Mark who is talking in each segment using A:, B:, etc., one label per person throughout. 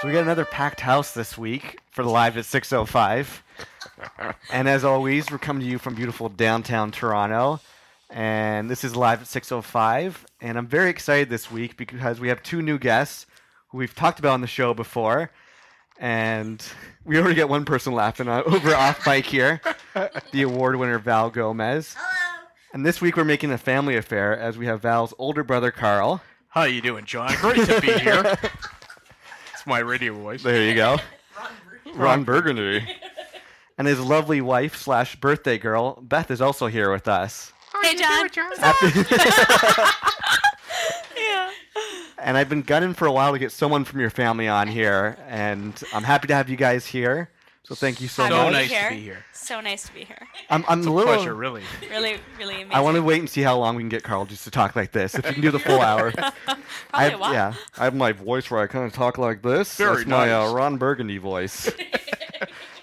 A: So we got another packed house this week for the live at 6:05. and as always, we're coming to you from beautiful downtown Toronto. And this is live at 6:05. And I'm very excited this week because we have two new guests who we've talked about on the show before. And we already got one person laughing uh, over off mic here, the award winner Val Gomez.
B: Hello.
A: And this week we're making a family affair as we have Val's older brother Carl.
C: How you doing, John? Great to be here. It's my radio voice.
A: There you go. Ron Burgundy. And his lovely wife slash birthday girl, Beth, is also here with us.
D: Hey, John. yeah.
A: And I've been gunning for a while to get someone from your family on here, and I'm happy to have you guys here. So thank you so
D: Happy
C: So
A: much.
D: Hello.
C: nice to
D: Here.
C: be here.
D: So nice to be here.
A: I'm, I'm a little.
C: Pleasure, really.
D: Really, really amazing.
A: I want to wait and see how long we can get Carl just to talk like this. If you can do the full hour, I
D: Probably
A: have,
D: a while.
A: yeah, I have my voice where I kind of talk like this.
C: Very
A: That's my uh,
C: nice.
A: Ron Burgundy voice.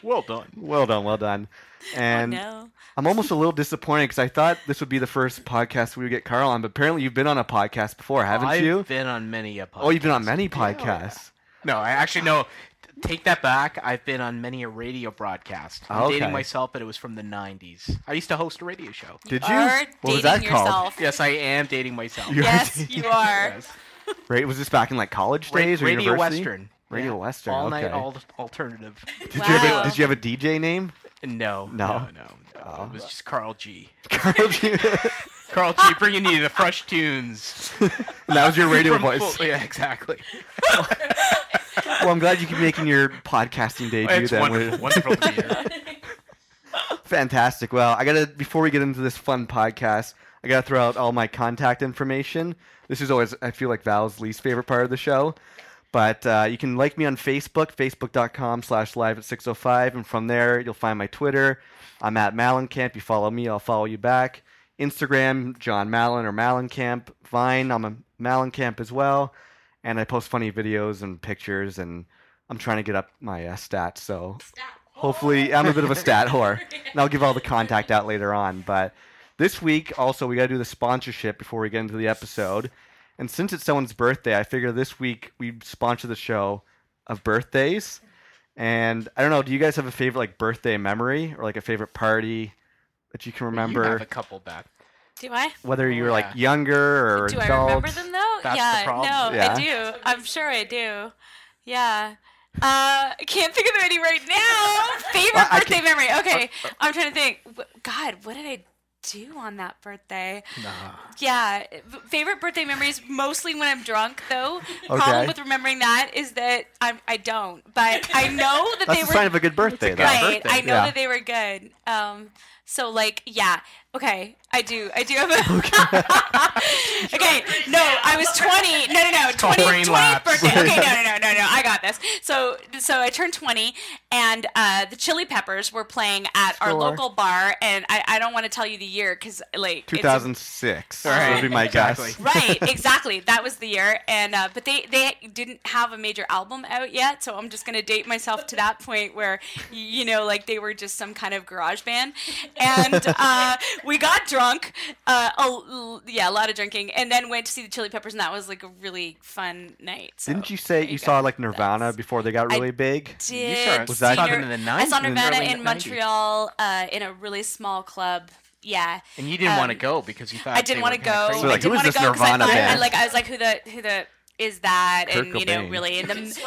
C: Well done.
A: well done, well done. And
D: no.
A: I'm almost a little disappointed because I thought this would be the first podcast we would get Carl on, but apparently you've been on a podcast before, haven't
C: I've
A: you?
C: been on many a podcast.
A: Oh, you've been on many podcasts.
C: No, I actually no. t- Take that back. I've been on many a radio broadcast. I'm
A: Okay.
C: dating myself, but it was from the '90s. I used to host a radio show.
A: Did you?
D: Are
A: what
D: dating
A: was that called?
D: yourself.
C: Yes, I am dating myself.
A: You're-
D: Yes, you are.
C: Yes.
A: Right? Was this back in like college
C: Ra-
A: days or
C: Radio
A: university?
C: Western.
A: Radio
C: Yeah.
A: Western.
C: All night,
A: okay.
C: all alternative.
A: Did you have
D: Wow.
A: a, Did you have a DJ name?
C: No,
A: No. Oh.
C: no, no. no. It was just Carl G.
A: Carl G- and
C: Carl G. Bringing you the fresh tunes.
A: that was your radio
C: From
A: voice.
C: full- yeah, exactly.
A: Well, I'm glad you keep making your podcasting debut.
C: It's
A: then.
C: wonderful, wonderful to be here.
A: Fantastic. Well, I gotta before we get into this fun podcast, I gotta throw out all my contact information. This is always I feel like Val's least favorite part of the show. But uh, you can like me on Facebook, facebook.com slash live at 605. And from there, you'll find my Twitter. I'm at Malencamp. You follow me, I'll follow you back. Instagram, John Malin or Malencamp. Vine, I'm a Malencamp as well. And I post funny videos and pictures, and I'm trying to get up my uh, stats. So Hopefully, I'm a bit of a stat whore, and I'll give all the contact out later on. But this week, also, we got to do the sponsorship before we get into the episode. And since it's someone's birthday, I figure this week we sponsor the show of birthdays. And I don't know, do you guys have a favorite like birthday memory or like a favorite party that you can remember?
C: You have a couple back.
D: Do I?
A: Whether you were like
C: Yeah.
A: younger or
D: Do
A: adult.
D: I remember them though?
C: That's the
D: yeah.
C: problem.
D: No,
A: Yeah.
D: I do. I'm sure I do. Yeah. Uh, I can't think of any right now. Favorite
A: Well, I uh,
D: birthday memory. Okay, I'm trying to think. Wh- God, what did I do on that birthday? Yeah, v- favorite birthday memories mostly when I'm drunk though.
A: Okay.
D: Problem with remembering that is that I'm, I don't, but I know that
A: That's
D: they
A: a
D: were
A: sign of a good birthday, though.
D: right.
C: birthday.
D: I know
A: Yeah.
D: that they were good. Um, so like, yeah, okay, I do, I do have a. okay, no, I was 20. No, no, no, 20,
C: brain
D: 20th
C: lapse.
D: birthday. Okay, no, no, no, no, no, I got this. So, so I turned 20, and uh, the Chili Peppers were playing at our
A: Sure.
D: local bar, and I, I don't want to tell you the year because like it's a-
A: 2006
C: Right,
A: would be my guess.
C: exactly.
D: right exactly that was the year and uh, but they they didn't have a major album out yet so i'm just going to date myself to that point where y- you know like they were just some kind of garage band and uh, we got drunk uh, a l- yeah a lot of drinking and then went to see the chili peppers and that was like a really fun night so.
A: Didn't you say
D: there
A: you,
D: you go.
A: saw like Nirvana before they got
D: I
A: really big?
D: did
C: was
D: see
A: that
D: Nir-
C: in the
D: i saw
C: 90s?
D: nirvana
C: Early
D: in
C: 90s.
D: montreal uh, in a really small club yeah
C: And you didn't want to
D: Um,
C: go because you thought
D: I didn't want to go.
A: So,
D: I
A: like, who
D: didn't
A: is
D: want to
A: this
D: go because I
A: Nirvana
D: thought, I,
A: band?
D: like, I was like, who the who the is that?
A: Kurt
D: and you know,
A: Cobain.
D: really, and the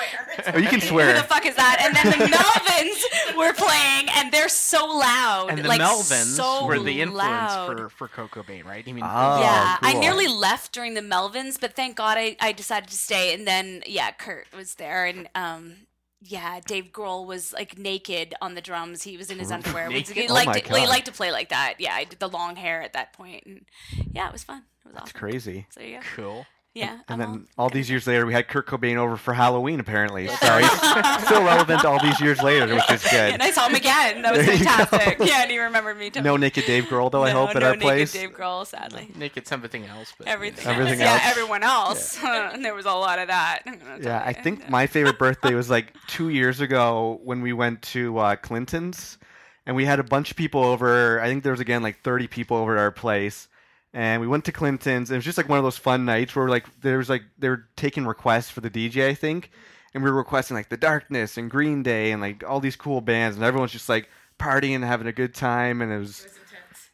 A: Oh, you can
D: who the
A: swear.
D: fuck is that? And then the Melvins were playing, and they're so loud.
C: And the
D: like,
C: Melvins
D: so
C: were the influence
D: loud.
C: for for Kurt Cobain, right? I mean,
A: Ah. Oh,
D: yeah, I
A: cool.
D: nearly left during the Melvins, but thank God I, I decided to stay. And then yeah, Kurt was there, and um, yeah, Dave Grohl was like naked on the drums. He was in his underwear.
C: Naked?
D: He
A: Oh
D: liked
A: my
D: it, he
A: God.
D: liked to play like that. Yeah, I did the long hair at that point, and yeah, it was fun. It was
A: It's
D: awesome.
A: crazy.
D: So there you go.
C: cool.
D: Yeah,
A: And
D: I'm
A: then all these years later, we had Kurt Cobain over for Halloween. Apparently, sorry, still relevant all these years later, which is
D: all- and
A: good.
D: I saw him again. That was
A: There you go.
D: fantastic. Yeah, and he remembered me. Too.
A: No naked Dave Grohl, though. I
D: No,
A: hope at
D: no
A: our
D: naked
A: place.
D: Dave Grohl, sadly.
C: Naked something else, but
D: Everything.
A: Everything
D: else.
A: else.
D: Yeah, everyone else. and there was a lot of that. I'm gonna
A: Yeah,
D: tell
A: I
D: you.
A: think my favorite birthday was like two years ago when we went to uh, Clinton's, and we had a bunch of people over. I think there was again like thirty people over at our place, and we went to Clinton's. And it was just like one of those fun nights where like there was like they were taking requests for the DJ, I think, and we were requesting like The Darkness and Green Day and like all these cool bands, and everyone's just like partying and having a good time, and it was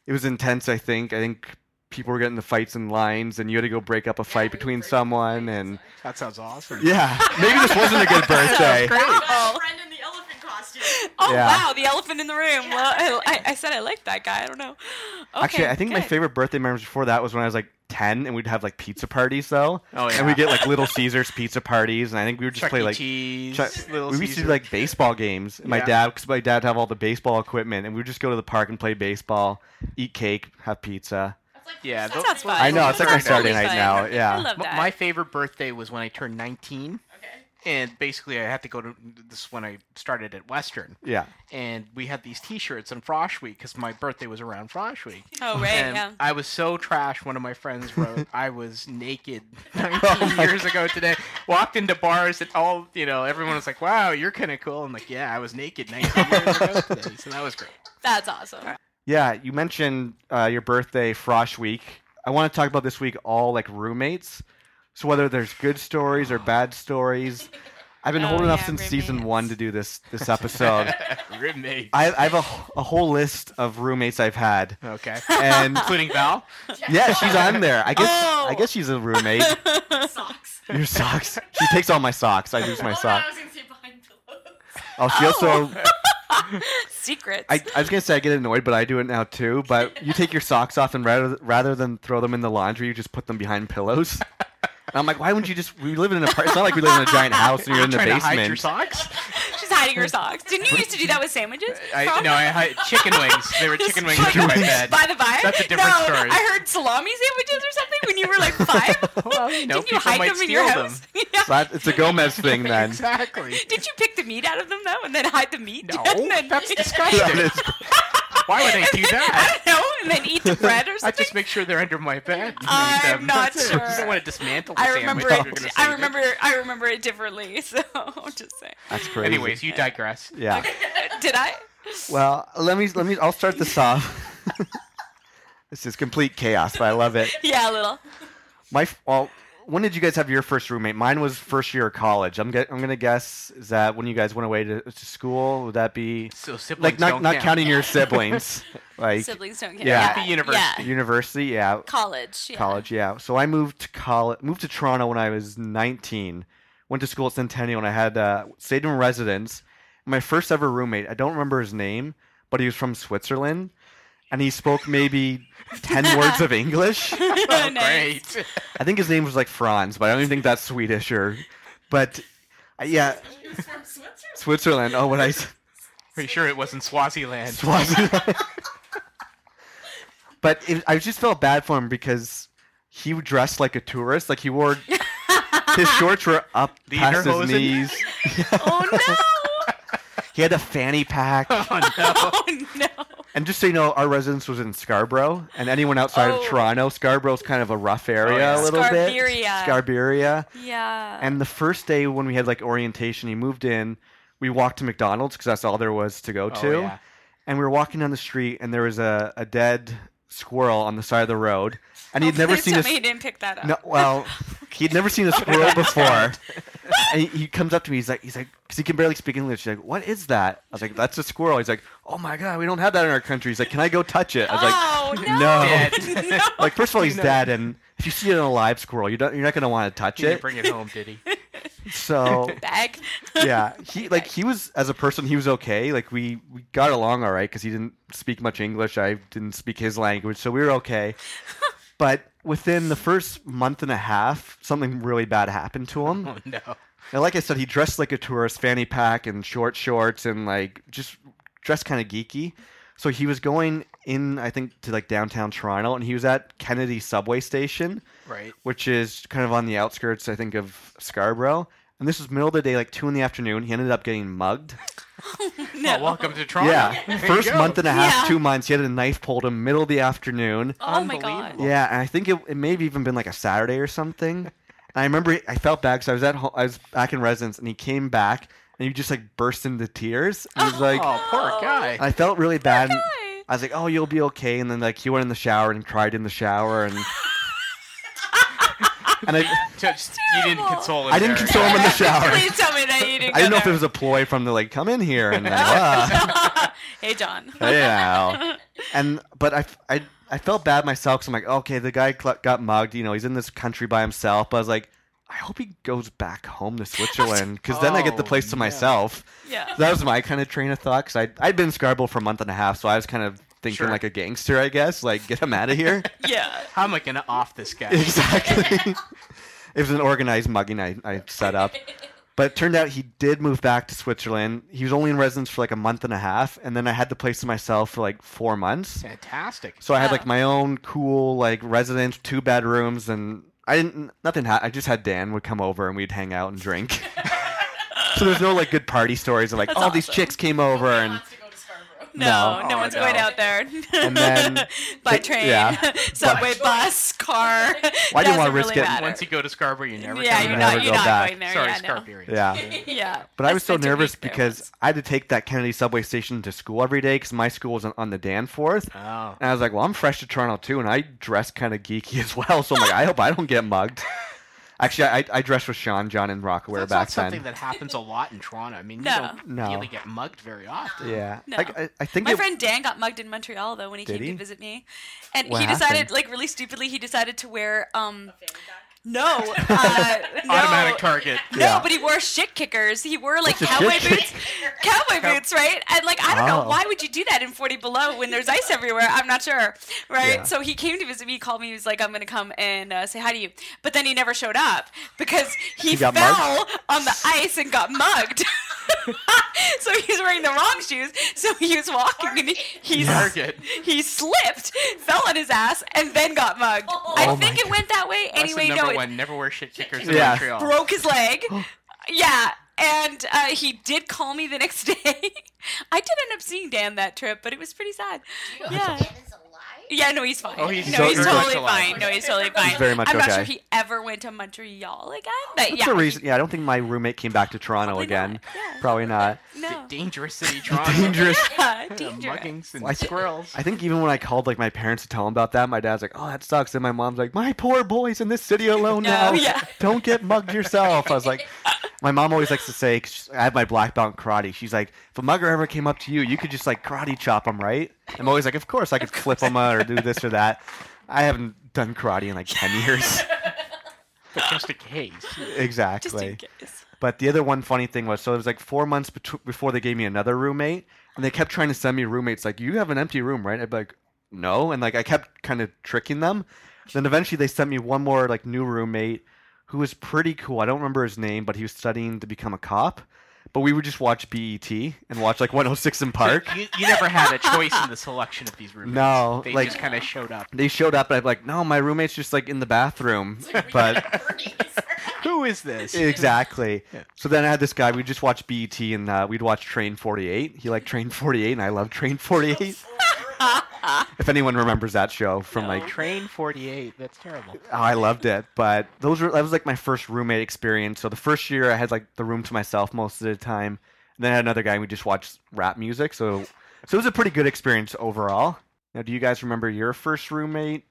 A: it was intense. I think I think people were getting the fights and lines, and you had to go break up a fight between someone, and
C: That sounds awesome.
A: yeah, maybe this wasn't a good birthday.
D: Oh.
B: friend in the elephant costume.
D: Oh
A: Yeah.
D: wow, the elephant in the room. Well, I, I said I liked that guy. I don't know. Okay,
A: Actually, I think my
D: good.
A: favorite birthday memories before that was when I was like ten, and we'd have like pizza parties though.
C: Oh, yeah.
A: And we get like Little Caesars pizza parties, and I think we would just
C: Chuck
A: play
C: E.
A: like.
C: Cheese,
A: Chuck-
C: Little
A: we used to do
C: Caesar.
A: like baseball games. and My
C: Yeah.
A: dad, because my dad would have all the baseball equipment, and we would just go to the park and play basaseball, eat cake, have pizza.
B: That's like
C: Yeah,
B: that's
D: That sounds fun.
A: I know it's like my
D: That's really
A: Saturday night
D: fun.
A: now.
D: I
A: Yeah,
D: love
C: M-
D: that.
C: my favorite birthday was when I turned 19,
B: Okay.
C: and basically I had to go to this is when I started at Western,
A: yeah.
C: and we had these T-shirts on Frosh Week because my birthday was around Frosh Week.
D: oh right,
C: and
D: yeah.
C: I was so trash. One of my friends wrote, "I was naked 19 years ago today. Walked into bars and all, you know, everyone was like, "Wow, you're kind of cool." I'm like, "Yeah, I was naked 19 years ago today." So that was great.
D: That's awesome.
A: Yeah, you mentioned uh, your birthday, Frosh Week. I want to talk about this week all like roommates. So whether there's good stories or bad stories, I've been
D: Oh,
A: holding off
D: yeah,
A: since season
D: roommates.
A: one to do this this episode.
C: Roommate.
A: I, I have a, wh- a whole list of roommates I've had,
C: okay.
A: and
C: Including Val.
A: yeah, she's on there. I guess
D: Oh.
A: I guess she's a roommate.
B: Socks.
A: Your socks. She takes all my socks. I lose my
B: oh, No, I
A: socks.
B: was gonna say behind pillows.
A: Oh, she also.
D: Secrets.
A: I, I was gonna say I get annoyed, but I do it now too. But you take your socks off, and rather rather than throw them in the laundry, you just put them behind pillows. And I'm like, why wouldn't you just? We live in an apartment. It's not like we live in a giant house and you're in the
C: Trying to hide your
A: basement.
C: socks.
D: She's hiding her socks. Didn't you used to do that with sandwiches?
C: I,
D: Probably.
C: no, I hide chicken wings. They were chicken wings
D: Just
C: under my
D: like-
C: bed.
D: By the by,
C: That's a different
D: no,
C: story.
D: I heard salami sandwiches or something when you were like five.
C: Well, you know,
D: Didn't you
C: people
D: hide
C: might
D: them in your
C: steal
D: house? yeah.
A: So that, it's a Gomez thing then.
C: Exactly.
D: Did you pick the meat out of them though, and then hide the meat?
C: No,
D: And then-
C: that's
A: That
C: disgusting.
A: is-
C: Why would they do that?
D: I don't know, and then eat the bread or
C: I
D: something.
C: just make sure they're under my bed. and
D: I'm
C: eat them.
D: not
C: That's it.
D: sure.
C: You don't want to dismantle. The
D: I remember
C: sandwich if you're
D: it.
C: gonna
D: I
C: save
D: remember. I remember it differently. So I'm just saying.
A: That's
C: It.
A: crazy.
C: Anyways, you digress.
A: yeah.
D: Did I?
A: Well, let me let me. I'll start this off. this is complete chaos, but I love it.
D: Yeah, a little.
A: My f- well, when did you guys have your first roommate? Mine was first year of college. I'm get, I'm gonna guess is that when you guys went away to, to school? Would that be
C: So
A: like
C: siblings
A: not
C: don't
A: not
C: count.
A: counting your siblings, like
D: Siblings don't care.
A: yeah.
C: At the university.
A: university? Yeah,
D: College. Yeah.
A: college. Yeah. So I moved to college, moved to Toronto when I was 19. Went to school at Centennial, and I had uh, stayed in residence. My first ever roommate. I don't remember his name, but he was from Switzerland, and he spoke maybe ten words of English.
C: Oh,
D: Nice.
C: great.
A: I think his name was like Franz, but I don't even think that's Swedish or. But uh, yeah,
B: He was from Switzerland.
A: Switzerland. Oh, what I s-
C: Pretty sure it wasn't Swaziland.
A: Swaziland. but it, I just felt bad for him because he dressed like a tourist. Like he wore his shorts were up past his
C: Lederhosen?
A: knees.
D: Oh no!
A: He had a fanny pack.
C: oh no.
D: Oh no!
A: And just so you know, our residence was in Scarborough, and anyone outside of
D: Oh.
A: Toronto, Scarborough's kind of a rough area a
C: yeah.
A: little bit.
D: Scarberia.
A: Scarberia.
D: Yeah.
A: And the first day when we had like orientation, he moved in. We walked to McDonald's because that's all there was to go
C: Oh,
A: to.
C: yeah.
A: And we were walking down the street, and there was a, a dead squirrel on the side of the road. And he'd
D: Hopefully
A: never seen
D: Oh, tell
A: this.
D: me He didn't pick that up. Oh
A: No, well, he'd never seen a squirrel before. And he, he comes up to me. He's like, he's like, because he can barely speak English. He's like, what is that? I was like, that's a squirrel. He's like, oh my god, we don't have that in our country. He's like, can I go touch it? I was like,
D: oh no!
A: no.
C: Dead.
D: no.
A: like first of all, he's
C: No.
A: dead, and if you see it on a live squirrel, you don't, you're not gonna want to touch
C: He didn't
A: it.
C: bring it home, did he?
A: So
D: Bag.
A: yeah, he like he was as a person, he was okay. Like we we got along all right because he didn't speak much English. I didn't speak his language, so we were okay. but within the first month and a half, something really bad happened to him.
C: Oh no.
A: And like I said, he dressed like a tourist, fanny pack and short shorts, and like just dressed kind of geeky. So he was going in, I think, to like downtown Toronto, and he was at Kennedy subway station,
C: Right.
A: which is kind of on the outskirts, I think, of Scarborough. And this was middle of the day, like two in the afternoon. He ended up getting mugged.
D: No.
C: Well, Oh, welcome to Toronto.
A: Yeah,
C: There you
A: first
C: go.
A: month and a half,
D: Yeah.
A: two months, he had a knife pulled him middle of the afternoon.
D: oh my god.
C: Unbelievable.
A: Yeah, and I think it, it may have even been like a Saturday or something. And I remember I felt bad because I was at home, I was back in residence, and he came back and he just like burst into tears. And he was like,
C: Oh, poor guy.
A: I felt really bad. and
D: Hi.
A: I was like, oh, you'll be okay. And then like he went in the shower and cried in the shower, and and I,
C: Just- you didn't
D: terrible.
C: console him.
A: I didn't
C: there.
A: console him in the shower.
D: Please tell me that you didn't.
A: I didn't
D: go
A: know if it
D: there.
A: was a ploy from the like, come in here and then, ah,
D: hey, John.
A: yeah. And but I, I, I felt bad myself 'cause I'm like, okay, the guy cl- got mugged. You know, he's in this country by himself. But I was like, I hope he goes back home to Switzerland because then I get the
C: Oh,
A: place to
C: yeah.
A: myself.
D: Yeah.
A: that was my kind of train of thought because I I'd been in Scarborough for a month and a half, so I was kind of thinking
C: Sure.
A: like a gangster, I guess. Like, get him out of here.
D: Yeah.
C: How am I gonna off this guy?
A: exactly. it was an organized mugging I, I set up. But it turned out he did move back to Switzerland. He was only in residence for like a month and a half, and then I had the place to myself for like four months.
C: Fantastic.
A: So I had
D: Wow.
A: like my own cool like residence, two bedrooms, and I didn't nothing. Ha- I just had Dan would come over and we'd hang out and drink. so there's no like good party stories of like
D: That's
A: all these
D: awesome.
A: chicks came over
B: Nobody
A: and
B: wants to go to Scarborough.
D: No,
A: No.
D: no,
C: Oh,
D: one's
C: no.
D: going out there.
A: And then-
D: by
A: but-
D: train,
A: yeah.
D: subway, bus, car.
A: Why do you
D: Doesn't
A: wanna
D: really
A: risk it?
D: matter.
C: Once you go to Scarborough, you never.
D: yeah,
C: come
D: you're
A: I
C: back.
A: never
D: not, you're
A: go
D: not
A: back.
D: going there.
C: Sorry,
D: yeah, no.
C: Scarborough.
A: yeah.
D: Yeah.
A: But I was so
D: spent a
A: nervous
D: week there
A: because
D: once.
A: I had to take that Kennedy subway station to school every day because my school was on, on the Danforth.
C: Oh.
A: And I was like, well, I'm fresh to Toronto too, and I dress kind of geeky as well. So I'm like, I hope I don't get mugged. Actually, I, I dressed with Sean, John, and Rockaware
C: That's
A: back
C: not something
A: then.
C: that happens a lot in Toronto. I mean, you
D: No.
C: don't
A: No.
C: really get mugged very often.
A: yeah,
D: No.
A: like, I, I think
D: My
A: it-
D: friend Dan got mugged in Montreal though when he
A: Did
D: came
A: he?
D: to visit me, and
A: What
D: he decided,
A: happened?
D: like really stupidly, he decided to wear um
B: Family guy.
D: no, uh, no
C: Automatic target.
D: No,
A: Yeah.
D: but he wore shit kickers. He wore like
A: What's a
D: cowboy
A: shit
D: boots, cowboy boots, right? And like I don't
A: Oh.
D: know why would you do that in 40 below when there's ice everywhere? I'm not sure, right?
A: Yeah.
D: So he came to visit me. He called me. He was like, "I'm gonna come and uh, say hi to you," but then he never showed up because he,
A: He
D: fell
A: got
D: on the ice and got mugged. so he's wearing the wrong shoes. So he was walking and he, he,
C: Target.
D: he slipped, fell on his ass, and then got mugged.
A: Oh
D: I
A: my
D: think it
A: God.
D: went that way.
C: Lesson
D: Anyway,
C: number
D: no, it
C: one: never wear shit kickers in
A: Yeah.
C: Montreal.
D: broke his leg. yeah, and uh, he did call me the next day. I did end up seeing Dan that trip, but it was pretty sad. Yeah.
E: Dan is alive?
D: Yeah, no, he's fine.
C: Oh, he's-
D: no, he's
A: he's
D: totally
C: alive.
D: fine. No, he's totally fine.
A: very much
D: I'm not
A: okay.
D: sure he ever went to Montreal again, but
A: that's
D: yeah,
A: the
D: he-
A: reason. Yeah, I don't think my roommate came back to Toronto
D: Probably
A: again.
D: not. Yeah.
A: Probably not.
D: no,
C: Dangerous city, Toronto.
A: Dangerous.
D: yeah,
C: Yeah,
D: dangerous.
C: Muggings
A: Well, I
C: and
A: thi-
C: squirrels.
A: I think even when I called like my parents to tell them about that, my dad's like, "Oh, that sucks." And my mom's like, "My poor boy's in this city alone
D: No,
A: now.
D: yeah.
A: Don't get mugged yourself." I was like, my mom always likes to say, 'cause she's- "I have my black belt in karate." She's like, "If a mugger ever came up to you, you could just like karate chop him, right?" I'm always like, "Of course, I could flip him or do this or that." I haven't done karate in like ten years.
C: Just a case.
A: exactly.
D: Just in case.
A: But the other one funny thing was, so it was like four months betw before they gave me another roommate, and they kept trying to send me roommates. Like, you have an empty room, right? I'd be like, no, and like I kept kind of tricking them. Then eventually they sent me one more like new roommate, who was pretty cool. I don't remember his name, but he was studying to become a cop. But we would just watch BET and watch like 106 in Park.
C: You, you never had a choice in the selection of these roommates.
A: No,
C: they
A: like-
C: just kind of showed up.
A: They showed up, and I'd be like, no, my roommate's just like in the bathroom, but.
C: Who is this?
A: Exactly.
C: Yeah.
A: So then I had this guy. We'd just watch BET and uh, we'd watch Train 48. He liked Train 48, and I love Train 48. if anyone remembers that show from
D: No.
A: like, tr-
C: Train 48. That's terrible.
A: oh, I loved it. But those were that was like my first roommate experience. So the first year I had like the room to myself most of the time. And then I had another guy. and We just watched rap music. So so it was a pretty good experience overall. Now, do you guys remember your first roommate?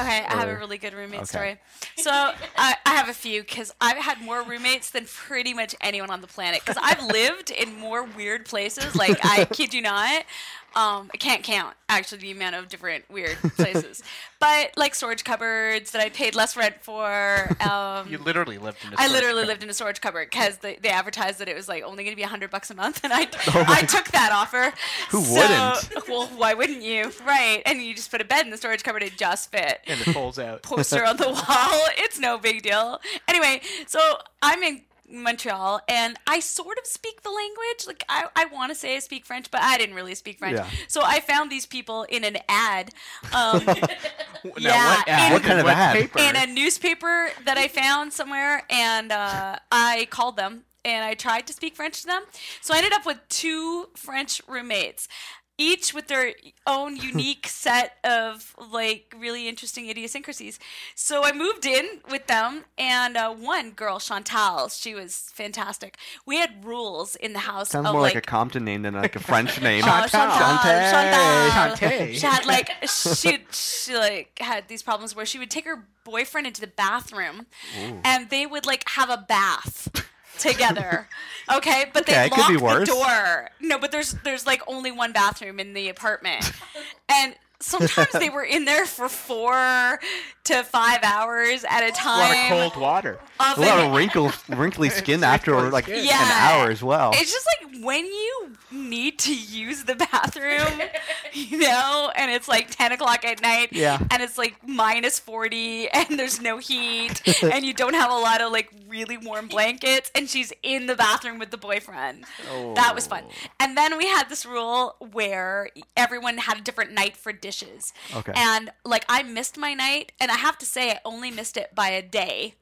D: Okay, I have a
A: Or-
D: really good roommate
A: Okay.
D: story. So I, I have a few because I've had more roommates than pretty much anyone on the planet. Because I've lived in more weird places. Like I kid you not, um, I can't count actually the amount of different weird places. but like storage cupboards that I paid less rent for. Um,
C: You literally lived in. A
D: I
C: storage
D: literally
C: cupboard.
D: lived in a storage cupboard because they, they advertised that it was like only going to be hundred bucks a month, and I
A: Oh my-
D: I took that offer.
A: Who
D: So-
A: wouldn't?
D: Well, why wouldn't you? Right, and you just put a bed in the storage cupboard; it just fit
C: And it folds out.
D: poster on the wall. It's no big deal. Anyway, so I'm in Montreal and I sort of speak the language. Like I, I want to say I speak French, but I didn't really speak French.
A: Yeah.
D: So I found these people in an ad. Um,
C: Now,
D: Yeah,
C: what ad?
D: What
A: kind of
C: What
A: ad?
C: paper?
D: in a newspaper that I found somewhere, and uh, I called them and I tried to speak French to them. So I ended up with two French roommates. each with their own unique set of like really interesting idiosyncrasies. So I moved in with them, and uh, one girl, Chantal, she was fantastic. We had rules in the house.
A: Sounds
D: of,
A: more like, a Compton name than like a French name.
D: Oh, Chantal.
A: Chantal.
D: Chantal.
C: Chantal.
D: She had like she she like had these problems where she would take her boyfriend into the bathroom, and they would like have a bath together. Okay, but
A: Okay,
D: they
A: it could
D: locked
A: be
D: the
A: worse.
D: door. No, but there's there's like only one bathroom in the apartment, and. Sometimes they were in there for four to five hours at a
C: A lot of
D: time.
C: cold water.
A: A
D: often
A: lot of wrinkle, wrinkly skin after
C: Wrinkly
A: like
C: skin.
A: an
D: Yeah.
A: hour as well.
D: It's just like when you need to use the bathroom, you know, and it's like 10 o'clock at night.
A: Yeah.
D: And it's like minus 40 and there's no heat and you don't have a lot of like really warm blankets and she's in the bathroom with the boyfriend. That was fun. And then we had this rule where everyone had a different night for dishes.
A: Okay.
D: And like I missed my night and I have to say I only missed it by a day.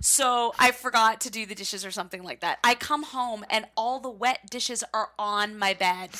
D: So I forgot to do the dishes or something like that. I come home and all the wet dishes are on my bed.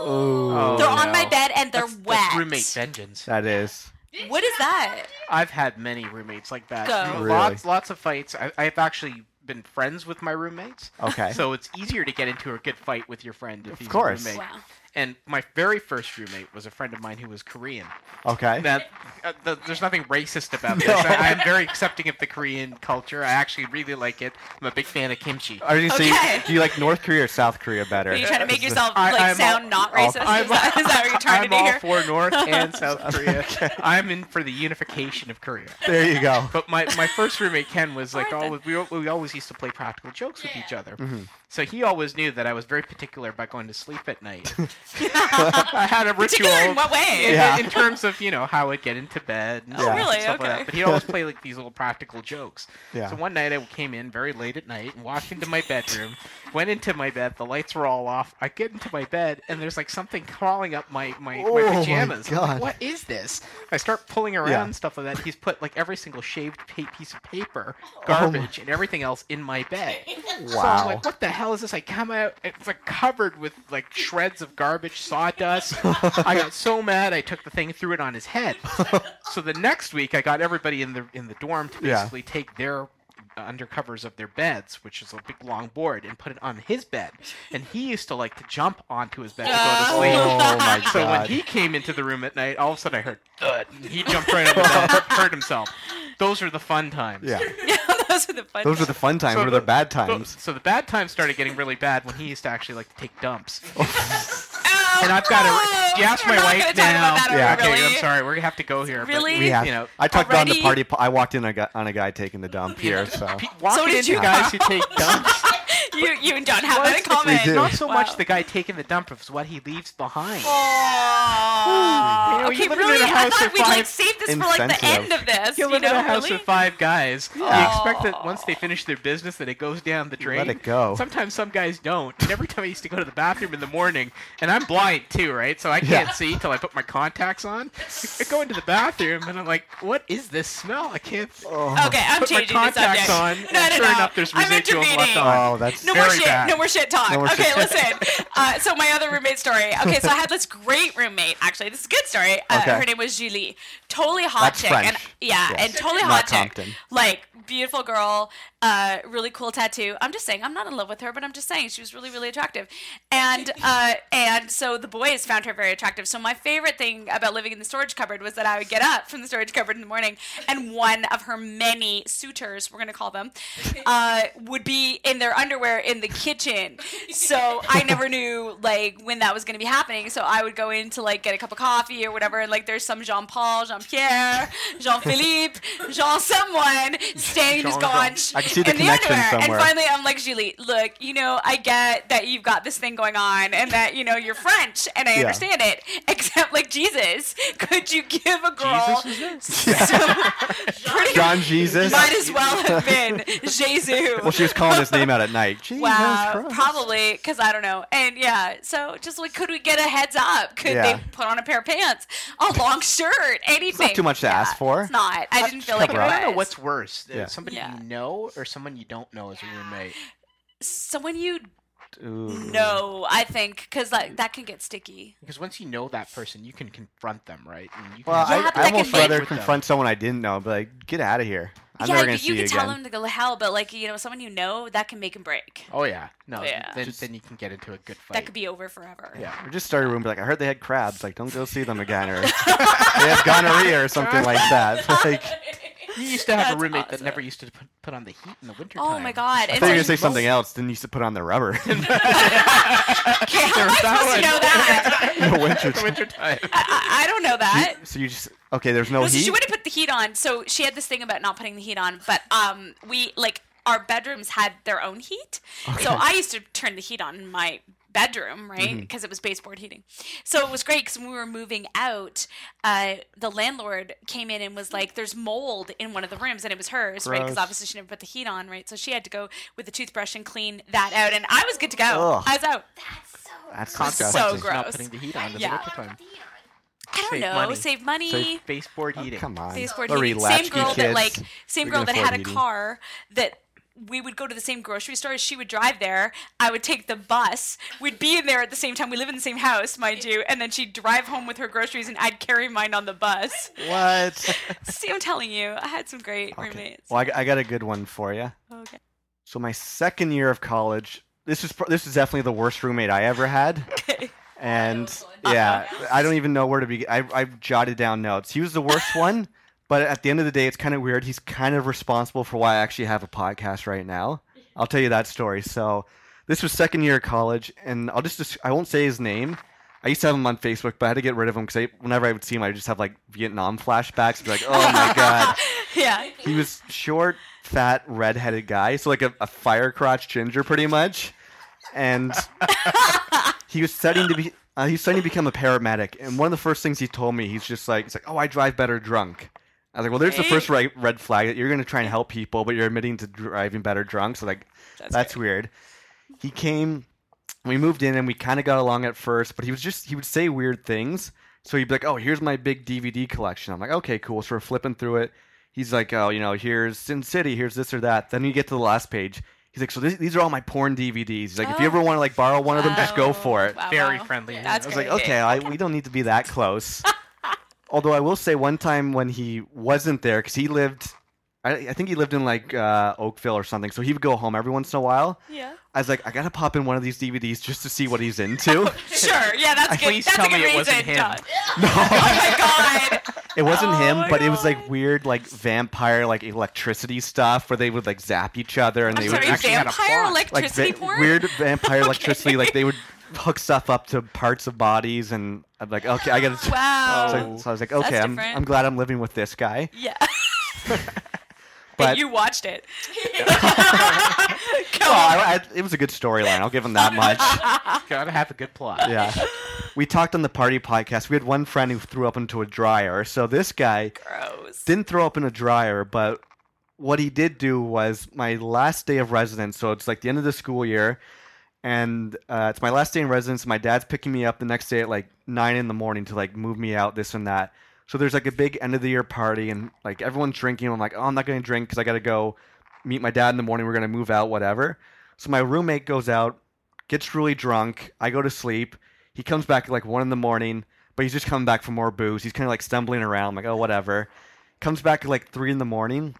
A: Ooh,
D: They're
C: Oh,
D: on
C: no.
D: my bed and they're
C: That's-
D: wet.
C: that's roommate vengeance.
A: that is.
D: What is that?
C: I've had many roommates like that.
D: Go.
A: Really?
C: Lots, lots of fights. I, I've actually been friends with my roommates.
A: Okay.
C: So it's easier to get into a good fight with your friend if
A: Of
C: he's
A: course.
C: a roommate.
D: Wow.
C: And my very first roommate was a friend of mine who was Korean.
A: Okay.
C: That uh, th- there's nothing racist about this.
A: No.
C: I, I'm very accepting of the Korean culture. I actually really like it. I'm a big fan of kimchi.
A: Are you saying
D: Okay.
A: do you like North Korea or South Korea better?
D: Are you trying to make
A: This is-
D: yourself
C: I-
D: like
C: I'm
D: sound
C: all-
D: not
A: all-
D: racist? is, that, is that what you're trying
C: I'm
D: to do
C: all
D: here?
C: for North and South Korea. I'm in for the unification of Korea.
A: There you go.
C: But my, my first roommate Ken was like
D: Alright then.
C: always we, al- we always used to play practical jokes with each other.
A: Mhm.
C: So he always knew that I was very particular about going to sleep at night. I had a ritual
D: Particular in what
C: in,
D: way?
A: Yeah.
C: in terms of you know how I'd get into bed. And
A: Oh,
C: stuff-
D: really?
C: Stuff Like
D: Okay.
C: that. But he always played like these little practical jokes.
A: Yeah.
C: So one night I came in very late at night and walked into my bedroom, went into my bed. The lights were all off. I get into my bed and there's like something crawling up my my,
A: Oh, my
C: my pajamas. I'm like,
A: God.
C: what is this? I start pulling around
A: Yeah.
C: and stuff like that. He's put like every single shaved pa- piece of paper,
A: Oh my-
C: garbage, and everything else in my bed. So I'm
A: Wow.
C: like, what the hell is this? I come out, it's like covered with like shreds of garbage, sawdust. I got so mad, I took the thing, threw it on his head. so the next week, I got everybody in the in the dorm to
A: Yeah.
C: basically take their uh, undercovers of their beds, which is a big long board, and put it on his bed. And he used to like to jump onto his bed to go to
D: Oh.
C: sleep.
A: Oh my god.
D: So
C: So when he came into the room at night, all of a sudden I heard thud. and He jumped right up and hurt himself. Those are the fun times.
A: yeah.
D: Those are the fun
A: Those are the fun times
C: So
A: or the
C: the-
A: bad
C: So,
A: times.
C: so the bad times started getting really bad when he used to actually like take dumps.
D: Oh,
C: And I've got
D: gross.
C: to. You ask
D: We're
C: my
D: not
C: wife
D: gonna talk
C: now.
D: about that
A: Yeah.
D: already.
C: Okay, I'm sorry. We're gonna have to go here. but,
D: Really?
A: We have,
C: You know,
A: I talked down the
D: already-
A: party. po- I walked in a guy, on a guy taking the dump here. So
C: pe- walking
D: did
C: into
D: you.
C: guys who take dumps.
D: You, you and John have that in
C: it's-
D: common.
A: do.
C: Not so much
D: Wow.
C: the guy taking the dump, it's what he leaves behind.
D: Aw.
C: You know, you
D: okay,
C: live in a
D: really? I
C: house
D: thought
C: of
D: we'd like
C: five-
D: save this for like the
A: Insensitive.
D: end of this.
C: You
D: You,
C: live in
D: know,
C: a house
D: really?
C: of five guys.
A: Yeah.
C: You expect that once they finish their business, that it goes down the drain.
A: let it go.
C: Sometimes some guys don't. And every time I used to go to the bathroom in the morning, and I'm blind too, right? So I can't
A: Yeah.
C: see till I put my contacts on. I go into the bathroom and I'm like, "What is this smell? I can't."
A: Oh.
D: Okay, I'm
C: Put my
D: changing the
C: contacts
D: subject.
C: on,
D: no, no,
C: and sure
D: no.
C: enough, there's
D: I'm
C: residuum left
D: intervening.
C: on.
A: Oh, that's
D: No more
C: Very
D: shit.
C: bad.
D: No more shit talk.
A: No more
D: okay,
A: shit.
D: listen. Uh, so my other roommate story. Okay, so I had this great roommate. Actually, this is a good story. Uh,
A: Okay.
D: Her name was Julie. Totally hot
A: That's
D: chick. And,
A: French.
D: yeah,
A: Yes.
D: and totally
A: Not
D: hot chick.
A: Compton.
D: Like beautiful girl. Uh, really cool tattoo. I'm just saying. I'm not in love with her, but I'm just saying she was really, really attractive. And uh, and so the boys found her very attractive. So my favorite thing about living in the storage cupboard was that I would get up from the storage cupboard in the morning, and one of her many suitors, we're gonna call them, uh, would be in their underwear in the kitchen. So I never knew like when that was gonna be happening. So I would go in to like get a cup of coffee or whatever, and like there's some Jean Paul, Jean Pierre, Jean Philippe, Jean someone standing just
C: Jean-Jean.
D: going.
A: I can see the
D: in
A: connection
D: underwear.
A: somewhere.
D: And finally, I'm like, Julie, look, you know, I get that you've got this thing going on and that, you know, you're French and I
A: Yeah.
D: understand it. Except, like, Jesus, could you give a girl.
C: Jesus was this?
D: so, pretty
A: John Jesus.
D: might as well have been Jesus.
A: Well, she was calling his name out at night. Jesus
D: Wow,
A: Christ.
D: probably because I don't know, and yeah. So just like, could we get a heads up? Could
A: Yeah.
D: they put on a pair of pants, a long shirt, anything?
A: too much to
D: Yeah,
A: ask for.
D: It's not. I didn't feel like it
A: cover up.
D: was.
A: I
C: I don't know what's worse, uh,
A: Yeah.
C: somebody
D: Yeah.
C: you know or someone you don't know as a roommate.
D: someone you
A: left. Ooh.
D: No, I think because like that can get sticky.
C: Because once you know that person, you can confront them, right? And you can
A: Well,
D: Yeah,
A: I,
D: but
A: I
D: that
A: almost
D: could make-
A: rather
C: With them.
A: confront someone I didn't know, but like, get out of here. I'm
D: yeah,
A: never gonna
D: but
A: see
D: you
A: you
D: can tell
A: again.
D: them to go to hell, but like you know, someone you know that can make and break.
C: oh yeah, no,
D: Yeah.
C: Then,
A: Just-
C: then you can get into a good fight.
D: That could be over forever.
C: yeah.
A: Or just start a room, be like, I heard they had crabs. Like, don't go see them again, or they have gonorrhea or something like that. Like,
C: You used to have
D: That's
C: a roommate that
D: awesome.
C: never used to put, put on the heat in the winter.
D: Oh my god!
A: I
D: And
A: thought you were
D: so
A: gonna say
D: you-
A: something else. Then you used to put on the rubber in
D: Okay, how am I
C: There's that
D: supposed to
C: one.
D: know that?
A: the winter.
C: the winter time.
D: I, I- I don't know that.
A: So you just okay? There's no
D: No, so
A: heat.
D: she wouldn't put the heat on. So she had this thing about not putting the heat on, but um, we like our bedrooms had their own heat.
A: Okay.
D: So I used to turn the heat on in my bedroom, right?
A: Mm-hmm.
D: Because it was baseboard heating. So it was great because when we were moving out, uh, the landlord came in and was like, "There's mold in one of the rooms," and it was hers, right? Because
A: Gross.
D: obviously she never put the heat on, right? So she had to go with the toothbrush and clean that out, and I was good to go.
A: Ugh.
D: I was out.
B: That's so.
A: That's
D: Consequences.
A: disgusting.
D: So gross.
C: Not putting the heat on in
D: Yeah.
C: the winter time.
D: I don't
C: Save
D: know.
C: money.
D: Save money.
A: Save-
C: Baseboard
A: Oh,
C: heating.
A: come on.
D: baseboard
A: Or
D: heating. Same
A: relaxed
D: girl that
A: kids.
D: like same
A: We
D: girl
A: can
D: that
A: afford
D: had a
A: heating.
D: car that we would go to the same grocery store. She would drive there. I would take the bus. We'd be in there at the same time. We live in the same house, mind you. And then she'd drive home with her groceries, and I'd carry mine on the bus.
A: What?
D: See, I'm telling you, I had some great
A: Okay.
D: roommates.
A: Well, I, I got a good one for you.
D: Okay.
A: So my second year of college, this is pro- this is definitely the worst roommate I ever had,
D: Okay.
A: and
B: Uh-oh.
A: yeah, I don't even know where to begin. I I jotted down notes. He was the worst one, but at the end of the day, it's kind of weird. He's kind of responsible for why I actually have a podcast right now. I'll tell you that story. So this was second year of college, and I'll just dis- I won't say his name. I used to have him on Facebook, but I had to get rid of him because whenever I would see him, I would just have like Vietnam flashbacks. and Be like, oh my god.
D: yeah.
A: He was short, fat, redheaded guy, so like a, a fire crotch ginger, pretty much. And he was studying to be. Uh, he's studying to become a paramedic, and one of the first things he told me, he's just like, he's like, "Oh, I drive better drunk." I was like, "Well, there's the first red, red flag that you're going to try and help people, but you're admitting to driving better drunk." So like,
D: That's
A: that's, weird. He came, we moved in, and we kind of got along at first, but he was just he would say weird things. So he'd be like, "Oh, here's my big DVD collection." I'm like, "Okay, cool." So we're flipping through it. He's like, "Oh, you know, here's Sin City, here's this or that." Then you get to the last page. He's like, "So this, these are all my porn DVDs." He's like, "If you
D: Oh.
A: ever want to like borrow one of them, just
D: Oh,
A: go for it."
D: wow,
C: Very
D: wow.
C: friendly.
D: That's
A: I was like,
D: great.
A: okay, I, we don't need to be that close. Although I will say, one time when he wasn't there, because he lived, I, I think he lived in like uh, Oakville or something, so he would go home every once in a while.
D: Yeah.
A: I was like, I gotta pop in one of these DVDs just to see what he's into.
D: Sure. Yeah, that's good.
C: Please
D: that's
C: tell
D: a good
C: me it
D: reason.
C: wasn't him.
D: Todd.
A: no,
D: Oh my god.
A: it wasn't
D: Oh
A: him,
D: my
A: but it was
D: God.
A: like weird, like vampire, like electricity stuff where they would like zap each other and
D: I'm
A: they
D: sorry.
A: would
C: actually had a
D: Vampire
C: plot.
A: like
D: electricity
A: va-
D: porn.
A: weird vampire electricity, like they would hook stuff up to parts of bodies, and I'm like, okay, I gotta.
D: Wow.
A: So, so I was like, okay, I'm,
D: different.
A: I'm glad I'm living with this guy.
D: Yeah.
A: But-
D: but you watched it. Come
A: Oh,
D: on.
A: I, I, it was a good storyline. I'll give him that much.
C: Gotta have a good plot.
A: Yeah. We talked on the party podcast. We had one friend who threw up into a dryer. So this guy
D: Gross.
A: didn't throw up in a dryer, but what he did do was my last day of residence. So it's like the end of the school year, and uh, it's my last day in residence. My dad's picking me up the next day at like nine in the morning to like move me out, this and that. So there's like a big end of the year party, and like everyone's drinking. I'm like, oh, I'm not gonna drink because I gotta go meet my dad in the morning. We're gonna move out, whatever. So my roommate goes out, gets really drunk. I go to sleep. He comes back at like one in the morning, but he's just coming back for more booze. He's kind of like stumbling around, I'm like oh whatever. Comes back at like three in the morning,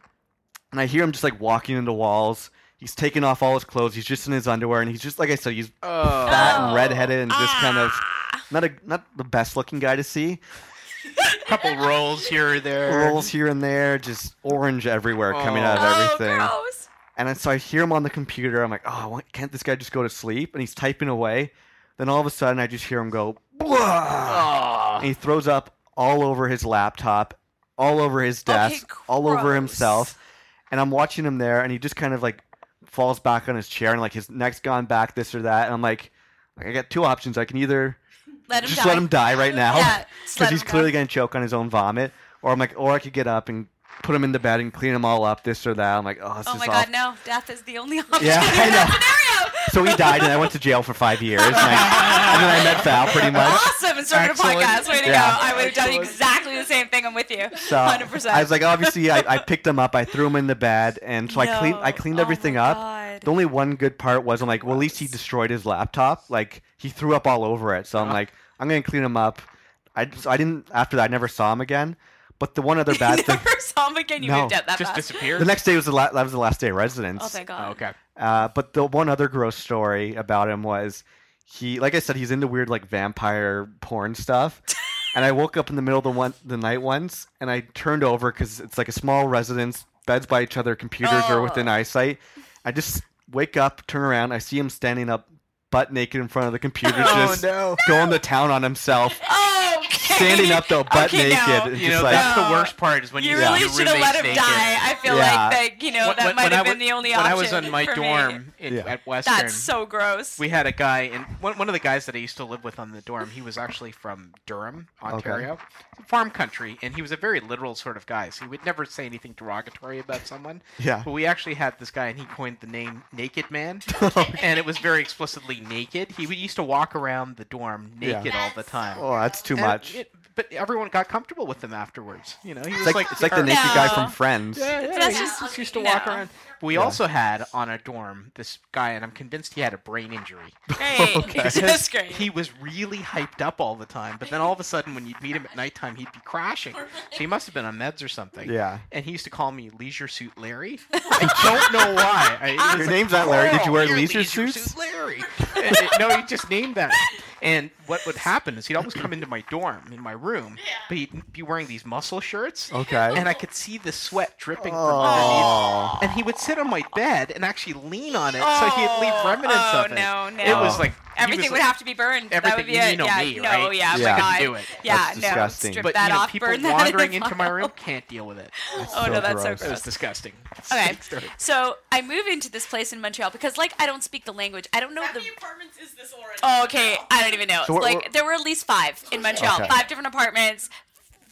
A: and I hear him just like walking into walls. He's taking off all his clothes. He's just in his underwear, and he's just like I said, he's
C: Oh.
A: fat and
D: Oh.
A: redheaded and just kind of
D: Ah.
A: not a not the best looking guy to see.
C: couple rolls here or there.
A: Rolls here and there, just orange everywhere coming out
D: Oh,
A: of everything.
D: gross.
A: And then, so I hear him on the computer. I'm like, oh, why can't this guy just go to sleep? And he's typing away. Then all of a sudden, I just hear him go, Blah! and
C: Oh.
A: he throws up all over his laptop, all over his
D: Okay,
A: desk, all over
D: gross.
A: himself. And I'm watching him there, and he just kind of like falls back on his chair, and like his neck's gone back, this or that. And I'm like, like, I got two options. I can either
D: Let him
A: just
D: die.
A: let him die right now
D: Yeah, just
A: because
D: let
A: he's
D: him
A: clearly
D: go.
A: going to choke on his own vomit, or I'm like, or I could get up and put him in the bed and clean him all up, this or that. I'm like, oh, this
D: Oh
A: is
D: my
A: awful.
D: god, no. Death is the only option
A: Yeah, I
D: in that
A: So he died, and I went to jail for five years. And, I, and then I met Val pretty
D: scenario.
A: much.
D: Awesome. And started
C: Excellent.
D: a podcast. Way to
A: Yeah.
D: go. I would have done
C: Excellent.
D: exactly the same thing. I'm with you.
A: So
D: 100%.
A: I was like, obviously, I, I picked him up, I threw him in the bed, and so I cleaned I cleaned everything up.
D: Oh God.
A: The only one good part was I'm like, well, at least he destroyed his laptop. Like he threw up all over it. So I'm
C: Ah.
A: like, I'm gonna clean him up. I so I didn't after that. I never saw him again. But the one other bad
D: You
A: thing.
D: never saw him again. You
A: No,
D: moved out that
C: Just
D: fast.
C: disappeared.
A: The next day was the la- that was the last day of residence.
D: Oh thank God.
C: Oh, okay.
A: Uh, but the one other gross story about him was he, like I said, he's into weird like vampire porn stuff. and I woke up in the middle of the one the night once, and I turned over because it's like a small residence, beds by each other, computers are within
D: Oh.
A: eyesight. I just wake up, turn around, I see him standing up, butt naked in front of the computer, just
C: Oh, no.
A: going to town on himself,
D: Oh, okay.
A: standing up though, butt
D: Okay,
A: naked.
D: no.
A: and
C: You
A: just
C: know
A: like,
C: that's
D: No.
C: the worst part is when
D: you,
C: you
D: really
C: your
D: should have let
C: roommate's
D: him
C: naked.
D: die. I feel
A: Yeah.
D: like that. You know,
C: When-
D: that
C: when-
D: might
C: when
D: have
C: I
D: been
C: wa-
D: the only
C: when
D: option.
C: I was on my
D: for me.
C: dorm in,
A: Yeah.
C: at Western.
D: That's so gross.
C: we had a guy, and one, one of the guys that I used to live with on the dorm, he was actually from Durham, Ontario, farm country, and he was a very literal sort of guy. So he would never say anything derogatory about someone.
A: yeah.
C: But we actually had this guy, and he coined the name Naked Man,
A: oh,
C: and it was very explicitly naked. He would- used to walk around the dorm
A: Yeah.
C: naked all the time. Oh,
A: that's too
C: And
A: much.
C: it- but everyone got comfortable with him afterwards. You know, he
A: It's
C: was
A: like,
C: like
A: it's like the naked
D: No.
A: guy from Friends.
C: yeah, yeah,
D: That's
C: he
D: just-
C: just used to walk
D: no.
C: around. We
A: Yeah.
C: also had on a dorm this guy, and I'm convinced he had a brain injury.
D: Great. That's great.
C: Oh, He was really hyped up all the time, but then all of a sudden, when you'd meet him at nighttime, he'd be crashing. So he must have been on meds or something.
A: Yeah.
C: And he used to call me Leisure Suit Larry. I don't know why. I, it was
A: Your
C: like,
A: name's not Larry. Did you wear
C: "Carl, you're
A: leisure suits?"
C: Suit Larry. And it- no, he just named that. And what would happen is he'd always come into my dorm, in my room,
B: Yeah.
C: but he'd be wearing these muscle shirts,
A: Okay.
C: and I could see the sweat dripping from underneath
A: Oh.
C: and he would sit on my bed and actually lean on it, so he'd leave remnants
D: oh,
C: of it.
D: no, no.
C: It was
A: Oh.
C: like he
D: everything
C: was
D: would
C: like,
D: have to be burned. that would
C: everything
D: be
C: you
D: it.
C: know
D: yeah,
C: me,
D: no,
C: right?
D: yeah,
A: Yeah.
D: my
C: I
D: God.
C: couldn't do it.
D: Yeah,
A: That's
D: no.
A: disgusting.
D: Strip
C: But
D: that
C: you know,
D: off.
C: people
D: burn
C: wandering
D: that in a
C: into my
D: file.
C: room can't deal with it.
D: Oh
A: so
D: no,
A: gross.
D: that's so
C: It was
D: gross.
C: disgusting.
D: Okay.
C: Sorry.
D: So I move into this place in Montreal because, like, I don't speak the language. I don't know
B: How
D: the.
B: many apartments is this already?
D: Oh, okay, I don't even know.
A: So what-
D: like,
A: what-
D: there were at least five in Montreal.
A: Okay.
D: Five different apartments,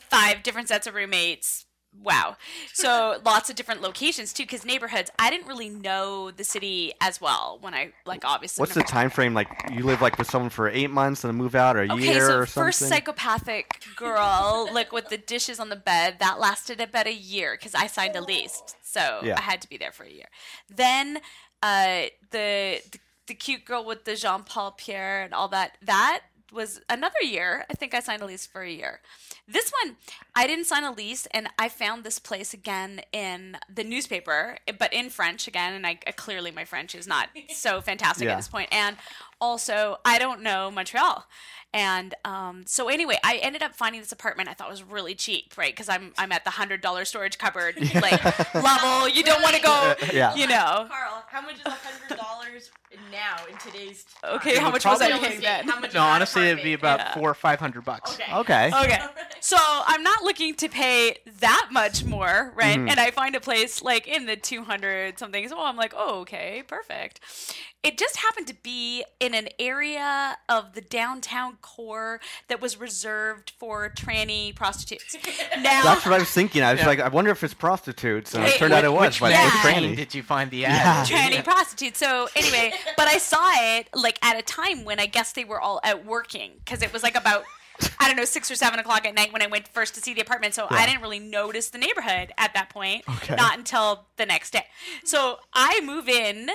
D: five different sets of roommates. Wow. So lots of different locations too, because neighborhoods. I didn't really know the city as well when I like obviously.
A: What's the
D: never-
A: time frame? Like you live like with someone for eight months and then move out or a
D: Okay,
A: year
D: so
A: or something.
D: first psychopathic girl, like with the dishes on the bed, that lasted about a year because I signed a lease, so
A: Yeah.
D: I had to be there for a year. Then uh, the, the the cute girl with the Jean Paul Pierre and all that that was another year. I think I signed a lease for a year. This one, I didn't sign a lease, and I found this place again in the newspaper, but in French again. And I clearly my French is not so fantastic
A: Yeah.
D: at this point. And also, I don't know Montreal, and um, so anyway, I ended up finding this apartment I thought was really cheap, right? Because I'm I'm at the hundred dollar storage cupboard like level. You don't want to go,
A: yeah.
D: you know.
B: Carl, how much is hundred dollars now in today's? time?
D: Okay, how
C: would
D: much was I
C: probably-
D: paying then?
B: How much is
C: No,
B: that
C: honestly, it'd be about
B: apartment?
D: Yeah.
C: four or five hundred bucks.
A: Okay.
D: Okay. So I'm not looking to pay that much more, right?
A: Mhm.
D: And I find a place like in the 200 something. So I'm like, oh, okay, perfect. It just happened to be in an area of the downtown core that was reserved for tranny prostitutes. Now,
A: That's what I was thinking. I was
C: Yeah.
A: like, I wonder if it's prostitutes, and it
D: Hey,
A: turned out it was,
C: Which
A: but
D: yeah.
A: it was
C: magazine
A: tranny.
C: did you find the ad?
A: Yeah.
D: tranny prostitute. So anyway, but I saw it like at a time when I guess they were all out working because it was like about I don't know six or seven o'clock at night when I went first to see the apartment. So
A: Yeah.
D: I didn't really notice the neighborhood at that point,
A: Okay.
D: not until the next day. So I move in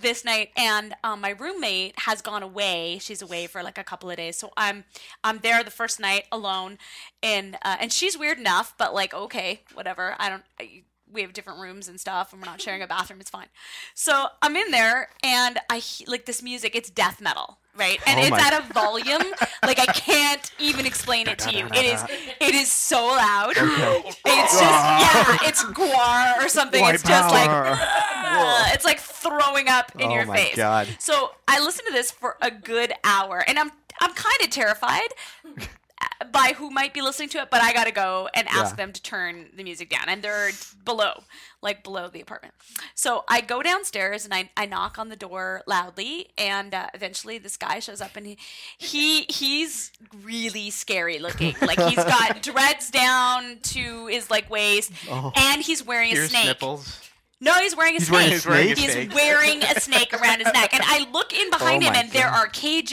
D: this night, and um, my roommate has gone away. She's away for like a couple of days. So I'm I'm there the first night alone, and uh, and she's weird enough, but like okay, whatever. I don't. I, we have different rooms and stuff, and we're not sharing a bathroom. It's fine. So I'm in there, and I he- like this music. It's death metal, right? And
A: Oh
D: it's
A: my-
D: at a volume like I can't even explain it to you. It is it is so loud. It's just yeah, it's guar or something. It's just like "Ugh," it's like throwing up in
A: Oh
D: your
A: my
D: face.
A: God.
D: So I listened to this for a good hour, and I'm I'm kind of terrified uh, by who might be listening to it, but I gotta go and ask
A: Yeah.
D: them to turn the music down, and they're below, like below the apartment. So I go downstairs and I, I knock on the door loudly, and uh, eventually this guy shows up, and he, he he's really scary looking, like he's got dreads down to his like waist,
A: Oh.
D: and he's wearing a
C: Here's
D: snake.
C: nipples.
D: No, he's wearing a
A: He's
D: snake.
A: wearing a
D: He's
A: snake?
D: wearing a snake around his neck, and I look in behind
A: Oh
D: him,
A: my
D: and there
A: God.
D: are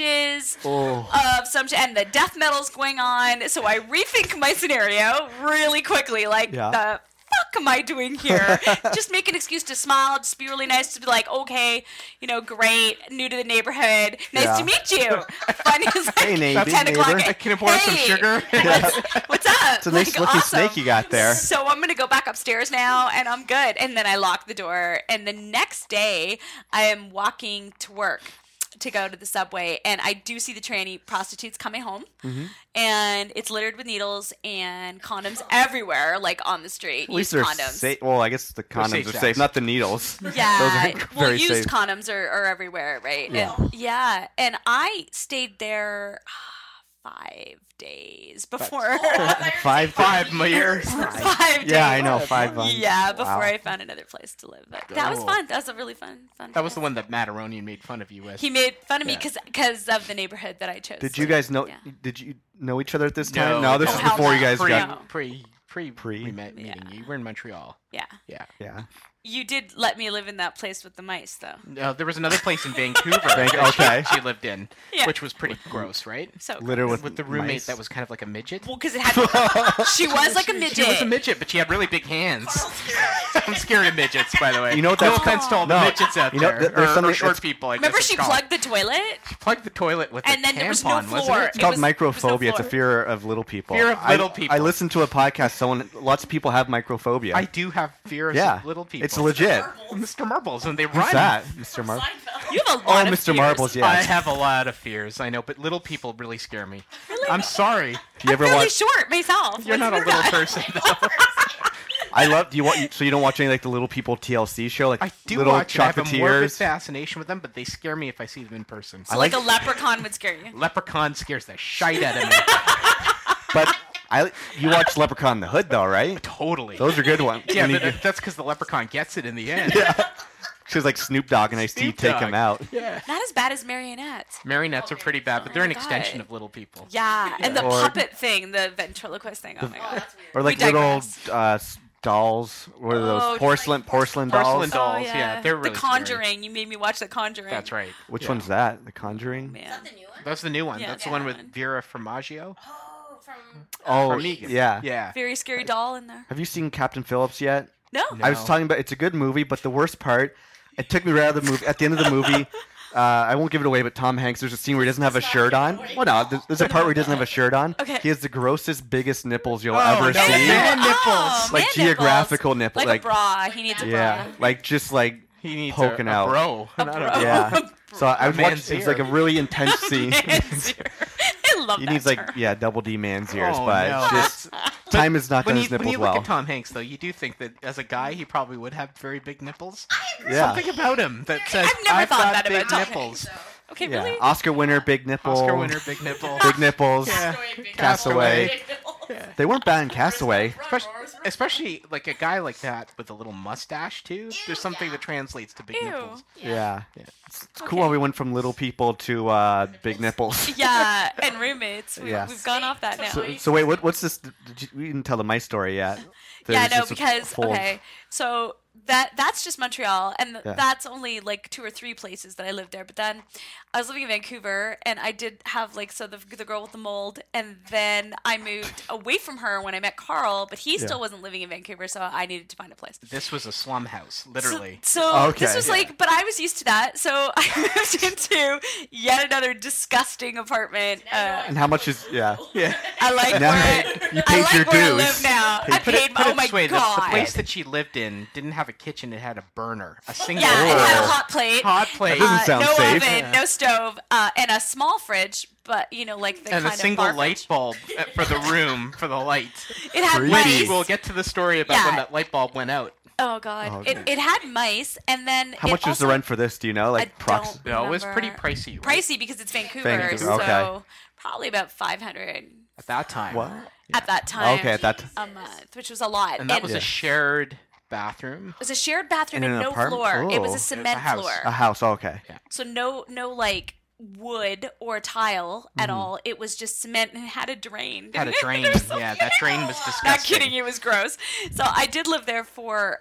D: cages
A: Oh.
D: of some, and the death metal's going on. So I rethink my scenario really quickly, like
A: Yeah.
D: the fuck am I doing here? just make an excuse to smile, just be really nice to be like, okay, you know, great, new to the neighborhood, nice
A: Yeah.
D: to meet you. Funny as like
A: Hey, neighbor-
D: ten o'clock.
A: neighbor.
D: at-
C: Can I borrow some
D: hey,
C: sugar?
D: What's, what's up?
A: It's a nice looking snake you got there.
D: So I'm gonna go back upstairs now, and I'm good. And then I lock the door. And the next day, I am walking to work to go to the subway, and I do see the tranny prostitutes coming home,
A: Mm-hmm.
D: and it's littered with needles and condoms everywhere, like on the street.
A: At least
D: used
A: they're
D: condoms.
A: safe. Well, I guess the condoms
C: safe
A: are
C: sex.
A: safe, not the needles.
D: Yeah.
A: Those are
D: well,
A: very
D: used
A: safe.
D: condoms are, are everywhere, right?
A: Yeah.
D: And, yeah. And I stayed there ah, five days before.
A: Five-
C: Five years.
D: five days.
A: yeah, I know. Five months.
D: Yeah, before
A: Wow.
D: I found another place to live. But that was
C: Cool.
D: fun. That was a really fun, fun.
C: That was the
D: trip.
C: one that Mataronian made fun of you with.
D: He made fun of me
C: Yeah.
D: because because of the neighborhood that I chose.
A: Did
D: to
A: you
D: live
A: guys know?
D: Yeah.
A: Did you know each other at this
C: no,
A: time? No, this
D: no.
A: is
D: Hell
A: before
D: no.
A: you guys
C: pre,
A: got.
D: got-
C: pre pre
A: Pre?
C: we met meeting
D: Yeah.
C: you. We're in Montreal.
D: in. Yeah,
C: Yeah.
A: Yeah.
D: you did let me live in that place with the mice, though.
C: No, there was another place in Vancouver.
A: Thank-
C: that she-
A: okay.
C: She, lived in,
D: Yeah.
C: which was pretty gross, right?
D: So
A: Litter with
C: With, the roommate
A: mice.
C: that was kind of like a midget.
D: well, because it had she was like a midget.
C: She was a midget, but she had really big hands. I'm scared of midgets, by the way.
A: You know what
C: no
A: that's-
C: offense to all the
A: no.
C: midgets out
A: You know,
C: there,
A: th- there's
C: or- or,
A: something-
C: short
A: it's-
C: people. I
D: Remember,
C: guess it's
D: she
C: called.
D: plugged the toilet.
C: plugged the toilet with
D: And
C: a
D: then
C: tampon,
D: there was no floor.
A: It's
D: It
A: called
D: was- it was no
A: microphobia. it's a
D: floor.
A: fear of little people.
C: Fear of
A: I-
C: little people.
A: I listened to a podcast. Someone, lots of people have microphobia.
C: I do have fear of
A: yeah,
C: little people.
A: It's legit.
C: Mr. Marbles, and they run.
A: What's that, Mr. Mark?
D: You have a
A: Oh,
D: lot of
A: Mr.
D: fears.
A: Marbles. Yeah.
C: I have a lot of fears, I know, but little people really scare me. I'm sorry.
A: Do you
D: I'm
A: ever
D: fairly
A: watch?
D: short myself.
C: You're not a little person, though.
A: I love. Do you want? So you don't watch any like the little people TLC show, like
C: I do
A: little
C: watch it. I have a morbid
A: chocolatiers.
C: fascination with them, but they scare me if I see them in person.
A: I
D: like,
A: like-
D: a leprechaun would scare you.
C: Leprechaun scares the shite out of me.
A: but I, you watch Leprechaun in the Hood though, right?
C: totally.
A: Those are good ones.
C: yeah,
A: When you
C: but
A: get-
C: that's because the leprechaun gets it in the end.
A: she's like Snoop Dogg and I see
C: Snoop
A: take
C: Dogg.
A: him out.
C: Yeah.
D: Not as bad as marionettes.
C: Marionettes are pretty bad, but they're an
D: Oh my God.
C: extension of little people.
D: Yeah, and the
A: Or-
D: puppet thing, the ventriloquist thing. Oh my god.
A: Or like
D: We
A: little
D: digress.
A: uh, s- dolls. What are those?
D: Oh, just
A: porcelain,
B: like
A: porcelain dolls.
C: Porcelain dolls. yeah. they're really
D: Oh, The
C: scary.
D: Conjuring. You made me watch The Conjuring.
C: That's right.
A: Which
C: Yeah.
A: one's that? The Conjuring.
D: Man.
C: That's the new one.
D: Yeah,
C: That's
D: that
C: the one with
D: one.
C: Vera Farmaggio.
B: uh,
A: Oh,
C: From Megan.
A: yeah.
C: Yeah.
D: Very scary doll in there.
A: Have you seen Captain Phillips yet?
D: No.
C: No.
A: I was talking about it's a good movie, but the worst part, it took me right out of the movie. At the end of the movie, uh, I won't give it away, but Tom Hanks, there's a scene where he doesn't have a shirt on. Well, no, there's- there's a part where he doesn't have a shirt on.
D: Okay.
A: He has the grossest, biggest nipples you'll
C: Oh,
A: ever
C: no.
A: see.
C: Yeah.
D: Man
C: nipples.
D: man
A: Like
D: nipples.
A: geographical nipple-
D: Like,
A: like-
D: a bra. He needs a
A: Yeah, like just like
C: He needs
A: Poking
C: a,
A: out.
C: A bro.
D: bra. A bra.
A: yeah. So I was
C: man's
A: watching. It's like a
C: ear.
A: really intense scene.
D: Man's ear. I love
A: He
D: that
A: needs like
D: term.
A: yeah, double D man's ears,
C: Oh,
A: but
C: no.
A: it's just time is not
C: When
A: done
C: you,
A: his
C: when
A: nipples
C: you look
A: well.
C: at Tom Hanks, though, you do think that as a guy, he probably would have very big nipples.
A: yeah,
C: Something about him that says,
D: I've never
C: I've
D: thought
C: got
D: that
C: big
D: about Tom
C: nipples.
B: So,
D: Okay,
A: yeah.
D: really?
A: Oscar winner, big nipple.
C: Oscar winner, big nipple.
A: big nipples.
C: Yeah.
A: Castaway.
B: Yeah.
A: They weren't bad in Castaway.
C: Especially, especially like a guy like that with a little mustache too. There's something
B: yeah.
C: that translates to big
D: Ew.
C: nipples.
A: Yeah. It's it's cool
D: Okay.
A: how we went from little people to uh, big nipples.
D: Yeah, and roommates. We,
A: Yeah.
D: We've gone off that now.
A: So, so wait, what, what's this? Did you, we didn't tell them my story yet.
D: yeah,
A: There's
D: no,
A: just a
D: because
A: full-
D: okay, so that that's just Montreal, and th-
A: Yeah.
D: that's only like two or three places that I lived there. But then I was living in Vancouver, and I did have like so the the girl with the mold, and then I moved away from her when I met Carl, but he still wasn't living in Vancouver, so I needed to find a place.
C: This was a slum house,
D: So-
C: literally.
D: So,
A: Okay.
D: this was
A: Yeah.
D: like, but I was used to that, so I moved into yet another disgusting apartment. Uh,
A: And how much is yeah?
C: yeah.
D: I like
A: Now
D: where
A: you
D: I
A: paid
D: like
A: your
D: where I
A: dues.
D: live now. I
C: Put it,
D: paid.
C: put
D: oh
C: it
D: my
C: this way, the-
D: god!
C: The, place that she lived in didn't have a kitchen; it had a burner, a single
D: Yeah, it had a
A: Whoa.
D: hot plate. uh,
C: hot plate,
A: doesn't sound
D: no
A: safe.
D: oven,
C: Yeah.
D: no stove, uh, and a small fridge. But you know, like the
C: and
D: kind
C: a single
D: of bar
C: light bulb uh, for the room for the light.
D: fridge. It had
A: Creepy.
D: mice.
A: Jeez.
C: We'll get to the story about when
D: Yeah.
C: that light bulb went out.
D: Oh god,
A: Oh,
D: it, it had mice, and then
A: How
D: it
A: much is the
D: also-
A: rent for this? Do you know? Like
D: I
A: prox-
D: don't
C: No, it was pretty
D: remember.
C: pricey. right?
D: Pricey because it's Vancouver,
A: Vancouver,
D: so
A: okay.
D: probably about five hundred
C: at that time.
A: What?
D: at that time.
A: Okay, at that.
D: a month, um, uh, which was a lot.
C: And that was
A: Yeah.
C: a shared bathroom.
D: it was a shared bathroom
A: In
D: and
A: an
D: no
A: apartment?
D: floor. It was
A: Oh.
D: a cement
C: house. Ah.
D: floor.
A: A house. Okay.
D: So no no like wood or tile at all. It was just cement and it had a drain.
C: Mm-hmm. Had a drain. yeah, that drain was disgusting.
D: Not kidding, it was gross. So I did live there for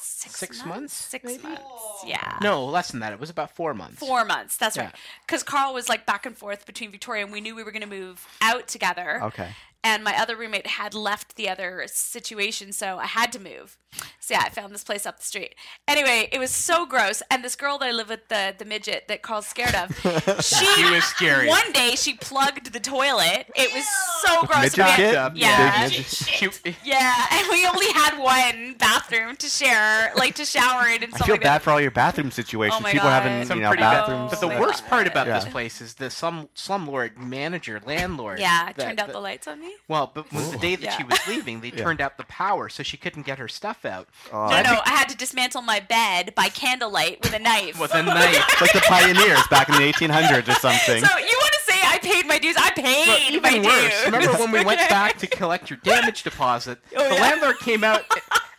D: six,
C: Six
D: months.
C: months,
D: Six
C: maybe? Oh.
D: months. Yeah.
C: No, less than that. It was about four months.
D: Four months. That's right.
C: Yeah.
D: Because Carl was like back and forth between Victoria, and we knew we were going to move out together.
A: Okay.
D: and my other roommate had left the other situation, so I had to move. So yeah, I found this place up the street. Anyway, it was so gross, and this girl that I live with, the the midget that Carl's scared of, she
C: She was scary.
D: One day she plugged the toilet. It was so gross.
A: Midget
D: We had-
A: kid?
C: up,
D: yeah.
A: Big midget.
C: She,
D: Yeah, and we only had one bathroom to share, like to shower in and
A: I
D: stuff
A: feel
D: like
A: bad for all your bathroom situations.
D: Oh my
A: People
D: God.
A: having
C: Some
A: you know
C: pretty bad-
A: bathrooms.
C: but the
D: Oh,
C: worst part about
A: Yeah.
C: this place is the slum slumlord manager landlord.
D: that. Yeah,
C: that-
D: turned out
C: that-
D: the lights on me.
C: Well, but was the day that she
D: Yeah.
C: was leaving, they
A: Yeah.
C: turned out the power, so she couldn't get her stuff out.
A: Oh,
D: No, no, I had to dismantle my bed by candlelight with a knife.
C: With a knife.
A: like the pioneers back in the 1800s or something.
D: So you want to say I paid my dues? I paid my
C: Even worse,
D: dues.
C: remember when we went
D: Okay.
C: back to collect your damage deposit?
D: Oh,
C: the
D: yeah.
C: landlord came out,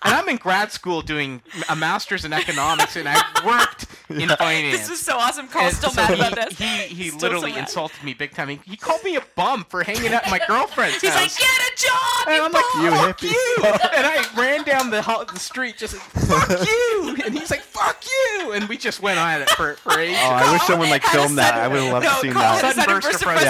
C: and I'm in grad school doing a master's in economics, and I worked in finance.
D: This was so awesome.
C: And
D: Carl's still
C: so
D: mad
C: he,
D: about this.
C: He, he
D: Still so
C: literally
D: mad.
C: insulted me big time. He, he called me a bum for hanging out at my girlfriend's
D: He's like,
C: house.
D: get a job.
C: and
D: you
C: I'm like,
D: bum."
A: you Oh,
C: fuck
A: hippie.
C: you! and I ran down the, hall, the street just like, fuck you! And he's like, fuck you! And we just went on it for, for ages.
A: Oh, I wish someone like
D: Had a
A: filmed that. I
D: sudden-
A: would have loved
D: no,
A: to see
D: Carl
A: that.
D: had a sudden
C: Sudden burst
D: burst of
C: of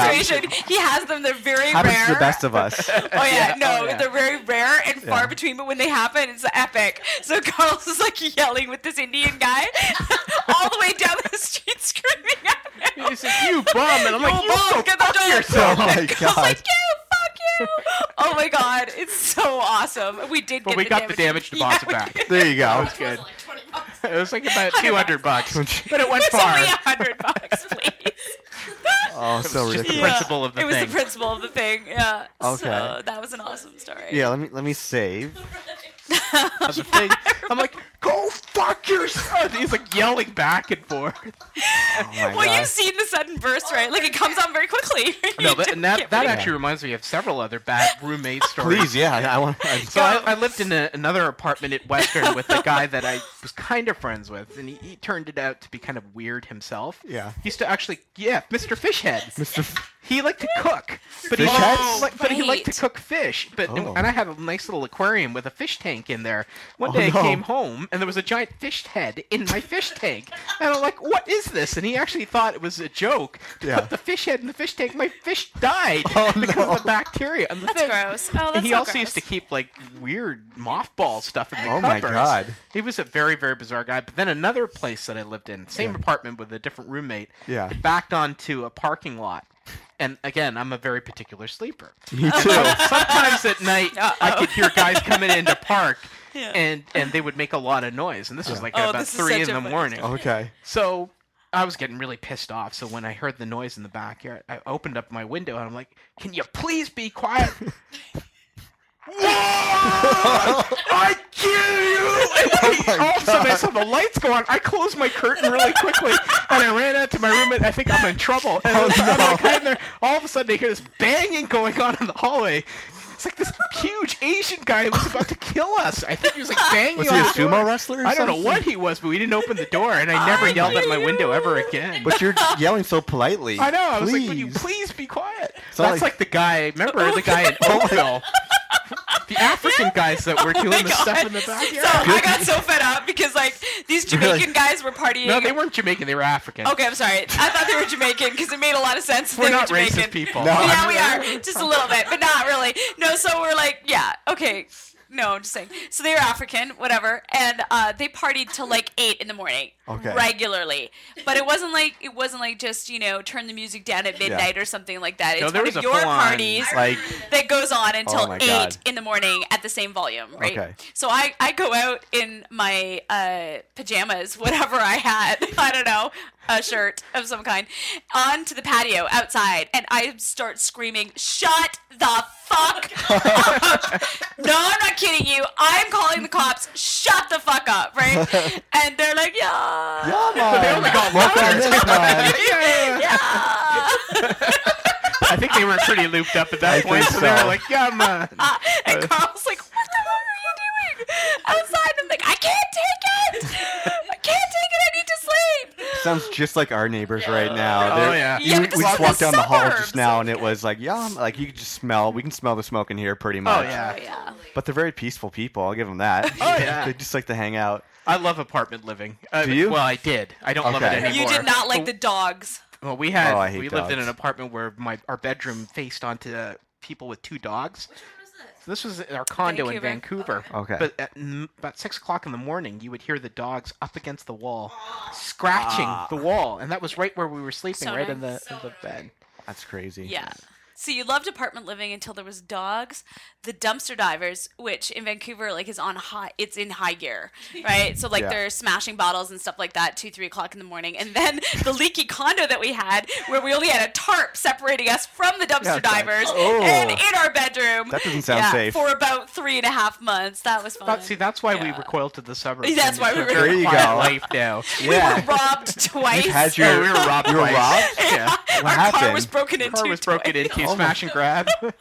D: frustration. He has them. They're very
A: Happens
D: rare.
A: to the best of us.
D: Oh yeah,
C: Yeah,
D: no,
C: oh, yeah.
D: they're very rare and
A: Yeah.
D: far between. But when they happen, it's epic. So Carl's is like yelling with this Indian guy all the way down the street, screaming at him.
C: He's like, you bum! And I'm like,
D: "You
C: you
D: bum,
C: go
D: get the
C: fuck
D: dog."
A: Oh
C: yourself!
A: my
D: I was like,
A: god.
D: you, fuck you. Oh my god, it's so awesome. We did.
C: But
D: get
C: we
D: the
C: got the
D: damage
C: damage
D: Yeah,
C: deposit
D: we
C: back.
D: did.
A: There you go.
C: That was good.
B: Like 20 bucks.
C: It was like about 200 bucks. But it went
D: It's
C: far.
D: only a hundred bucks, please.
A: Oh, so
C: just the
A: ridiculous.
C: Yeah. principle of the
D: it was
C: thing.
D: the principle of the thing. Yeah. So
A: Okay.
D: that was an awesome story.
A: Yeah, let me let me save.
C: That's the thing. I'm like, go fuck yourself! He's like yelling back and forth.
A: Oh my
D: Well,
A: god.
D: you've seen the sudden burst, right? Like it comes on very quickly.
C: No, but, and that, that
A: rid of
C: actually reminds me of several other bad roommate stories.
A: Please, yeah, I- I want. I,
C: So I, I lived in a, another apartment at Western with a guy that I was kind of friends with, and he, he turned it out to be kind of weird himself.
A: Yeah.
C: He used to actually, yeah, Mr. Fishhead.
A: Mr. F-
C: He liked to cook, but he
A: Fish
C: liked,
A: heads?
C: like- but he liked to
D: Right.
C: cook fish. But
A: Oh.
C: and I had a nice little aquarium with a fish tank in there. One
A: Oh,
C: day
A: no.
C: I came home and there was a giant fish head in my fish tank, and I'm like, "What is this?" And he actually thought it was a joke to
A: Yeah.
C: put the fish head in the fish tank. My fish died
A: Oh,
C: because
A: no.
C: of the bacteria. And the
D: That's
C: thing-
D: gross. Oh, that's
C: he
D: so
C: also
D: gross.
C: used to keep like weird mothball stuff in the
A: Oh my
C: cupboards.
A: God.
C: He was a very very bizarre guy. But then another place that I lived in, same apartment with a different roommate,
A: Yeah.
C: backed onto a parking lot. And again, I'm a very particular sleeper.
A: me
C: So
A: too.
C: sometimes at night, I
D: Uh-oh.
C: could hear guys coming in to park,
D: Yeah.
C: and and they would make a lot of noise. And this was like
D: Oh,
C: at about
D: this is
C: three
D: such
C: in
D: a
C: the
D: funny
C: morning.
A: Okay.
C: So I was getting really pissed off. So when I heard the noise in the backyard, I opened up my window and I'm like, "Can you please be quiet?" I kill you! And
A: Oh my
C: all of a sudden, I
A: God.
C: saw the lights go on. I closed my curtain really quickly, and I ran out to my room. And I think I'm in trouble. And
A: Oh,
C: I'm
A: no.
C: like hiding there. All of a sudden, I hear this banging going on in the hallway. It's like this huge Asian guy who was about to kill us. I think he was like banging.
A: Was
C: on
A: he a
C: the door.
A: sumo wrestler? Or
C: I don't know
A: something?
C: what he was, but we didn't open the door, and I never
D: Oh
C: yelled
D: my
C: at my
D: God.
C: window ever again.
A: But you're yelling so politely.
C: I know. I was like, "Would you
A: Please.
C: please be quiet?"
A: not
C: That's like,
A: like-
C: the guy. Remember the guy in Oakville? the African guys that were
D: Oh my
C: doing the stuff
D: God.
C: in the
D: So
C: backyard.
D: I got so fed up because like these
A: Really?
D: Jamaican guys were partying.
C: No, they weren't Jamaican. They were African.
D: Okay, I'm sorry. I thought they were Jamaican because it made a lot of sense. that
C: We're
D: they
C: not
D: were Jamaican.
C: racist people.
A: No.
D: Yeah, we are just a little bit, but not really. No, so we're like, yeah, okay. No, I'm just saying. So they were African, whatever, and uh, they partied till like eight in the morning
A: Okay.
D: regularly. But it wasn't like it wasn't like just you know turn the music down at midnight or something like that. It's
C: No, there
D: one
C: was
D: of
C: a
D: your
C: full-on-
D: parties
A: Like,
D: that goes on until
A: Oh my
D: eight
A: God.
D: in the morning at the same volume, right?
A: Okay.
D: So I, I go out in my uh, pajamas, whatever I had, I don't know, a shirt of some kind, onto the patio outside, and I start screaming, "Shut the fuck up!" no, I'm not kidding you. I'm calling the cops. Shut the fuck up, right? and they're like, "Yeah."
A: come on.
C: They only got
A: Welcome
C: one.
A: this time.
C: Yeah.
D: yeah.
C: I think they were pretty looped up at that
A: I
C: point,
A: think
C: so they were
A: so.
C: like, "Yeah, man."
D: Uh, and Carl's like, "What the fuck are you doing outside?" I'm like, "I can't take it. I can't take it. I need to sleep."
A: Sounds just like our neighbors right now.
C: Oh,
A: They're-
C: yeah.
A: you-
D: Yeah,
A: we
D: but this
A: just
D: is
A: walked
D: the
A: down the hall
D: suburbs.
A: just now, and it was like, yeah, I'm- like you could just smell. We can smell the smoke in here, pretty
C: Oh
A: much.
D: Oh
C: yeah.
D: yeah.
A: But they're very peaceful people. I'll give them that.
C: Oh, yeah.
A: they just like to hang out.
C: I love apartment living. Uh,
A: Do you?
C: Well, I did. I don't love it
A: Okay.
C: anymore.
D: You did not like the dogs.
C: Well, we had
A: Oh, I hate
C: we lived in
A: dogs.
C: an apartment where my our bedroom faced onto the people with two dogs.
B: Which one was this?
C: So this was at our condo in
D: Vancouver.
C: Vancouver.
A: Okay.
C: But at m- about six o'clock in the morning, you would hear the dogs up against the wall, scratching
A: Ah.
C: the wall, and that was right where we were sleeping,
D: So
C: right in the
D: nice.
C: in the
B: So
C: bed.
A: That's crazy.
D: Yeah. So you loved apartment living until there was dogs, the dumpster divers, which in Vancouver like is on high, it's in high gear, right? So like
A: Yeah.
D: they're smashing bottles and stuff like that two, three o'clock in the morning, and then the leaky condo that we had, where we only had a tarp separating us from the dumpster
A: that's right.
D: divers,
A: Oh.
D: and in our bedroom.
A: That doesn't sound
D: yeah,
A: safe.
D: For about three and a half months, that was fun.
C: But see, that's why we
D: Yeah.
C: recoiled to the suburbs.
D: That's
C: and
D: why
C: it's
D: we
C: a
D: were-
C: very
A: There you
C: quiet
A: go.
C: Life now.
D: We were robbed twice.
A: You had your
C: Yeah, we were robbed
A: You were
C: twice.
A: robbed?
C: yeah.
A: What
D: our car
A: happened?
D: was broken into.
C: Car was broken
D: twice.
C: into,
A: Oh my-
C: smash and grab.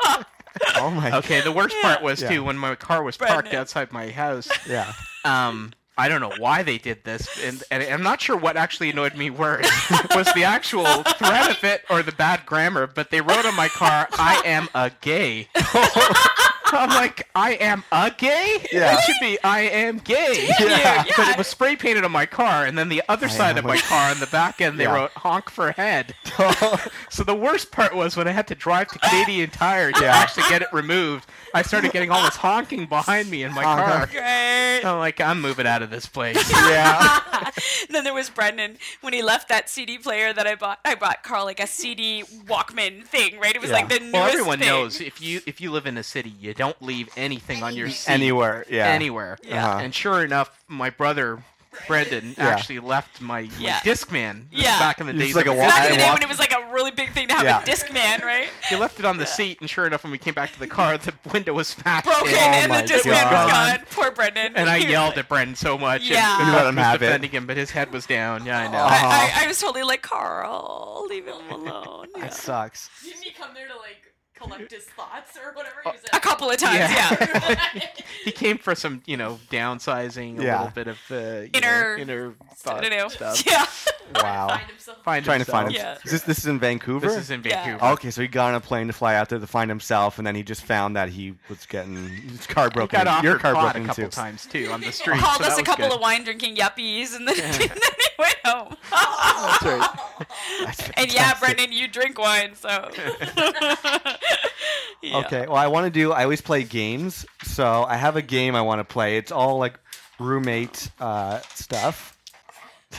A: Oh my.
C: Okay, the worst part was
A: Yeah.
C: too when my car was
D: Brendan.
C: parked outside my house.
A: Yeah.
C: Um, I don't know why they did this, and, and I'm not sure what actually annoyed me worse was the actual threat of it or the bad grammar. But they wrote on my car, "I am a gay." I'm like, "I am a gay."
A: Yeah.
C: It should be, "I am gay."
D: Damn you,
A: Yeah.
C: But
D: yeah.
C: it was spray painted on my car, and then the other
A: I
C: side of
A: am
C: my
A: a-
C: car on the back end, they
A: Yeah.
C: wrote honk for head. so the worst part was when I had to drive to Canadian Tire to
A: Yeah.
C: actually get it removed, I started getting all this honking behind me in my
A: Honk,
C: car.
A: honk.
D: Great.
C: I'm like, I'm moving out of this place.
A: Yeah.
D: then there was Brendan when he left that CD player that I bought. I bought Carl like a CD Walkman thing, right? It was
A: Yeah.
D: like the newest
C: well, everyone
D: thing.
C: knows if you if you live in a city, you don't leave anything on your seat
A: Anywhere. Yeah.
C: anywhere.
D: Yeah.
A: Uh-huh.
C: And sure enough, my brother Brendan
A: Yeah.
C: actually left my, my
D: Yeah.
C: Discman This is
D: Yeah.
C: back in the
A: It's
C: days
A: like
C: of
A: a
C: the
A: walk-
D: Back in
A: I
D: the day when
A: walked-
D: it was like a really big thing to have
A: Yeah.
D: a disc man, right?
C: He left it on the seat, and sure enough, when we came back to the car, the window was smashed. in.
D: Broken and
A: Oh my
D: the disc man was
A: God.
D: gone. Poor Brendan.
C: And I
D: He was
C: yelled
D: like-
C: at Brendan so much.
D: Yeah. Uh-huh. You
C: And the
A: let
C: coach
A: him
C: was
A: have it.
C: defending him, but his head was down. Yeah, I know.
A: Aw.
D: I, I, I was totally like Carl, leave him alone. Yeah.
A: That sucks.
B: Didn't he come there to like collect his thoughts or whatever? He was
D: A couple of times,
C: Yeah.
D: yeah.
C: He came for some, you know, downsizing, a
A: Yeah.
C: little bit of uh, you
D: Inner-
C: know, inner
D: I
C: thought
D: don't know.
C: stuff.
D: Yeah.
A: Wow.
B: Find himself.
C: Find
A: Trying to
C: himself.
A: find him.
D: Yeah.
A: Is this this is in Vancouver. Oh,
C: This is in
D: Yeah.
C: Vancouver.
A: Okay, so he got on a plane to fly out there to find himself, and then he just found that he was getting his car
C: He
A: broken.
C: got offered
A: Your car
C: pot
A: broken
C: a couple
A: too.
C: times too on the street.
D: Called
C: so
D: us
C: that
D: a
C: was
D: couple
C: good.
D: of wine drinking yuppies, and then, and then he went home.
A: That's
D: And yeah,
A: fantastic.
D: Brendan, you drink wine, so. Yeah.
A: Okay, well, I want to do. I always play games, so I have a game I want to play. It's all like roommate uh, stuff.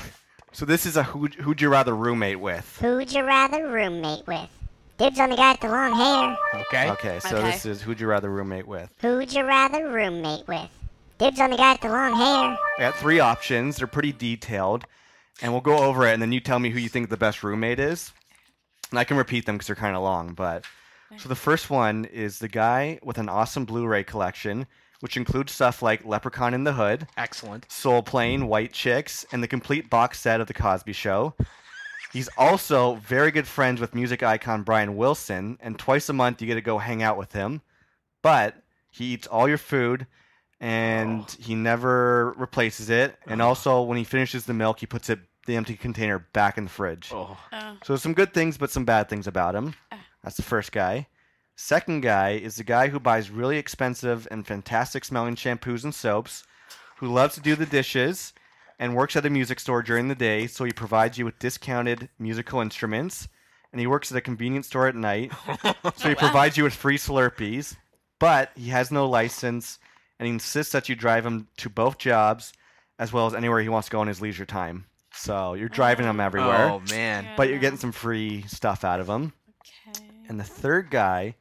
A: So this is a who who'd you rather roommate with?
E: Who'd you rather roommate with? Dibs on the guy with the long hair.
C: Okay.
A: Okay, so
D: Okay.
A: this is who'd you rather roommate with?
E: Who'd you rather roommate with? Dibs on the guy with the long
A: I
E: hair.
A: got three options. They're pretty detailed, and we'll go over it, and then you tell me who you think the best roommate is. And I can repeat them because they're kind of long. But so the first one is the guy with an awesome Blu-ray collection, which includes stuff like Leprechaun in the Hood.
C: Excellent.
A: Soul Plane, White Chicks, and the complete box set of The Cosby Show. He's also very good friends with music icon Brian Wilson, and twice a month you get to go hang out with him. But he eats all your food and he never replaces it. And also, when he finishes the milk, he puts it the empty container back in the fridge.
C: Oh.
D: Oh.
A: So some good things, but some bad things about him. That's the first guy. Second guy is the guy who buys really expensive and fantastic smelling shampoos and soaps, who loves to do the dishes, and works at a music store during the day, so he provides you with discounted musical instruments. And he works at a convenience store at night, so he provides you with free Slurpees. But he has no license, and he insists that you drive him to both jobs, as well as anywhere he wants to go in his leisure time. So you're driving him everywhere
C: Oh man.
D: Yeah.
A: but you're getting some free stuff out of him.
D: Okay.
A: And the third guy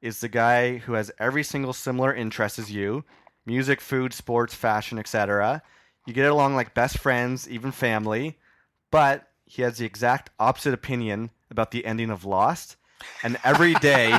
A: is the guy who has every single similar interest as you music, food, sports, fashion, etc. You get along like best friends, even family, but he has the exact opposite opinion about the ending of Lost. And every day,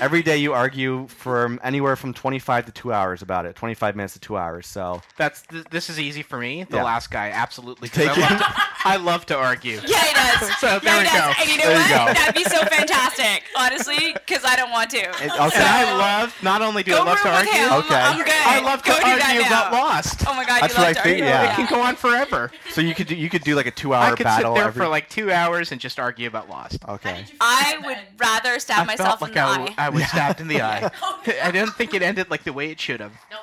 A: every day you argue from anywhere from 25 to 2 hours about it, 25 minutes to 2 hours. So,
C: That's th- this is easy for me. The
A: Yeah.
C: last guy, absolutely. 'cause
A: Take
C: I love,
A: it.
C: to, I love to argue.
D: Yeah, he does.
C: So
D: yeah,
C: there
D: he
C: we
D: does.
C: go.
D: And you know
A: There you
D: what?
A: go.
D: That'd be so fantastic, honestly, because I don't want to.
A: it-
D: So,
A: okay.
C: And I love. Not only do
D: go
C: I love
D: room
C: to
D: with
C: argue,
D: him.
A: Okay.
D: I'm good.
C: I love to
D: go do that
C: argue
D: now.
C: about Lost.
D: Oh my god,
A: That's
D: you
A: what
D: love
A: I
D: to
A: think,
D: argue.
A: yeah.
C: It can go on forever.
A: so you could do, you could do like a 2
C: I
A: hour
C: could sit
A: battle
C: there
A: every
C: for like two hours and just argue about Lost.
B: How
A: Okay.
B: did you feel
D: I
B: about
D: would
B: that?
D: rather stab
C: I
D: myself
C: felt
D: in
C: like
D: the
C: I, w-
D: eye.
C: I was stabbed in the eye.
B: Oh,
C: I didn't think it ended like the way it should have,
B: no.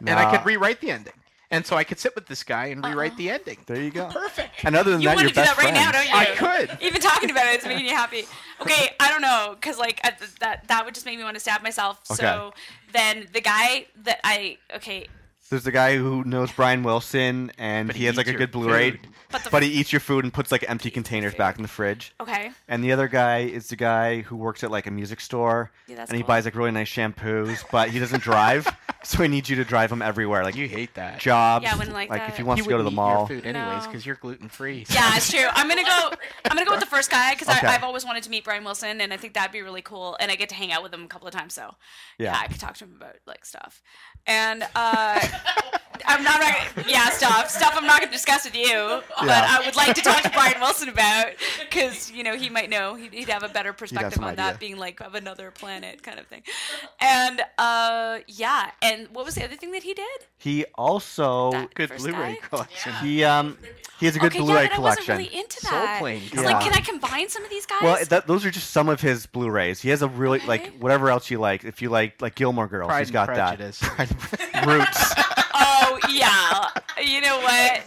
C: and I
A: Nah.
C: could rewrite the ending. and so I could sit with this guy and rewrite
D: Uh-uh.
C: the ending.
A: There you go.
C: Perfect.
A: And other than
D: You
A: that,
D: want
A: you're
D: to do that
A: best
D: right now,
A: friends.
D: don't you?
C: I could.
D: Even talking about it, it's making you happy. Okay, I don't know, because like at th- that that would just make me want to stab myself. So
A: Okay.
D: then the guy that I okay,
A: There's the guy who knows Brian Wilson, and
C: But
A: he,
C: he
A: has like a
C: eats your
A: good Blu-ray,
C: food.
D: But the-
A: but he eats your food and puts like empty containers back in the fridge.
D: okay,
A: And the other guy is the guy who works at like a music store,
D: Yeah, that's
A: and he
D: cool.
A: buys like really nice shampoos, but he doesn't drive, so he needs you to drive him everywhere, like
C: You hate that.
A: jobs.
D: Yeah, I wouldn't like
A: if
D: that.
A: he wants
C: You
A: to go to the
C: wouldn't eat
A: mall.
C: Your food anyways,
D: No.
C: because you're gluten free.
D: yeah, it's true. I'm gonna go. I'm gonna go with the first guy because
A: Okay.
D: I've always wanted to meet Brian Wilson, and I think that'd be really cool. And I get to hang out with him a couple of times, so yeah,
A: Yeah.
D: I could talk to him about like stuff. And uh, I'm not, not gonna, yeah, stuff, stuff. I'm not gonna discuss with you, but
A: Yeah.
D: I would like to talk to Brian Wilson about because you know he might know he'd, he'd have a better perspective
A: some
D: on
A: idea.
D: that being like of another planet kind of thing. And uh, yeah, and what was the other thing that he did?
A: He also
D: That
C: Good
D: first
C: Blu-ray
D: guy?
C: collection.
B: Yeah.
A: he um he has a good
D: okay,
A: Blu-ray
D: yeah, but
A: collection.
D: I wasn't really into
C: Soul
D: that.
C: Plane.
D: It's
A: Yeah.
D: like, can I combine some of these guys?
A: Well, that, those are just some of his Blu-rays. He has a really like
D: Okay.
A: whatever else you like. If you like like Gilmore Girls,
C: Pride
A: he's
C: and
A: got
C: prejudice.
A: that. Roots.
D: oh yeah, you know what?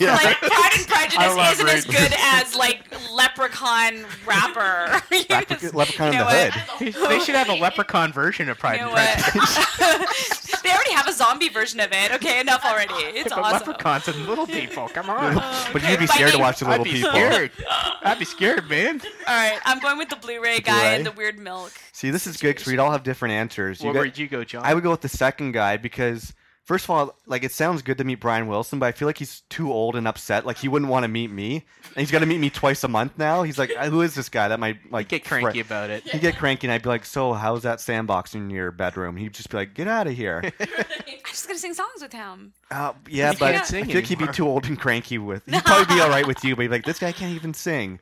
A: Yeah.
D: Like Pride
A: I
D: and Prejudice
A: love
D: isn't as
A: Rachel.
D: good as like Leprechaun rapper. You
A: Leprechaun-
D: just-
A: Leprechaun in
D: you know
A: the
D: what?
A: Hood.
C: They they should have a leprechaun version of Pride
D: You know
C: and Prejudice.
D: what? they already have a zombie version of it. Okay, enough already. It's
C: but
D: awesome. Oh,
C: leprechauns and little people. Come on.
A: but you'd be
D: But I
A: scared to
D: mean-
A: watch the
C: I'd
A: little
C: be
A: people.
C: scared. I'd be scared, man.
D: All right, I'm going with the Blu-ray guy
A: Blu-ray?
D: and the weird milk.
A: See, this is good because we'd all have different answers. You
C: Where
A: got-
C: would you go, John?
A: I would go with the second guy because first of all, like it sounds good to meet Brian Wilson, but I feel like he's too old and upset. Like he wouldn't want to meet me, and he's got to meet me twice a month now. He's like, who is this guy? That might like
C: get
A: fri-
C: cranky about it.
A: He'd get cranky, and I'd be like, "So, how's that sandbox in your bedroom?" He'd just be like, "Get out of here."
D: I'm just gonna sing songs with him.
A: Uh, yeah,
C: He
A: but I
C: can't
A: feel
C: sing
A: like he'd be
C: anymore.
A: too old and cranky with. He'd probably be all right with you, but he'd be like, "This guy can't even sing."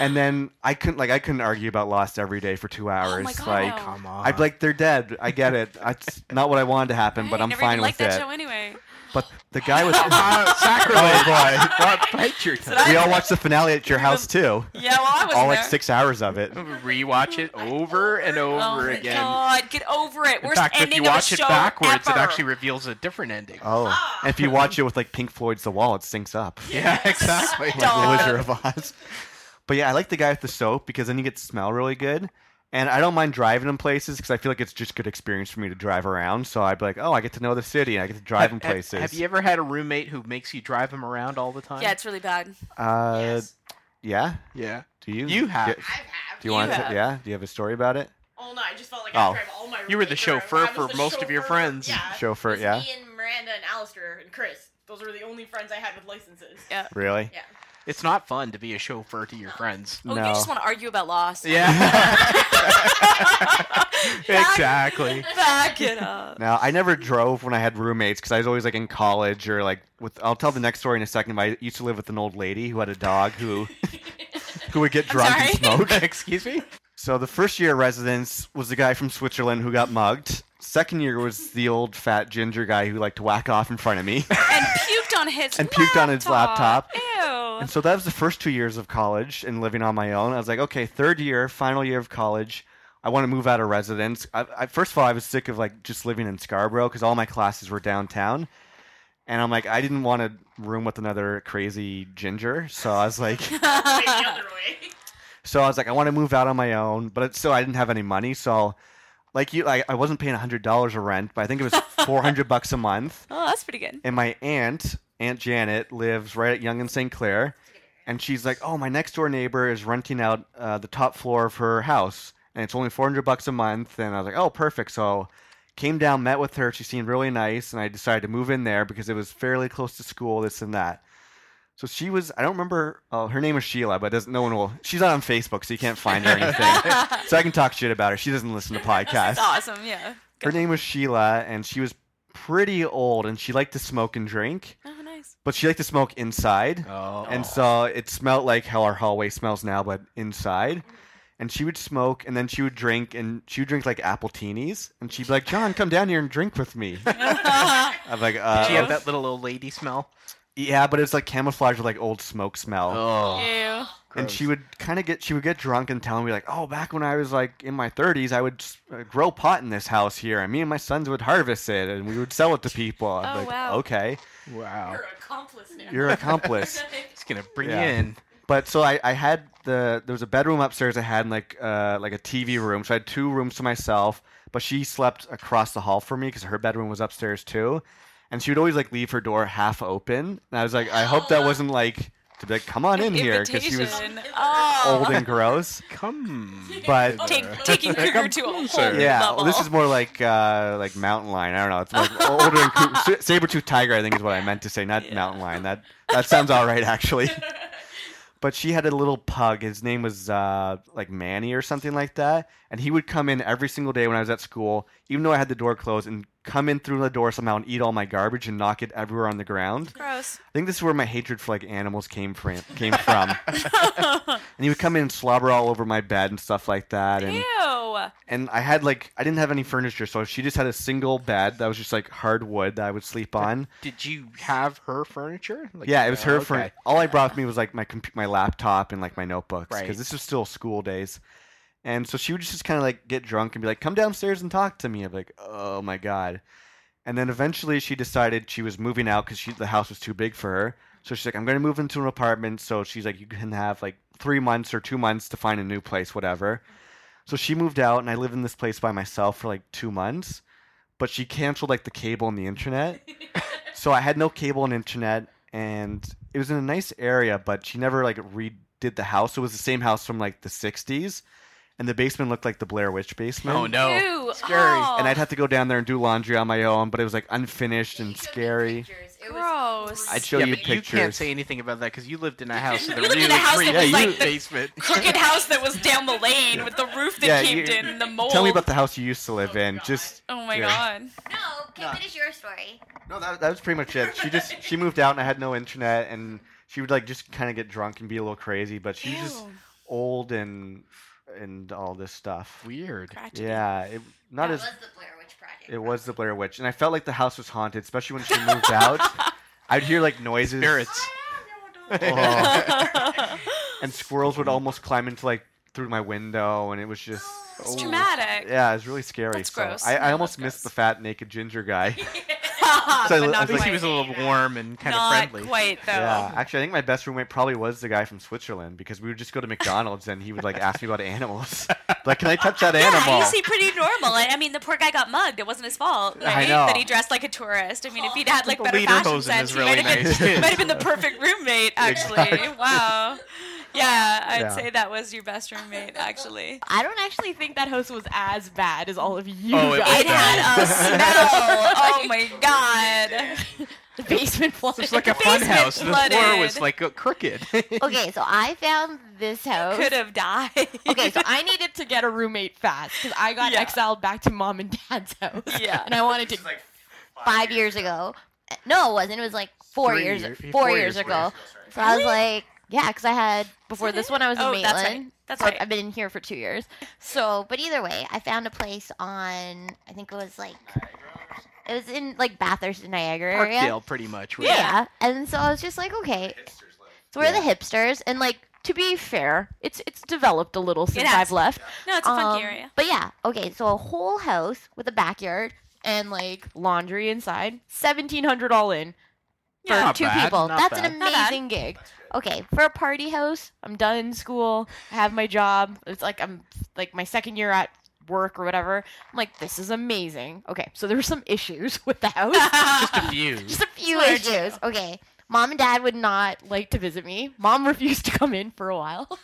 A: and then I couldn't, like, I couldn't argue about Lost every day for two hours.
D: Oh my God,
A: like,
D: no.
C: Come on.
A: I'd be like, "They're dead." I get it. That's not what I wanted to happen, but
D: I
A: I'm
D: never
A: fine
D: even
A: with
D: liked that
A: it.
D: show anyway.
A: But the guy was.
C: Uh, sacrilege.
A: oh boy!
C: Well, bite your tongue.
A: We all watched the finale at your house too.
D: Yeah, well, I was
A: All like six hours of it.
C: Rewatch it over and
D: Oh
C: over
D: my
C: again.
D: god, get over it.
C: In
D: Worst
C: fact, if
D: ending
C: you
D: of a
C: watch
D: show
C: it backwards,
D: ever.
C: it actually reveals a different ending.
A: Oh, and if you watch it with like Pink Floyd's The Wall, it syncs up.
C: yeah, exactly.
A: like the
D: Dog.
A: Wizard of Oz. But yeah, I like the guy with the soap because then he gets to smell really good. And I don't mind driving him places because I feel like it's just good experience for me to drive around. So I'd be like, oh, I get to know the city and I get to drive him
C: Have- have-
A: places.
C: Have, you ever had a roommate who makes you drive him around all the time?
D: Yeah, it's really bad.
A: Uh,
B: yes,
A: Yeah.
C: Yeah.
A: Do you?
C: You have.
A: Do,
B: I have.
A: do you want
D: You
A: to?
D: have.
A: Yeah. Do you have a story about it?
B: Oh no, I just felt like
A: Oh.
B: I drive all my.
C: You were the
B: roommates around.
C: chauffeur
B: I was
C: for
B: the
C: most of your
B: chauffeur-
C: friends.
B: Yeah.
A: Chauffeur.
B: It was
A: Yeah.
B: Me and Miranda and Alistair and Chris. Those were the only friends I had with licenses.
D: Yeah.
A: Really?
B: Yeah.
C: It's not fun to be a chauffeur to your friends.
D: Oh,
A: No.
D: you just want to argue about loss.
C: Yeah. exactly.
D: Back it up.
A: Now, I never drove when I had roommates because I was always like in college or like with. I'll tell the next story in a second. But I used to live with an old lady who had a dog who, who would get drunk and
D: sorry?
A: smoke.
C: Excuse me?
A: So the first year of residence was the guy from Switzerland who got mugged. Second year was the old fat ginger guy who liked to whack off in front of me.
D: And puked on his
A: And puked on his laptop.
D: Ew.
A: and so that was the first two years of college and living on my own. I was like, okay, third year, final year of college, I want to move out of residence. I, I, first of all, I was sick of like just living in Scarborough because all my classes were downtown. And I'm like, I didn't want to room with another crazy ginger. So I was like,
B: Wait, the other way.
A: So I was like, I want to move out on my own, but it's, so I didn't have any money. So, like you, like I wasn't paying hundred dollars a rent, but I think it was four hundred bucks a month.
D: Oh, that's pretty good.
A: And my aunt, Aunt Janet, lives right at Young and St. Clair, and she's like, "Oh, my next door neighbor is renting out uh, the top floor of her house, and it's only four hundred bucks a month." And I was like, "Oh, perfect." So, came down, met with her. She seemed really nice, and I decided to move in there because it was fairly close to school. This and that. So she was. I don't remember. Oh, her name is Sheila, but doesn't no one will. She's not on Facebook, so you can't find her or anything. so I can talk shit about her. She doesn't listen to podcasts.
D: That's awesome. Yeah.
A: Her name was Sheila, and she was pretty old, and she liked to smoke and drink,
D: Oh, nice.
A: but she liked to smoke inside.
C: Oh.
A: And so it smelled like how our hallway smells now, but inside. And she would smoke, and then she would drink, and she would drink like apple teenies, and she'd be like, "John, come down here and drink with me." I'm like, uh,
C: Do you have that little old lady smell?
A: "Yeah," but it's like camouflage with like old smoke smell.
C: Oh.
D: Ew.
A: and she would kind of get she would get drunk and tell me like, "Oh, back when I was like in my 30s, I would s- uh, grow pot in this house here, and me and my sons would harvest it, and we would sell it to people." I'm
D: Oh,
A: like,
D: wow.
A: "Okay,
F: Oh.
C: Wow.
B: You're accomplice now.
A: you're an accomplice."
C: It's gonna bring
A: Yeah.
C: you in.
A: but so I, I had the there was a bedroom upstairs I had and like uh, like a TV room, so I had two rooms to myself. But she slept across the hall from me because her bedroom was upstairs too, and she would always like leave her door half open. And I was like, I hope that wasn't like to be like, "Come on in here," because she was
D: Oh. Invitation. oh.
A: old and gross.
C: Come.
A: But
D: Take, taking Kruger to a whole
A: Yeah,
D: level.
A: well, this is more like uh, like mountain lion. I don't know. It's like older and coo- saber tooth tiger. I think is what I meant to say, not mountain lion. That that sounds all right actually. But she had a little pug. His name was uh, like Manny or something like that. And he would come in every single day when I was at school, even though I had the door closed, and come in through the door somehow and eat all my garbage and knock it everywhere on the ground.
D: gross.
A: I think this is where my hatred for like animals came from. Came from. and he would come in and slobber all over my bed and stuff like that. And
D: Ew.
A: and I had like I didn't have any furniture, so she just had a single bed that was just like hardwood that I would sleep on.
C: Did you have her furniture? Like, uh,
A: yeah, it was her
C: okay.
A: furniture. All I brought with me was like my comp- my laptop and like my notebooks because
C: Right.
A: this was still school days. And so she would just kind of like get drunk and be like, "Come downstairs and talk to me." I'm like, "Oh my god!" And then eventually she decided she was moving out because the house was too big for her. So she's like, "I'm going to move into an apartment." So she's like, "You can have like three months or two months to find a new place, whatever." So she moved out, and I lived in this place by myself for like two months. But she canceled like the cable and the internet, so I had no cable and internet, and it was in a nice area. But she never like redid the house. It was the same house from like the '60s, and the basement looked like the Blair Witch basement.
C: Oh no.
D: Ew.
C: Scary.
D: Oh.
A: And I'd have to go down there and do laundry on my own, but it was like unfinished and scary.
D: Gross.
A: I'd show
C: yeah,
A: you
C: but
A: pictures.
C: you can't say anything about that because you lived in a house with a
D: You lived
C: really
D: in a house that
C: creepy
D: was
A: Yeah,
D: like the-
C: basement.
D: crooked house that was down the lane with the roof that
A: Yeah,
D: caved
A: you-
D: in and the mold.
A: Tell me
C: Oh.
A: about the house you used to live in. Just
D: Oh my
A: Yeah.
D: god.
G: No, okay,
C: No.
G: finish your story.
A: no, that, that was pretty much it. She just she moved out and I had no internet, and she would like just kind of get drunk and be a little crazy, but she's just
D: Ew.
A: old and and all this stuff.
C: Weird.
D: Tragedy.
A: Yeah, it, not
G: That
A: as
G: was the Blair Witch Project.
A: It was the Blair Witch, and I felt like the house was haunted, especially when she moved out. I'd hear like noises,
C: Spirits.
A: Oh. and squirrels would almost climb into like through my window, and it was just
D: It's
A: oh.
D: traumatic.
A: Yeah, it was really scary.
D: That's
A: so
D: gross.
A: I, I
D: No,
A: almost
D: that's
A: missed the
D: gross.
A: fat naked ginger guy. So I
D: but
A: li- I
D: not
A: was
C: At least he
D: quite.
C: was a little warm and kind
D: not
C: of friendly.
D: quite though.
A: yeah, actually, I think my best roommate probably was the guy from Switzerland because we would just go to McDonald's and he would like ask me about animals. like, can I touch that
D: Yeah,
A: animal?
D: he seemed pretty normal. I, I mean, the poor guy got mugged. It wasn't his fault, right?
A: know.
D: That he dressed like a tourist. I mean, if he'd had like
C: The
D: better fashion
C: lederhosen
D: sense,
C: is
D: he
C: really
D: might, have
C: nice.
D: been, might have been the perfect roommate. Actually,
A: Exactly.
D: wow. Yeah, I'd
A: Yeah.
D: say that was your best roommate. Actually,
F: I don't actually think that host was as bad as all of you
C: Oh, it was
F: guys. uh,
D: it had a smell. Oh my god.
F: the basement floor.
C: It's like a fun
D: basement
C: house. and The floor
D: flooded.
C: was like uh, crooked.
F: okay, so I found this house.
D: Could have died.
F: Okay, so I needed to get a roommate fast because I got
D: Yeah.
F: exiled back to mom and dad's house.
D: Yeah.
F: and I wanted to
G: five years ago. No, it wasn't. It was like four
C: Three
G: years,
C: year-
G: four,
C: four
G: years,
C: years, four
G: ago.
C: years ago,
G: So I was like, yeah, because I had before this one I was in
D: Oh, that's
G: Maitland.
D: right. That's
G: So
D: right.
G: I've been in here for two years. So, but either way, I found a place on. I think it was like. It was in like Bathurst, Niagara area.
C: Parkdale, pretty much. was-
G: Yeah. And so I was just like, okay. So we're the hipsters, and like to be fair, it's it's developed a little since
D: has.
G: I've left.
D: no, it's a funky
G: Um,
D: area.
G: But yeah, okay, so a whole house with a backyard
F: and like laundry inside. Seventeen hundred all in for
C: Yeah. Not
F: two
C: bad,
F: people.
C: not
F: That's
C: bad.
F: an
D: Not bad.
F: amazing gig. Okay, for a party house, I'm done in school. I have my job. It's like I'm like my second year at work or whatever. I'm like, this is amazing. Okay, so there were some issues with the house.
C: Just a few.
F: Just a few
D: Swear to
F: issues. Okay. Mom and dad would not like to visit me. Mom refused to come in for a while.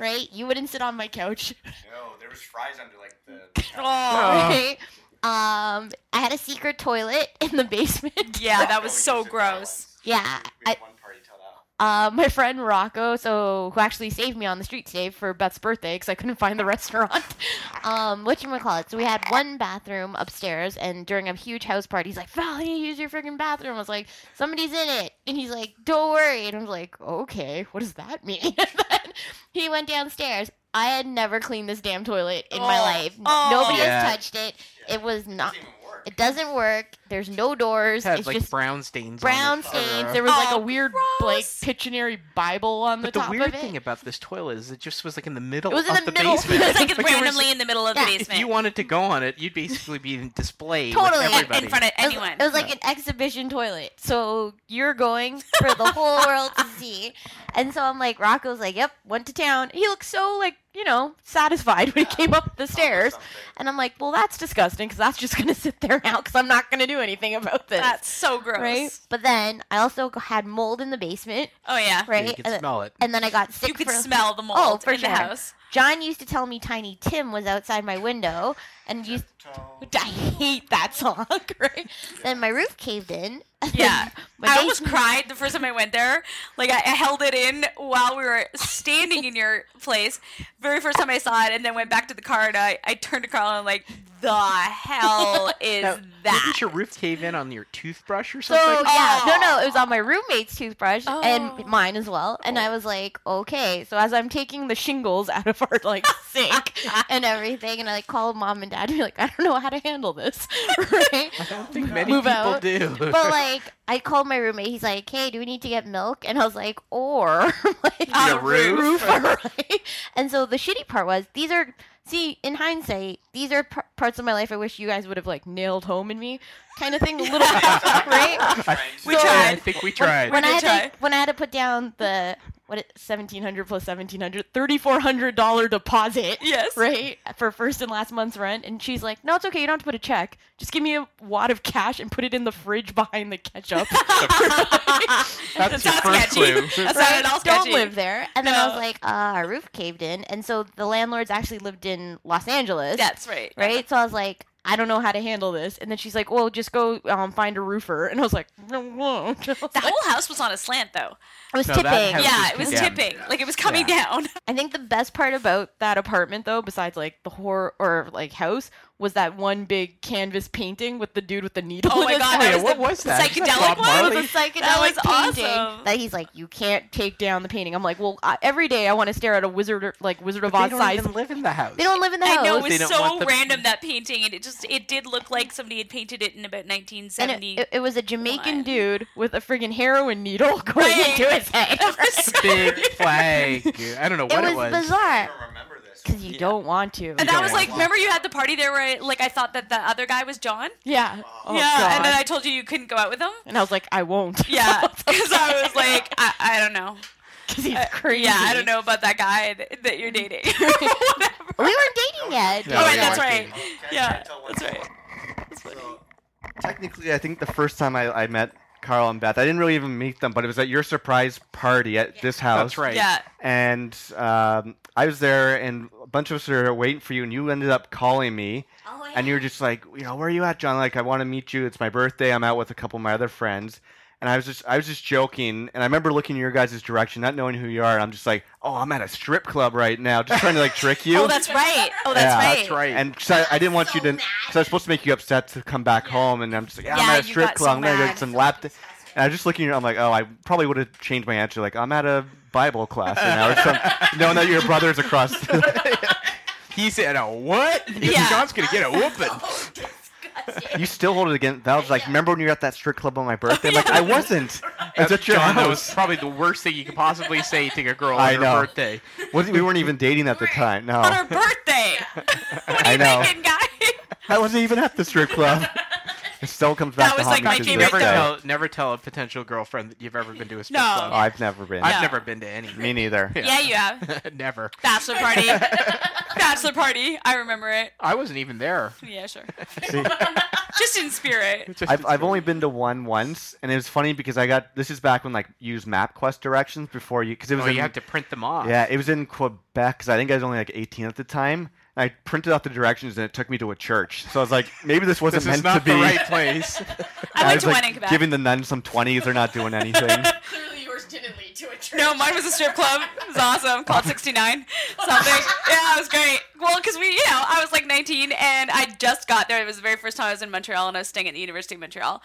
F: Right? You wouldn't sit on my couch.
A: No, there was fries under like the.
D: Oh.
F: Right?
G: Um, I had a secret toilet in the basement.
D: Yeah, that was so gross.
G: yeah. I,
A: one party till that.
F: Uh, my friend Rocco, so who actually saved me on the street today for Beth's birthday because I couldn't find the restaurant.
G: um, what you gonna call it? So we had one bathroom upstairs, and during a huge house party, he's like, "Val, I need to use your freaking bathroom." I was like, "Somebody's in it," and he's like, "Don't worry." And I was like, "Okay, what does that mean?" And then he went downstairs. I had never cleaned this damn toilet in my
D: Oh,
G: life.
D: oh.
G: Nobody
C: Yeah.
G: has touched it. It was not.
B: work.
G: It doesn't work. There's no doors.
C: had
G: it's
C: like
G: just
C: brown stains. on
G: brown
C: it.
G: stains.
C: Uh,
G: There was like
D: Oh,
G: a weird like
D: gross.
G: Pictionary Bible on the
C: but the,
G: top
C: weird
G: of it.
C: thing about this toilet is it just was like in the middle
G: It was in
C: of
G: the middle.
D: It
C: basement.
D: was like
C: Like,
D: it's
C: there was-
D: randomly in the middle of the
G: Yeah, if
D: basement.
C: If you wanted to go on it, you'd basically be in display
G: Totally.
C: with
D: in,
G: In-
C: everybody.
D: in front of
G: It was-
D: anyone.
G: It was like an exhibition toilet. So you're going for the whole world to see. And so I'm like, Rocco's like, yep, went to town. He looked so like, you know, satisfied when he came up the stairs. And I'm like, well, that's disgusting because that's just going to sit there now because I'm not going to do anything about this.
D: That's so gross.
G: right. But then I also had mold in the basement,
D: Oh yeah.
C: Yeah,
G: right?
C: you
G: and,
C: could smell it.
G: and then I got sick.
D: You could
G: for-
D: smell the mold
G: Oh, for
D: in
G: sure.
D: the house.
G: John used to tell me Tiny Tim was outside my window, and used. I hate that song, right? Then my roof caved in. and
D: Yeah.
G: my
D: I almost
G: basement-
D: cried the first time I went there. Like I, I held it in while we were standing in your place. Very first time I saw it, and then went back to the car and I, I turned to Carl and I'm like, the hell is
C: Now,
D: that?
C: Didn't your roof cave in on your toothbrush or
G: So
C: something?
G: yeah, no, no,
D: Oh.
G: it was on my roommate's toothbrush
D: Oh.
G: and mine as well. And I was like, okay. So as I'm taking the shingles out of our like sink and everything, and I like called mom and dad and be like, I don't know how to handle this, right?
C: I don't think many
G: Move
C: people
G: out.
C: do.
G: But like, I called my roommate. He's like, "Hey, do we need to get milk?" And I was like, "Or like
C: Need a roof?
G: right?" And so the shitty part was these are see in hindsight these are par- parts of my life I wish you guys would have like nailed home in me kind of thing a little bit right.
D: We
C: Yeah, I
D: tried.
C: think we tried.
G: When I
D: did
G: had to,
D: try.
G: when I had to put down the what it- 1700 plus 1700 3400 dollar deposit
D: Yes.
G: right for first and last month's rent and she's like no it's okay you don't have to put a check just give me a wad of cash and put it in the fridge behind the ketchup
C: That's your
D: sounds
C: first
D: sketchy.
C: clue.
D: That's not at all sketchy.
G: Don't live there. And then I was
D: No.
G: like, uh, our roof caved in, and so the landlords actually lived in Los Angeles,
D: That's right.
G: right? So I was like, I don't know how to handle this. And then she's like, well, just go um, find a roofer. And I was like, no, no. I
D: The whole house was on a slant though.
G: was
C: No, that
G: tipping.
C: house-
D: Yeah,
C: was
D: it was
C: condemned.
D: tipping. Like it was coming down.
G: I think the best part about that apartment, though, besides like the horror or like house, was that one big canvas painting with the dude with the needle.
D: Oh
G: in
D: my
G: his
D: God,
G: hand.
D: that
C: yeah,
D: was
C: what
D: the
C: was that? Is that
D: psychedelic
C: Bob
D: one?
G: It
C: Marley?
G: was a psychedelic
D: That was
G: painting
D: awesome.
G: that he's like, you can't take down the painting. I'm like, well, I, every day I want to stare at a wizard, or- like Wizard of
C: But
G: Oz
C: they don't
G: size.
C: even live in the house.
G: They don't live in the
D: I
G: house.
D: know
C: They
D: it was
C: don't
D: so
C: want the-
D: random that painting, and it just it did look like somebody had painted it in about 1970.
G: and it, it, it was a Jamaican
D: What?
G: dude with a friggin' heroin needle going
D: Right.
G: into his head.
C: It's a big flag. I don't know
G: it
C: what
G: was,
C: it was.
G: bizarre
A: remember this.
G: because you don't want to.
D: and
C: You
D: that
C: don't
D: was
C: want
D: like, remember you had the party there where I, like I thought that the other guy was John.
G: yeah. Oh,
D: yeah,
G: God.
D: and then I told you you couldn't go out with him.
G: And I was like, I won't.
D: Yeah, because I was like, I, I don't know.
G: because he's
D: Uh,
G: crazy.
D: Yeah, I don't know about that guy that, that you're dating. Whatever.
G: We weren't dating yet.
C: No,
D: oh,
C: we
D: right, that's
C: weren't
D: right.
C: dating.
D: Yeah, that's right.
A: So, technically, I think the first time I, I met Carl and Beth, I didn't really even meet them, but it was at your surprise party at this house.
C: That's right.
D: Yeah,
A: And um, I was there, and a bunch of us were waiting for you, and you ended up calling me, and you were just like, you know, where are you at, John? Like, I want to meet you. It's my birthday. I'm out with a couple of my other friends. And I was just, I was just joking, and I remember looking in your guys' direction, not knowing who you are. And I'm just like, oh, I'm at a strip club right now, just trying to like trick you.
D: Oh, that's right. Oh, that's
A: Yeah.
D: right.
C: That's right.
A: And 'cause I, I didn't want you to, because I was supposed to make you upset to come back home, and I'm just like, yeah, I'm
D: Yeah,
A: at a
D: you
A: strip
D: got
A: club,
D: so
A: I'm gonna go
D: mad.
A: get some lap. da-" And I was just looking, at I'm like, oh, I probably would have changed my answer, like I'm at a Bible class right now, or something, knowing that your brother's across.
C: he said, "A what?
D: Yeah.
C: John's gonna get a whooping."
A: you still hold it against. That was like, remember when you were at that strip club on my birthday? I'm like, I wasn't. I was at your
C: John, that was
A: house.
C: probably the worst thing you could possibly say to a girl
A: I
C: on her
A: know.
C: birthday.
A: Wasn't- we weren't even dating at the time. No,
D: on her birthday. what are
A: I
D: you
A: know.
D: thinking, guy?
A: I wasn't even at the strip club. It still comes back
D: That
A: to
D: was, like,
A: haunt
D: my
A: me to this
D: favorite
C: Never
A: day.
C: tell, never tell a potential girlfriend that you've ever been to a strip
D: No.
A: Oh,
C: club.
A: I've never been.
C: I've
D: No.
C: never been to any.
A: Me neither.
D: Yeah, you have.
C: never.
D: Bachelor party. Bachelor party. I remember it.
C: I wasn't even there.
D: Yeah, sure.
A: See?
D: Just in spirit.
C: Just-
A: I've, I've only been to one once, and it was funny because I got this is back when like use MapQuest directions before you because it was
C: Oh,
A: in,
C: you have to print them off.
A: yeah it was in Quebec because I think I was only like 18 at the time. And I printed out the directions and it took me to a church, so I was like, maybe this wasn't
C: This
A: meant
C: is not
A: to be.
C: the right place.
D: I
A: I
D: went
A: was
D: to
A: like,
D: one in Quebec.
A: giving the nuns some twenties, they're not doing anything.
B: Clearly, yours didn't lead invited to a church.
D: No, mine was a strip club. It was awesome. Called 69 something. Yeah, it was great. Well, because we, you know, I was like 19 and I just got there. It was the very first time I was in Montreal and I was staying at the University of Montreal.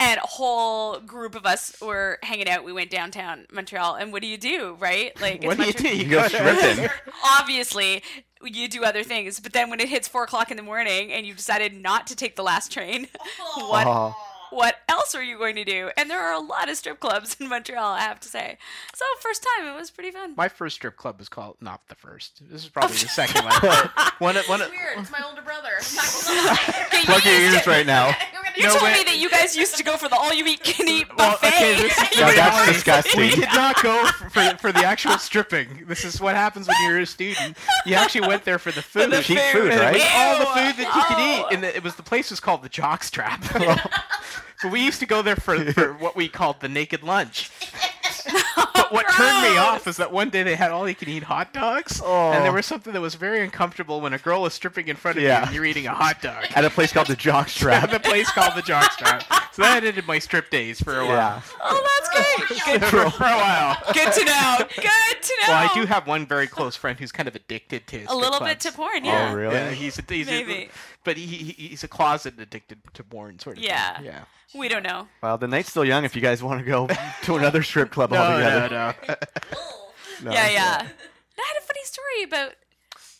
D: And a whole group of us were hanging out. We went downtown Montreal. And what do you do, right? Like, it's
C: What do you
D: Montreal-
C: do?
A: You go stripping.
D: obviously you do other things but then when it hits four o'clock in the morning and you've decided not to take the last train what
A: Aw.
D: what else are you going to do and there are a lot of strip clubs in montreal i have to say so first time it was pretty fun
C: My first strip club was called not the first. This is probably the second one. One of- one
B: It's
C: of-
B: weird. It's my older brother. I'm not gonna lie.
D: Okay,
A: Plug your
D: you used
A: ears
D: to-
A: right now.
B: I'm gonna
D: you
C: No,
D: told
C: wait.
D: me that you guys used to go for the all you eat can eat buffet
C: Well, okay, this is
A: Now that's
C: Honestly, We
A: disgusting.
C: did not go for, for, for the actual stripping. This is what happens when you're a student. You actually went there for the food.
A: the Cheap food, food,
C: And it was
A: right?
C: all the
D: Ew.
C: food that you could eat.
D: Oh.
C: And the, it was the place was called the Jockstrap. but we used to go there for, for what we called the naked lunch. But what turned me off is that one day they had all you can eat hot dogs. And there was something that was very uncomfortable when a girl was stripping in front of you
A: Oh. Yeah.
C: and you're eating a hot dog.
A: At a place called the
C: At
A: Jockstrap.
C: the place called the Jockstrap. So that ended my strip days for a while.
A: yeah.
D: oh that's great
C: for, for a while.
D: good to know good to know
C: Well, I do have one very close friend who's kind of addicted to
D: a
C: strip
D: little bit
C: clubs.
D: to porn yeah
A: Oh, really?
C: Yeah, he's a, he's
D: Maybe.
C: A, but he, he he's a closet addicted to porn sort of.
D: Yeah.
C: Thing. Yeah.
D: we don't know
A: Well, the night's still young if you guys want to go to another strip club altogether.
C: no.
B: Bull.
A: No.
D: yeah, yeah. I had a funny story about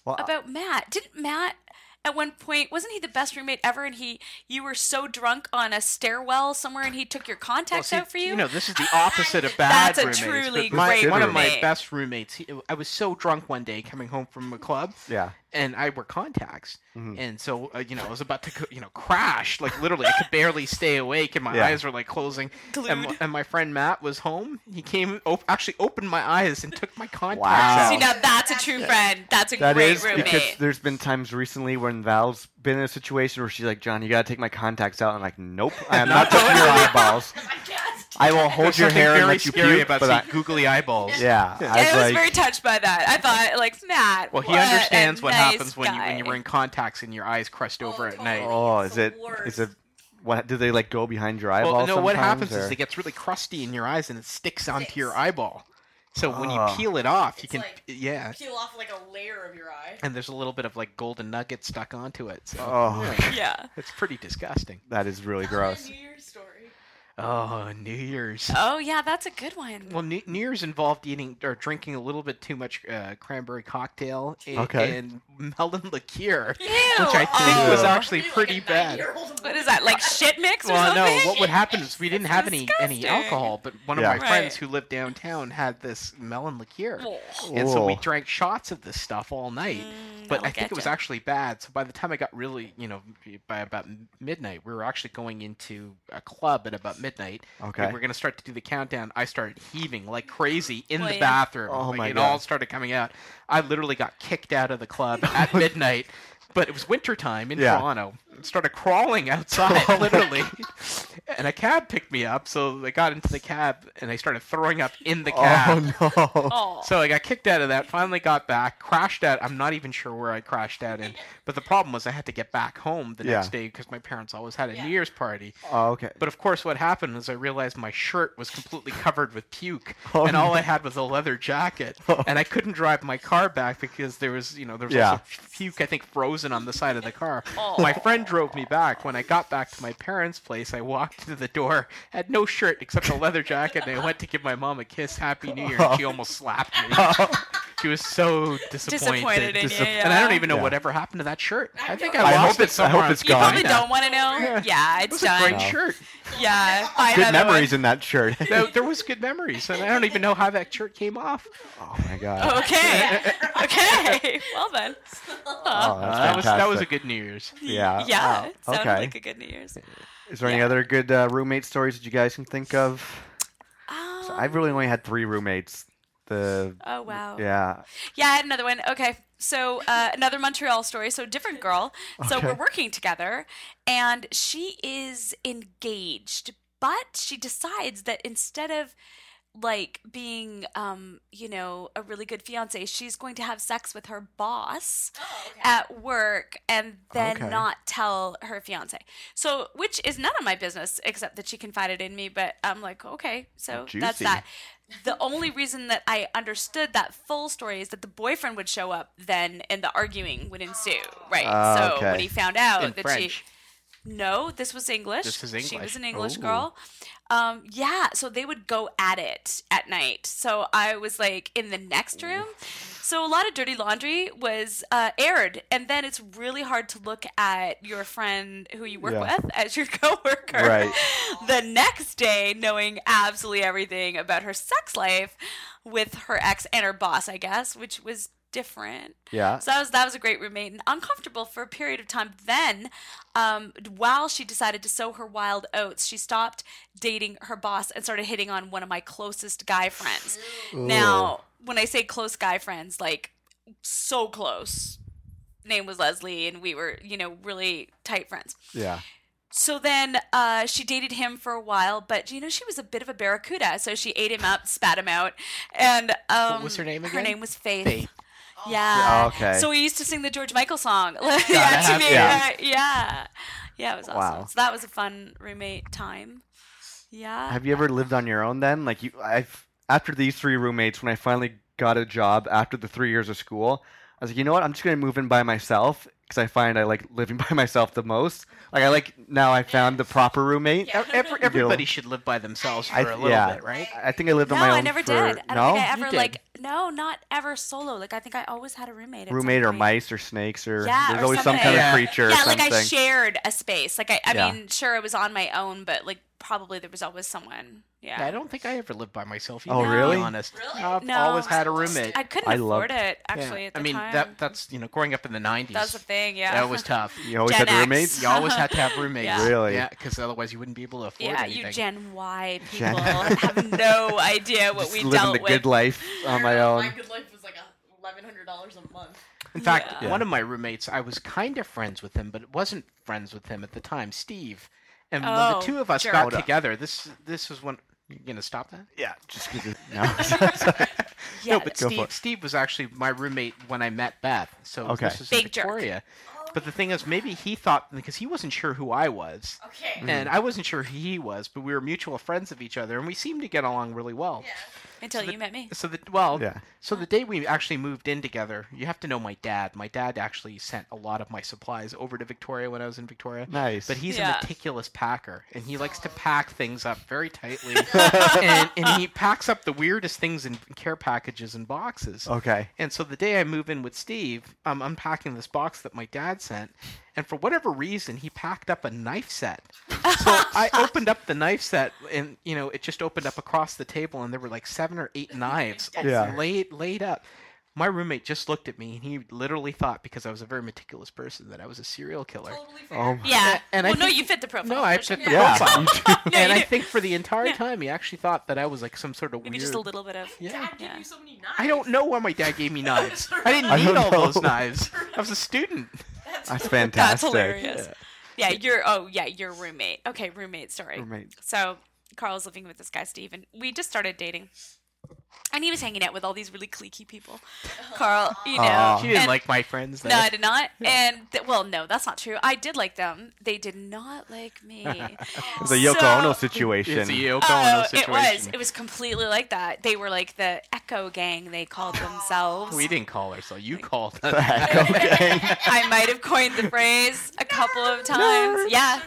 A: Well, I-
D: about Matt. Didn't Matt at one point wasn't he the best roommate ever? And he you were so drunk on a stairwell somewhere, and he took your contacts
C: see,
D: out for you.
C: know, this is the opposite of bad
D: That's a
C: roommates. but
D: truly
C: my-
A: great
C: One of my
D: roommate.
C: best roommates. He, I was so drunk one day coming home from a club,
A: Yeah.
C: and I wore contacts,
A: Mhm.
C: and so uh, you know I was about to go- you know crash. Like literally, I could barely stay awake, and my
A: Yeah.
C: eyes were like closing. And, my- and my friend Matt was home. He came, op- actually opened my eyes and took my contacts
A: Wow.
C: out.
D: See, now that's a true friend. That's a
A: That
D: great
A: is
D: roommate.
A: because there's been times recently when Val's been in a situation where she's like, John, you gotta take my contacts out. I'm like, nope, I am not touching your eyeballs.
B: I guessed.
A: I will hold
C: There's
A: your
C: something
A: hair and
C: very
A: let you
C: scary
A: puke,
C: about
A: but I,
C: seeing googly eyeballs.
A: yeah,
D: I was,
A: I was
D: very
A: like,
D: touched by that. I thought, like Matt.
C: Well, he
D: what a
C: understands what
D: nice
C: happens when you when you
D: guy.
C: were in contacts and your eyes crushed over at night.
B: totally.
A: oh,
B: It's
A: is
B: the
A: it is
B: worst.
A: it what? Do they like go behind your eyeballs?
C: Well, no, what
A: sometimes,
C: happens is
A: or-
C: it gets really crusty in your eyes and it sticks onto your
B: Sticks.
C: eyeball. So when you
A: Oh.
C: peel it off, you
B: It's
C: can
B: like-
C: yeah,
B: Peel off like a layer of your eye.
C: and there's a little bit of like golden nugget stuck onto it. So
A: Oh.
C: yeah,
D: Yeah.
C: it's pretty disgusting.
A: that is really
B: Tell me a
A: gross.
B: New Year's story.
C: Oh, New Year's.
D: Oh yeah, that's a good one.
C: Well, New New Year's involved eating or drinking a little bit too much uh, cranberry cocktail and,
A: Okay.
C: and melon liqueur,
D: Ew.
C: which I think
D: oh.
C: was
A: Yeah.
C: actually
B: Maybe, like, a
C: pretty bad.
B: nine-year-old
D: What is that? Like shit mix or
C: Well,
D: something?
C: no. What would happen is we didn't have any any
D: disgusting.
C: alcohol, but one
A: Yeah.
C: of my friends
D: Right.
C: who lived downtown had this melon liqueur,
D: Oh.
C: and so we
A: Ooh.
C: drank shots of this stuff all night.
D: Mm,
C: but
D: that'll
C: I think it
D: getcha.
C: was actually bad. So by the time I got really, you know, by about midnight, we were actually going into a club at about midnight.
A: Okay.
C: And we are gonna start to do the countdown. I started heaving like crazy in
D: Well,
C: the
D: yeah.
C: bathroom.
A: Oh
C: Like,
A: my
C: It all
A: God.
C: started coming out. I literally got kicked out of the club at midnight. But it was wintertime in
A: Yeah.
C: Toronto. I started crawling outside, literally. and a cab picked me up. So I got into the cab and I started throwing up in the
A: Oh
C: cab.
A: no.
D: Oh.
C: So I got kicked out of that, finally got back, crashed out. I'm not even sure where I crashed out in. But the problem was I had to get back home the
A: Yeah.
C: next day because my parents always had a New Year's party.
A: Oh, okay.
C: But of course, what happened was I realized my shirt was completely covered with puke,
A: Oh,
C: and all I had was a leather jacket, and I couldn't drive my car back because there was, you know, there was
A: Yeah.
C: also puke I think frozen on the side of the car.
D: Oh.
C: My friend drove me back. When I got back to my parents' place, I walked to the door, had no shirt except a leather jacket, and I went to give my mom a kiss, Happy New Year. and
A: Oh.
C: She almost slapped me. She was so disappointed.
D: disappointed in you.
A: Disap-
D: Yeah.
C: And I don't even know
A: Yeah.
C: whatever happened to that shirt. I think I
A: I
C: lost
A: hope
C: it
A: it's- I hope
C: somewhere on
A: it's
D: You
A: gone.
D: probably
C: China.
D: don't want to know. Yeah,
C: It
D: it's
C: was a great
A: No.
D: done.
C: shirt.
D: Yeah, buy
A: Good
D: another
A: memories in that shirt.
C: No, there was good memories, and I don't even know how that shirt came off.
A: oh my god.
D: One. Okay. okay. Well then.
A: Oh, that's
C: that was that was a
A: fantastic.
C: good New Year's.
A: Yeah.
D: Yeah.
A: Wow.
D: it Sounded
A: Okay.
D: like a good New Year's.
A: Is there any other good uh, roommate stories that you guys can think of?
D: Um,
A: So I've really only had three roommates. The
D: Oh wow.
A: yeah.
D: Yeah, I had another one. Okay. So uh, another Montreal story. So different girl. So
A: Okay.
D: we're working together, and she is engaged, but she decides that instead of like being um you know a really good fiance she's going to have sex with her boss
B: Oh, okay.
D: at work and then
A: Okay.
D: not tell her fiance so which is none of my business except that she confided in me but i'm like okay so that's
A: Juicy.
D: that the only reason that i understood that full story is that the boyfriend would show up then and the arguing would ensue right
A: Ah,
D: so
A: okay.
D: when he found out
C: in
D: that she
C: French.
D: no, this was English.
C: This is
D: She
C: English.
D: was an English
A: Ooh.
D: girl. Um, yeah, so they would go at it at night. So I was like in the next room. So a lot of dirty laundry was uh, aired, and then it's really hard to look at your friend who you work
A: Yeah.
D: with as your coworker
A: Right.
D: the next day, knowing absolutely everything about her sex life with her ex and her boss, I guess, which was different.
C: Uh,
A: Yeah.
D: So that was that was a great roommate and uncomfortable for a period of time. Then, um, while she decided to sow her wild oats, she stopped dating her boss and started hitting on one of my closest guy friends. Now, when I say close guy friends, like so close. Name was Leslie, and we were, you know, really tight friends.
A: Yeah.
D: So then uh, she dated him for a while, but you know she was a bit of a barracuda, so she ate him up, spat him out, and um,
C: was her name
D: Her
C: again?
D: name was Faith.
C: Faith.
A: Yeah,
D: Yeah.
A: Oh, okay.
D: uh, So we used to sing the George Michael song.
C: Gotta
D: yeah, to
C: have
D: me. Yeah.
A: that.
D: yeah. Yeah, it was awesome.
A: Wow.
D: So that was a fun roommate time. Yeah.
A: Have you ever lived on your own then? Like you, I've after these three roommates, when I finally got a job after the three years of school, I was like, you know what? I'm just gonna move in by myself because I find I like living by myself the most. Like I like now I found the proper roommate.
B: Yeah.
C: Every, everybody should live by themselves for
A: I-
C: a little
A: yeah.
C: bit, right?
A: I think I lived
D: no,
A: on my own.
D: I never
A: for-
D: did. I don't
A: no
D: think I ever
C: did.
D: like no, not ever solo. Like I think I always had a roommate. at some
A: roommate or
D: point.
A: mice or snakes or
D: Yeah,
A: there's
D: or
A: always some
D: something.
A: kind
C: Yeah.
A: of creature.
D: yeah,
A: or something.
D: like I shared a space. Like I, I
A: Yeah.
D: mean, sure, I was on my own, but like probably there was always someone. Yeah,
C: I don't think I ever lived by myself.
A: Oh,
C: either, to be
A: really?
C: honest.
B: Really?
C: I've
D: No.
C: always had a roommate.
D: I couldn't
A: I loved-
D: afford it
C: Yeah.
D: actually. At the
C: I mean,
D: time.
C: that that's you know, growing up in the '90s,
D: That was the thing. Yeah,
C: that was tough.
A: you always had
D: Gen X.
A: roommates.
C: You always had to have roommates.
D: Yeah.
A: Really?
C: Yeah, because otherwise you wouldn't be able to afford
D: Yeah,
C: anything.
D: you Gen Y
A: Gen-
D: people have no idea what
A: Just
D: we
A: living
D: dealt
A: the
D: with. Oh
A: good life on my own.
B: My good life was like eleven hundred dollars a month.
C: In fact,
A: Yeah.
C: one of my roommates, I was kind of friends with him, but wasn't friends with him at the time, Steve. And when the
D: Oh,
C: two of us
D: jerk.
C: got
D: Hold up.
C: together, this this was when you gonna stop that?
A: Yeah, just because it. No.
D: Yeah,
C: no, but
A: Go for
C: Steve,
A: it.
C: Steve was actually my roommate when I met Beth. So
A: Okay.
C: this was in
D: Big jerk.
C: Victoria.
B: Oh,
C: But the thing is, maybe he thought because he wasn't sure who I was,
B: Okay.
C: and I wasn't sure who he was, but we were mutual friends of each other, and we seemed to get along really well.
D: until you met me.
C: So the well,
A: Yeah.
C: so the day we actually moved in together, you have to know my dad. My dad actually sent a lot of my supplies over to Victoria when I was in Victoria.
A: nice.
C: But he's
D: Yeah.
C: a meticulous packer, and he likes to pack things up very tightly, and, and he packs up the weirdest things in care packages and boxes.
A: okay.
C: And so the day I move in with Steve, I'm unpacking this box that my dad sent, and for whatever reason, he packed up a knife set. So I opened up the knife set, and you know, it just opened up across the table, and there were like seven or eight knives all
A: Yeah.
C: laid laid up. My roommate just looked at me, and he literally thought because I was a very meticulous person that I was a serial killer.
B: Totally fair.
A: Oh.
D: Yeah,
C: and I
D: well, no,
C: think-
D: you fit the profile.
C: No, I
D: for sure.
C: fit the
A: Yeah.
C: profile.
D: No,
C: and
D: you
C: I
D: do.
C: think for the entire time, he actually thought that I was like some sort of
D: maybe
C: weird.
D: just a little bit of.
C: Yeah.
B: Dad gave
D: Yeah.
B: you so many knives.
C: I don't know why my dad gave me knives. I didn't
A: I
C: need
A: don't
C: all
A: know.
C: those knives. I was a student.
B: That's
A: That's
D: That's
A: fantastic.
D: hilarious. Yeah. your oh yeah, your roommate. Okay, roommate story.
A: Roommate.
D: So Carl's living with this guy Steve, and we just started dating. And he was hanging out with all these really cliquey people. Carl, you know,
A: Aw.
C: She didn't
D: and-
C: like my friends. Though.
D: No, I did not. And th- well, no, that's not true. I did like them. They did not like me.
A: It's a Yoko
D: So-
A: Ono situation.
C: It's a Yoko Ono
D: Oh, it
C: situation.
D: was. It was completely like that. They were like the Echo Gang. They called themselves.
C: We didn't call her, so you called us.
A: okay.
D: I might have coined the phrase a couple of times. Yeah.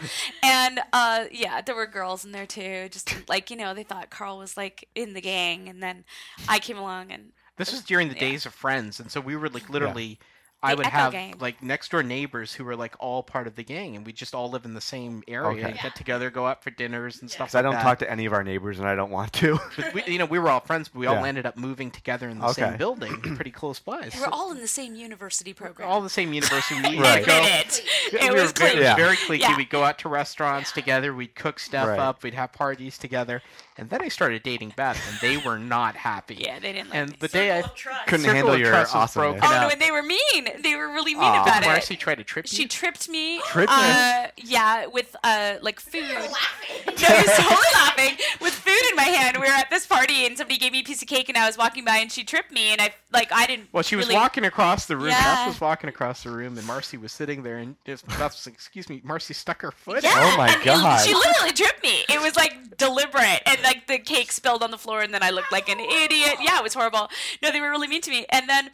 D: And uh, yeah, there were girls in there too. Just like, you know, they thought Carl was like in the gang. And then I came along and
C: This was during the days of friends, and so we were like literally. I
D: The
C: would
D: Echo
C: have
D: Gang.
C: like next door neighbors who were like all part of the gang, and we just all live in the same area
A: Okay.
C: and get together, go out for dinners and stuff.
A: So I
C: Like
A: don't
C: that.
A: talk to any of our neighbors, and I don't want to.
C: But we, you know, we were all friends, but we all
A: Yeah.
C: ended up moving together in the
A: Okay.
C: same building, pretty close by.
D: we
C: so-
D: were all in the same university program.
C: all the same university. We
A: Right.
C: go,
D: Admit it. It
C: we
D: was
C: were very,
D: clean.
A: Yeah.
C: very cliquey.
D: Yeah.
C: We'd go out to restaurants together. We'd cook stuff
A: Right.
C: up. We'd have parties together. And then I started dating Beth, and they were not happy.
D: Yeah, they didn't like
C: And uh,
D: me.
C: the day I
B: Circle of trust.
A: Couldn't
C: Circle
A: handle
C: of
A: your
C: trust was
A: awesomeness.
C: broken
D: Oh no,
C: up.
D: and they were mean. They were really mean
A: Aw.
D: about
C: Where
D: it.
C: she tried to trip you.
D: She tripped me.
A: Tripped you?
D: uh, Yeah, with uh, like food.
B: You're laughing.
D: No, you're totally laughing with food food in my hand. We were at this party and somebody gave me a piece of cake and I was walking by and she tripped me and I like I didn't.
C: Well, she was
D: really-
C: walking across the room.
D: Yeah.
C: Beth was walking across the room, and Marcy was sitting there, and just, Beth was like, "Excuse me." Marcy stuck her foot.
D: Yeah,
A: Oh my
D: and it-
A: God.
D: she literally tripped me. It was like deliberate, and like the cake spilled on the floor, and then I looked like an idiot. Yeah, it was horrible. No, they were really mean to me. And then,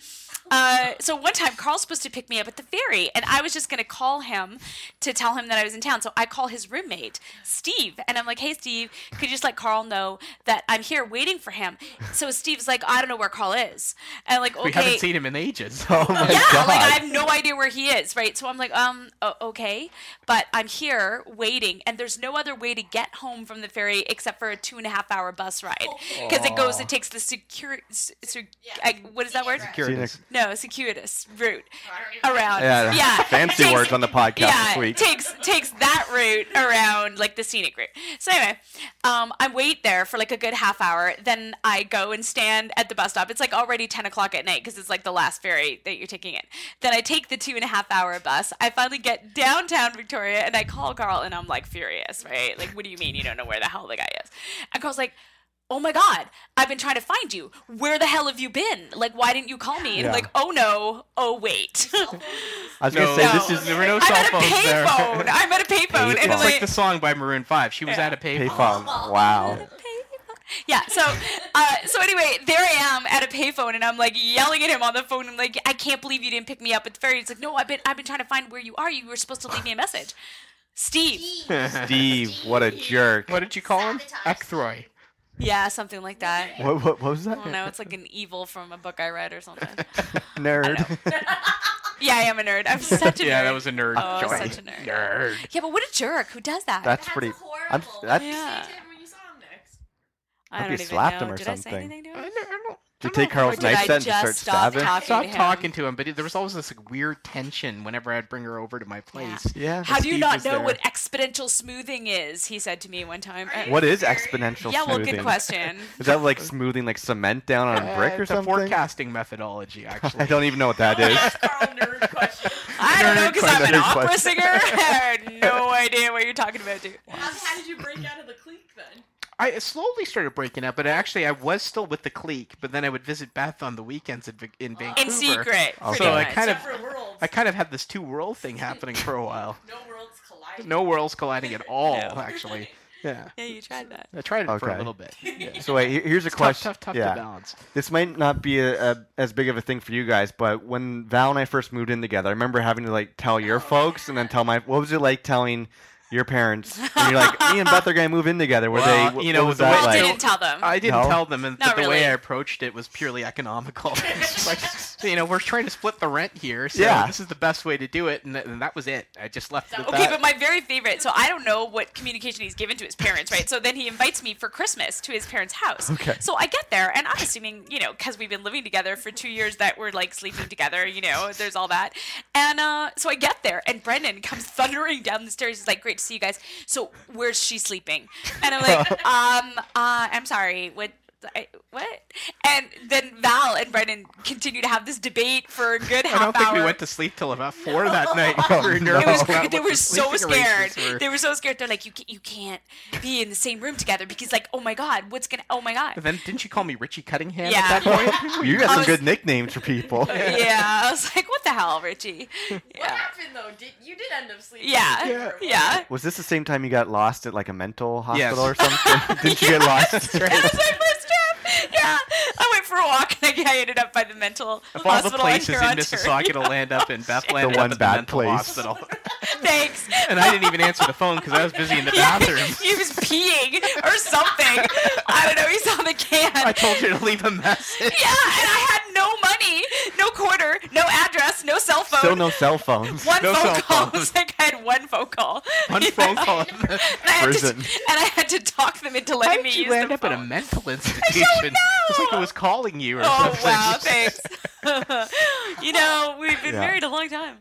D: uh, so one time Carl's supposed to pick me up at the ferry, and I was just gonna call him to tell him that I was in town. So I call his roommate, Steve, and I'm like, "Hey, Steve, could you just let Carl know that I'm here waiting for him?" So Steve's like, "I don't know where Carl is," and I'm like, "Okay."
C: We haven't seen him in ages.
A: Oh my
D: yeah,
A: god.
D: like I have no idea where he is, right? So I'm like, um, o- okay, but I'm here waiting, and there's no other way to get home from the ferry except for a two and a half hour bus ride
A: Oh.
D: because it goes, it takes the secure, s- sec-
B: Yeah.
D: I, what is that word?
B: Secure-
A: Scenic-
D: No, circuitous route
B: Alright.
D: around.
A: Yeah, fancy
D: Takes-
A: words on the podcast
D: yeah,
A: this week.
D: takes takes that route around like the scenic route. So anyway, um, I wait there for like a good half hour. Then I go and stand at the bus stop. It's like already ten o'clock at night because it's like the last ferry that you're taking in. Then I take the two and a half hour bus. I finally get downtown Victoria and I call Carl and I'm like furious, right? Like, what do you mean you don't know where the hell the guy is? And Carl's like. Oh my God, I've been trying to find you. Where the hell have you been? Like, why didn't you call me? And
A: Yeah.
D: like, oh no, oh wait.
A: I was gonna say this is
C: there were no
D: I'm
C: cell
D: at a
C: phones there.
D: payphone. I'm at a payphone.
A: Payphone.
D: And
C: It's
D: like,
C: like the song by Maroon Five. She was
D: Yeah.
C: at a payphone.
A: payphone. Wow.
D: yeah. So, uh, so anyway, there I am at a payphone, and I'm like yelling at him on the phone. I'm like, I can't believe you didn't pick me up at the ferry. He's like, No, I've been, I've been trying to find where you are. You were supposed to leave me a message, Steve.
A: Steve, what a jerk.
C: What did you call him?
E: Sabotage.
C: Ekthroy.
D: Yeah, something like that.
A: What, what, what was
D: I
A: that?
D: don't know. It's like an evil from a book I read or something.
A: Nerd.
D: Yeah, I am a nerd. I'm such a nerd.
C: Yeah, that was a nerd.
D: Oh, I was
C: joke.
D: such a nerd.
C: Nerd.
D: Yeah, but what a jerk! Who does that?
A: That's pretty. I'm,
B: horrible.
A: that's,
D: Yeah.
B: Say to him when you saw him next.
D: I
A: Hope
D: don't
A: you
D: even
A: slapped
D: know.
A: him or
D: Did I say
A: something.
D: anything to
C: I
D: him?
C: don't- I don't-
A: Did
C: I
A: you take
C: don't know
A: Carl's
C: if I
A: knife
D: I
A: then and just
D: just
A: start
D: stop
A: stabbing?
D: talking?
C: Stop
D: to him.
C: talking to him, but it- there was always this like, weird tension whenever I'd bring her over to my place.
A: Yeah.
D: How do you
C: Steve
D: not
C: was
D: know
C: there.
D: what exponential smoothing is? He said to me one time. Uh,
B: Are you
A: What is
B: serious?
A: exponential
D: yeah, well,
A: smoothing?
D: good question.
A: Is that like smoothing like cement down on a brick
C: Uh,
A: or
C: it's a
A: something?
C: forecasting methodology, actually.
A: I don't even know what that is.
B: Ask Carl nerd question.
D: I don't know
C: Nerd
D: because I'm an
A: question.
D: opera singer. I had no idea what you're talking about, dude.
B: How, how did you break out of the clique then?
C: I slowly started breaking up, but actually, I was still with the clique. But then I would visit Beth on the weekends in, Vac- in Vancouver.
D: In secret.
A: Okay.
D: pretty
C: So I
D: much.
C: kind of,
B: Separate worlds.
C: I kind of had this two world thing happening for a while.
B: no worlds collide.
C: No worlds colliding at all, actually. Yeah,
D: Yeah, you tried that.
C: I tried it for
A: Okay.
C: a little bit. Yeah.
A: So wait, here- here's a
C: Tough,
A: question.
C: tough, tough
A: yeah.
C: to balance.
A: This might not be a, a, as big of a thing for you guys, but when Val and I first moved in together, I remember having to like tell your folks and then tell my. What was it like telling your parents? When you're like, me and Beth are gonna move in together. Were
C: Well,
A: they? wh-
C: you know,
A: what was
C: the
A: that
D: Well,
C: way-
A: like?
D: didn't tell them.
C: I didn't
A: No?
C: tell them, and
D: Not
C: but the way
D: really.
C: I approached it was purely economical. It's like, you know, we're trying to split the rent here, so
A: Yeah.
C: this is the best way to do it, and, th- and that was it. I just left it at
D: Okay,
C: that.
D: but my very favorite. So I don't know what communication he's given to his parents, right? So then he invites me for Christmas to his parents' house.
A: Okay.
D: So I get there, and I'm assuming, you know, because we've been living together for two years, that we're like sleeping together. You know, there's all that. And uh, so I get there, and Brendan comes thundering down the stairs. He's like, "Great to see you guys." So where's she sleeping? And I'm like, um, uh, I'm sorry. What? I, what? And then Val and Brendan continue to have this debate for a good half
C: I don't
D: hour.
C: think we went to sleep till about four that night. we were
A: no.
D: It was
C: nervous
A: Oh,
C: about
D: great. They
C: what
D: were
C: the
D: so
C: sleeping
D: scared.
C: arrangements were.
D: They were so scared. They're like, you can't, you can't be in the same room together because, like, oh my god, what's gonna? Oh my
C: And
D: god.
C: then didn't you call me Richie Cuttingham
D: Yeah.
C: at that point?
A: You got some
D: was-
A: good nicknames for people.
D: Yeah, I was like, what the hell, Richie?
B: What
D: Yeah,
B: happened though? Did you did end up sleeping?
D: yeah, yeah.
A: Was this the same time you got lost at like a mental
C: Yes.
A: hospital or something? Didn't you get lost?
D: That was my first trip. Yeah, I went for a walk and I, I ended up by the mental
C: Of all the
D: hospital
C: places in
D: in Huron,
C: Mississauga to land up in, Beth landed
A: one
C: up at
A: bad
C: the mental
A: place.
C: hospital.
D: Thanks.
C: And I didn't even answer the phone because I was busy in the
D: Yeah,
C: bathroom.
D: he was peeing or something. I don't know. He saw the can.
C: I told you to leave a message.
D: yeah, and I had no money, no quarter, no address, no cell phone.
A: Still no cell phones.
D: one
C: No
D: phone
C: cell
D: call.
C: phone.
D: It's like I had one phone call.
C: One
D: Yeah.
C: phone call.
D: And I, had to,
A: Prison.
D: and I had to talk them into
C: How
D: letting me
C: did you
D: use
C: land
D: the
C: up in
D: phone.
C: a mental institution? It's like it was calling you or
D: Oh
C: something.
D: wow! Thanks. you know we've been
A: Yeah.
D: married a long time.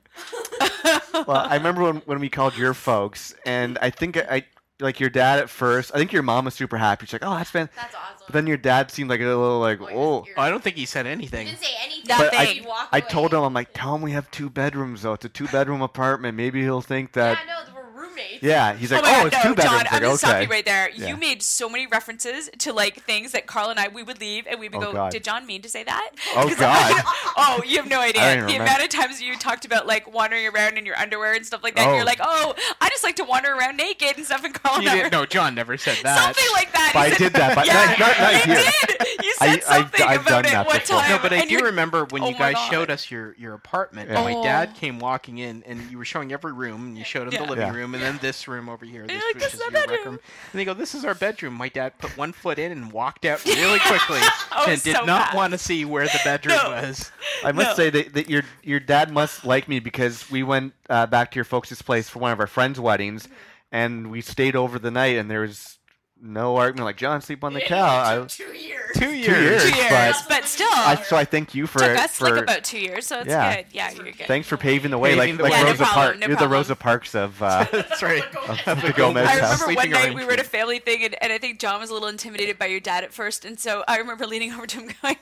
A: well, I remember when, when we called your folks, and I think I, I like your dad at first. I think your mom was super happy. She's like, "Oh, that's fan."
B: That's awesome.
A: But then your dad seemed like a little like,
B: Boy,
A: "Oh."
B: you're-
C: I don't think he said anything.
B: You didn't say anything.
D: But
A: I-
B: You walked
A: I
B: away.
A: told him, I'm like, tell him we have two bedrooms though. It's a two bedroom apartment. Maybe he'll think
B: Yeah,
A: that.
B: I know. We're roommates.
A: Yeah, he's like,
D: oh my
A: oh,
D: God,
A: it's
D: no,
A: two bedrooms.
D: John,
A: Like,
D: I'm gonna stop
A: okay.
D: you right there.
A: Yeah.
D: You made so many references to like things that Carl and I we would leave and we would
A: Oh,
D: go,
A: God.
D: did John mean to say that?
A: Oh,
D: 'Cause
A: God.
D: I'm like, oh, you have no idea.
A: even
D: The
A: remember.
D: amount of times you talked about like wandering around in your underwear and stuff like that.
A: Oh.
D: And you're like, oh, I just like to wander around naked and stuff. And Carl and
C: You
D: I
C: didn't-
D: were-
C: no, John never said that.
D: something like that.
A: But
D: You
A: I
D: said-
A: did that, but
D: yeah,
A: not- not- not
D: you
A: here.
D: did. You
A: I-
D: said
A: I-
D: something
A: I've
D: about
A: done
D: it
A: that
D: one
A: before.
D: time.
A: No,
C: No, but I
D: and
C: do
D: you're-
C: remember when
D: Oh
C: you
D: my
C: guys
D: God.
C: showed us your, your apartment.
A: Yeah.
C: and My
D: Oh.
C: dad came walking in, and you were showing every room, and you showed him
D: Yeah.
C: the living
A: Yeah.
C: room, and then this room over here, this,
D: like,
C: which
D: "This is
C: is
D: our
C: your rec
D: bedroom."
C: room. And they go, "This is our bedroom." My dad put one foot in and walked out really quickly,
D: I
C: and
D: was
C: did
D: so
C: not
D: mad.
C: want to see where the bedroom
D: No.
C: was.
A: I must
D: No.
A: say that, that your your dad must like me because we went uh, back to your folks' place for one of our friends' weddings, and we stayed over the night, and there was no argument. Like John, sleep on the
B: It
A: cow. I,
B: took two years.
C: Two
A: two years,
C: years.
D: Two years,
A: but
D: but still,
A: I, so I thank you for
D: took us
A: for
D: like about two years, so it's
A: Yeah.
D: good. Yeah, you're good.
A: thanks for paving the way,
C: Paving
A: like
C: the
A: like
C: way. Yeah, no
A: Rosa
D: problem,
A: Parks.
D: no
A: You're the
D: problem.
A: Rosa Parks of. Uh,
C: That's right.
A: Of the Gomez
D: I
A: house.
D: remember one night we
C: Sleeping arrangement.
D: were at a family thing, and, and I think John was a little intimidated by your dad at first. And so I remember leaning over to him going,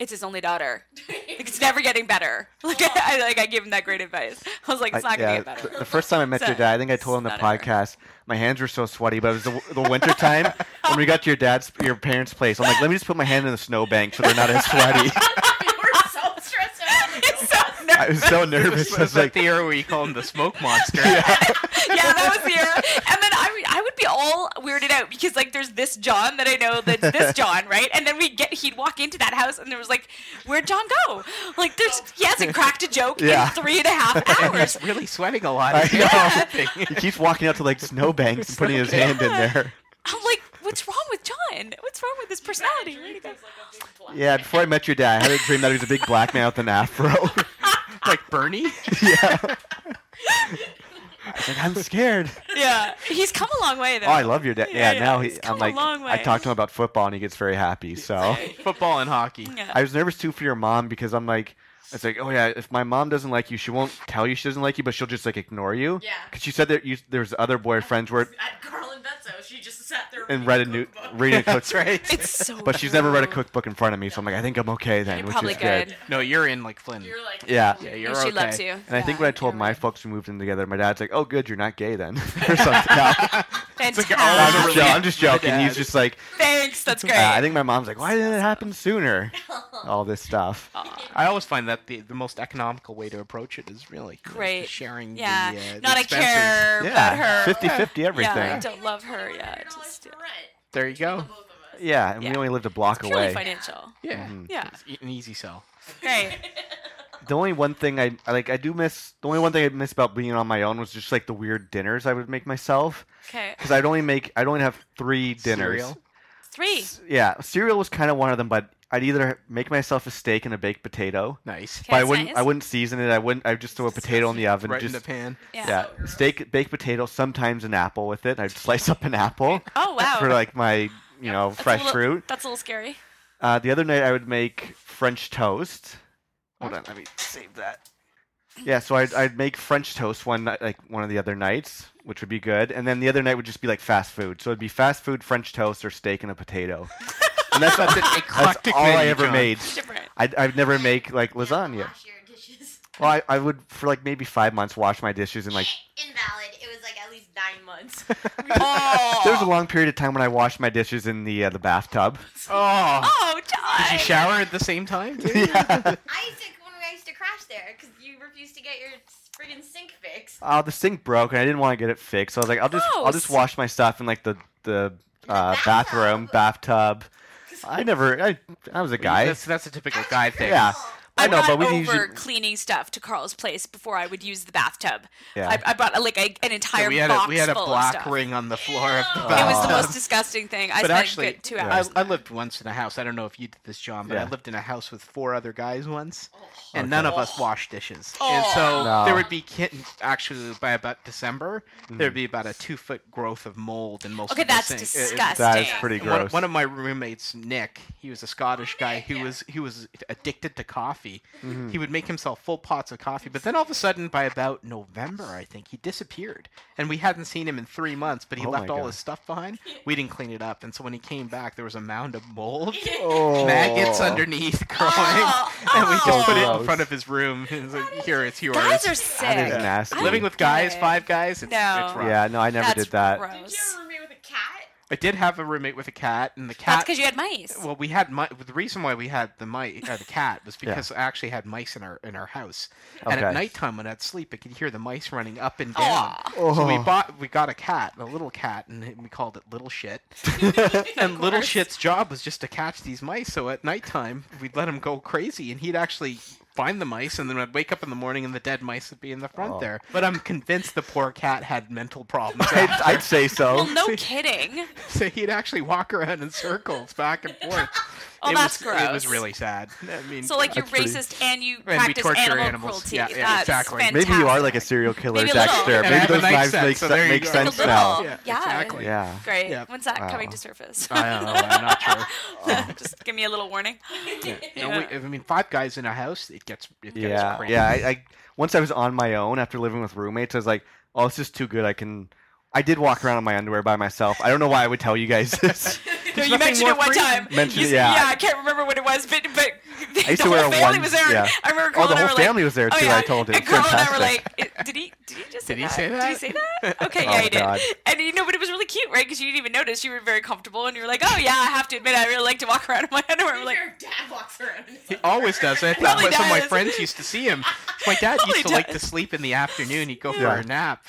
D: It's his only daughter. Like, it's never getting better. Like, I, I- like, I gave him that great advice. I was like, It's
A: I-
D: not
A: yeah,
D: going to get
A: th-
D: better.
A: The first time I met
D: So,
A: your dad, I think I told on the
D: it's not ever.
A: podcast, my hands were so sweaty, but it was the, the winter time when we got to your dad's, your parents' place. I'm like, let me just put my hand in the snowbank so they're not as sweaty.
B: we were so stressed out.
A: I was
D: It's so nervous.
A: so nervous. I
C: This
A: was
C: was like
A: like,
C: the era where you call him the smoke monster.
D: yeah, that was the era. And then I, would- I would be all weirded out because like there's this John that I know that's this John, right? And then we get he'd walk into that house and there was like, where'd John go? Like there's he hasn't cracked a joke
A: Yeah.
D: in three and a half
C: And
D: hours.
C: he's really sweating a lot.
A: I
C: He's
A: know.
C: laughing.
A: he keeps walking out to like snowbanks and putting his hand in there.
D: I'm like, what's wrong with John? What's wrong with his personality? Where'd he go?
A: Yeah, before I met your dad, I had a dream that he was a big black man with an afro.
C: like Bernie.
A: yeah. I was like, I'm scared.
D: Yeah, he's come a long way though.
A: Oh, I love your dad. Yeah,
D: Yeah, yeah,
A: now he,
D: he's
A: I'm
D: come a
A: like,
D: long
A: I
D: way.
A: talk to him about football and he gets very happy. So.
C: Football and hockey.
D: Yeah.
A: I was nervous too for your mom because I'm like, it's like, oh yeah, if my mom doesn't like you, she won't tell you she doesn't like you, but she'll just like ignore you.
B: Yeah.
A: Because she said that you, there's other boyfriends where
B: At Carl and Betso, she just sat there
A: and read a new
B: cookbook.
A: reading a
C: That's
A: cookbook,
C: right.
D: it's so.
A: but she's never read a cookbook in front of me, so I'm like, I think I'm okay then,
D: You're
A: which
D: probably
A: is good.
D: good.
C: No, you're in like Flynn.
B: You're like,
A: Yeah.
C: yeah,
D: Yeah,
C: you're
D: she
C: okay.
D: loves you.
A: And I think
D: Yeah,
A: when I told
D: you're
A: my
D: right.
A: folks we moved in together, my dad's like, "Oh, good, you're not gay then," or something. No,
D: fantastic.
C: like all
A: I'm,
C: over
A: just jo- I'm just
C: Your
A: joking. He's
C: dad.
A: just like,
D: Thanks, that's great.
A: oh, uh, I think my mom's like, "Why didn't it happen sooner?" All this stuff.
C: I always find that the, the most economical way to approach it is really like,
D: Great.
C: sharing.
D: yeah,
C: The, uh, the
D: not I
C: expenses.
D: care about
A: Yeah,
D: her.
A: 50-50 everything.
D: Yeah, I
A: Yeah,
D: don't love her. Yeah,
B: $100
D: just
B: for
D: yeah.
B: rent.
C: There you
B: The
C: go.
B: both of us.
A: and
D: Yeah.
A: we only lived a block
D: purely
A: away.
D: financial.
C: Yeah.
A: Mhm.
D: Yeah,
C: It's e- an easy sell.
D: great.
A: the only one thing I I, like I do miss the only one thing I miss about being on my own was just like the weird dinners I would make myself
D: Okay,
A: because I'd only make I'd only have three dinners.
C: Cereal?
D: three.
A: S- Yeah, cereal was kind of one of them, but I'd either make myself a steak and a baked potato,
C: Nice.
A: but I
D: that's
A: wouldn't
D: nice.
A: I wouldn't season it. I wouldn't I would just throw a potato in the oven.
C: right
A: just,
C: in the pan.
D: Yeah.
A: yeah, steak, baked potato, sometimes an apple with it. I'd slice up an apple
D: Oh wow.
A: for like my you know
D: That's a
A: fresh
D: little-
A: fruit.
D: That's a little scary.
A: Uh, the other night I would make French toast. Hold on, let me save that. Yeah, so I'd, I'd make French toast one night, like one of the other nights, which would be good, and then the other night would just be like fast food. So it'd be fast food, French toast, or steak and a potato, and that's,
C: That's
A: that's,
C: an
A: that's
C: eclectic
A: all I
C: menu,
A: ever
C: John.
A: made.
D: Different.
A: I'd, I'd never make like lasagna.
E: Wash your dishes.
A: Well, I, I would for like maybe five months wash my dishes and like
E: Invalid. It was like at least nine months.
D: Oh.
A: there was a long period of time when I washed my dishes in the uh, the bathtub.
C: Oh.
D: Oh,
C: Did
D: John.
C: you shower at the same time? too?
A: Yeah.
E: I used to when I used to crash there because you refused to get your friggin' sink fixed.
A: Oh, the sink broke, and I didn't want to get it fixed. So I was like, I'll just, I'll just
D: Gross.
A: wash my stuff in like the the
E: the
A: uh, bathroom, bathtub. I never, I, I was a guy.
C: That's, that's a typical guy thing.
A: Yeah, I
D: I
A: know,
D: brought
A: but we
D: over
A: usually,
D: cleaning stuff to Carl's place before I would use the bathtub.
A: yeah.
D: I, I brought like a, an entire
C: So we had a
D: box
C: we had a
D: full of
C: black
D: stuff.
C: ring on the floor of the
A: It
D: It was the
C: bathtub.
D: most disgusting thing. I
C: but
D: spent
C: actually,
D: good two
A: yeah.
D: hours.
C: I, I lived once in a house. I don't know if you did this, John, but
A: Yeah. Oh.
C: I lived in a house with four other guys once, and none of us washed dishes.
D: Oh.
C: And so
A: No.
C: there would be kitten. Actually, by about December,
A: Mm.
C: there'd be about a two foot growth of mold in most.
D: Okay,
C: of the
D: that's
C: sinks. It- it-
D: disgusting.
A: that is pretty
C: and One,
A: gross.
D: Oh,
C: one of my roommates, Nick, he was a Scottish guy who was he was addicted to coffee, coffee.
A: Mm-hmm.
C: He would make himself full pots of coffee, but then all of a sudden, by about November, I think, he disappeared. And we hadn't seen him in three months, but he
A: Oh
C: left
A: my
C: all
A: God.
C: his stuff behind. We didn't clean it up. And so when he came back, there was a mound of mold,
A: Oh.
C: maggots underneath growing.
D: Oh,
C: and we
A: oh.
C: just put it
A: Gross.
C: in front of his room. And he's like, Here, it's yours.
D: Guys are sick.
A: That is nasty.
D: I
C: Living with guys,
D: Okay.
C: five guys, it's,
D: No.
C: it's rough.
A: Yeah, no, I never
D: That's
A: did that.
D: gross.
E: Did you have a roommate with a cat?
C: I did have a roommate with a cat, and the
D: That's
C: cat.
D: because you had mice.
C: Well, we had mi- the reason why we had the mice or the cat was because I actually had mice in our in our house, and
A: Okay.
C: at nighttime when I'd sleep, I could hear the mice running up and down. So we
A: Oh.
C: bought we got a cat, a little cat, and we called it Little Shit. and Little
D: course.
C: Shit's job was just to catch these mice. So at nighttime, we'd let him go crazy, and he'd actually find the mice, and then I'd wake up in the morning, and the dead mice would be in the front
A: Oh.
C: there. But I'm convinced the poor cat had mental problems.
A: I'd, I'd say so.
D: well, no kidding.
C: So he'd actually walk around in circles back and forth.
D: Oh,
C: it
D: that's
C: was,
D: gross.
C: It was really sad. I mean,
D: So like you're
A: That's pretty-
D: racist and you
C: we
D: practice
C: torture
D: animal
C: animals.
D: cruelty.
C: Yeah, yeah,
D: That's
C: exactly.
D: Fantastic.
A: Maybe you are like a serial killer,
D: Maybe a little.
A: Dexter.
D: And I
A: Maybe
C: have a
A: those
C: knife
A: knives
C: set,
A: make,
C: so
A: se-
C: there you
A: make
C: go.
D: a
A: sense
D: little.
A: now.
D: Yeah.
C: Yeah, exactly.
A: Yeah.
D: Great.
C: Yeah.
D: When's that
A: Wow.
D: coming to surface?
C: I don't know. I'm not sure.
D: Just give me a little warning.
C: No, we- I mean, five guys in a house, it gets it gets
A: Yeah.
C: crazy.
A: Yeah. I, I once I was on my own after living with roommates, I was like, "Oh, it's just too good. I can." I did walk around in my underwear by myself. I don't know why I would tell you guys this.
D: No, you
C: nothing
D: mentioned
C: more
D: it one
C: freeing.
D: time.
A: Mentioned
D: You
A: it,
D: s-
A: yeah.
D: I can't remember what it was, but but the,
A: used to
D: whole
A: wear a
D: family
A: one-
D: was there.
A: yeah.
D: I remember
A: Oh,
D: Colin
A: the
D: and I
A: whole
D: were like,
A: family was there
D: oh,
A: too.
D: yeah.
A: I told it.
D: And
A: It's
D: Carl and I were
A: fantastic.
D: like, "I- did he did he just say
C: Did he
D: that?
C: say
D: Did he
C: that?
D: say that? Okay,
A: Oh,
D: yeah, he did.
A: God.
D: And you know, but it was really cute, right? Because you didn't even notice. You were very comfortable, and you were like, oh yeah, I have to admit, I really like to walk around in my underwear. We're like,
E: Your dad walks around. And is
C: He
E: like,
C: always does. I think
D: Probably
C: some of my
D: does.
C: friends used to see him. My dad
D: Probably
C: used to like to
D: does.
C: sleep in the afternoon. He'd go
A: Yeah.
C: for a nap,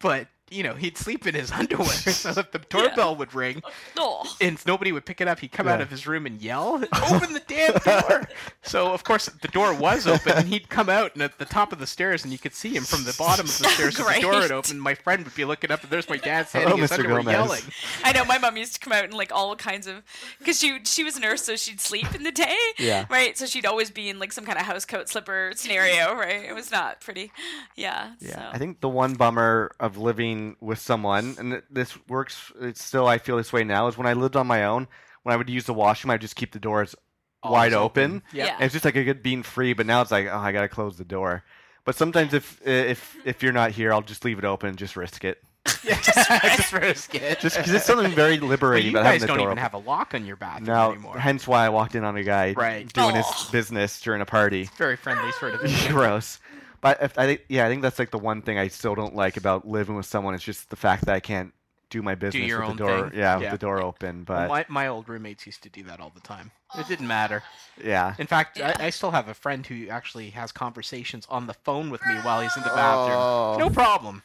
C: but you know he'd sleep in his underwear. So if the doorbell would ring
D: oh,
C: and nobody would pick it up, he'd come out
A: Yeah.
C: of his room and yell, "Open the damn door!" so of course the door was open, and he'd come out and at the top of the stairs, and you could see him from the bottom of the stairs. so the door
D: Great.
C: had opened. My friend would be looking up, and there's my dad standing in his
A: Mr.
C: underwear
A: Oh, Gomez.
C: yelling.
D: I know my mom used to come out in like all kinds of because she she was a nurse, so she'd sleep in the day,
A: Yeah.
D: right? So she'd always be in like some kind of house coat slipper scenario, right? It was not pretty, yeah.
A: Yeah,
D: so.
A: I think the one bummer of living with someone, and th- this works. It's still I feel this way now. Is when I lived on my own, when I would use the washroom, I would just keep the doors wide
C: Always
A: open.
C: Yeah.
D: Yeah.
A: And it's just like a good being free. But now it's like, oh, I gotta close the door. But sometimes if if if you're not here, I'll just leave it open and just risk it.
C: Yeah, just for a skit.
A: Just because it's something very
C: Well,
A: liberating
C: you
A: about having
C: guys
A: the
C: don't
A: door
C: even
A: open.
C: have a lock on your bathroom
A: now,
C: anymore.
A: hence why I walked in on a guy
C: Right. Oh.
A: doing his
D: Aw.
A: business during a party.
C: Very friendly sort of.
A: Gross. But if, I think, yeah, I think that's like the one thing I still don't like about living with someone. It's just the fact that I can't do my business
C: your
A: with
C: own
A: the door.
C: thing.
A: Yeah, with
C: Yeah.
A: the door open. But
C: Well, my, my old roommates used to do that all the time. It didn't matter.
A: yeah,
C: In fact, I, I still have a friend who actually has conversations on the phone with me while he's in the bathroom.
D: Oh.
C: No problem.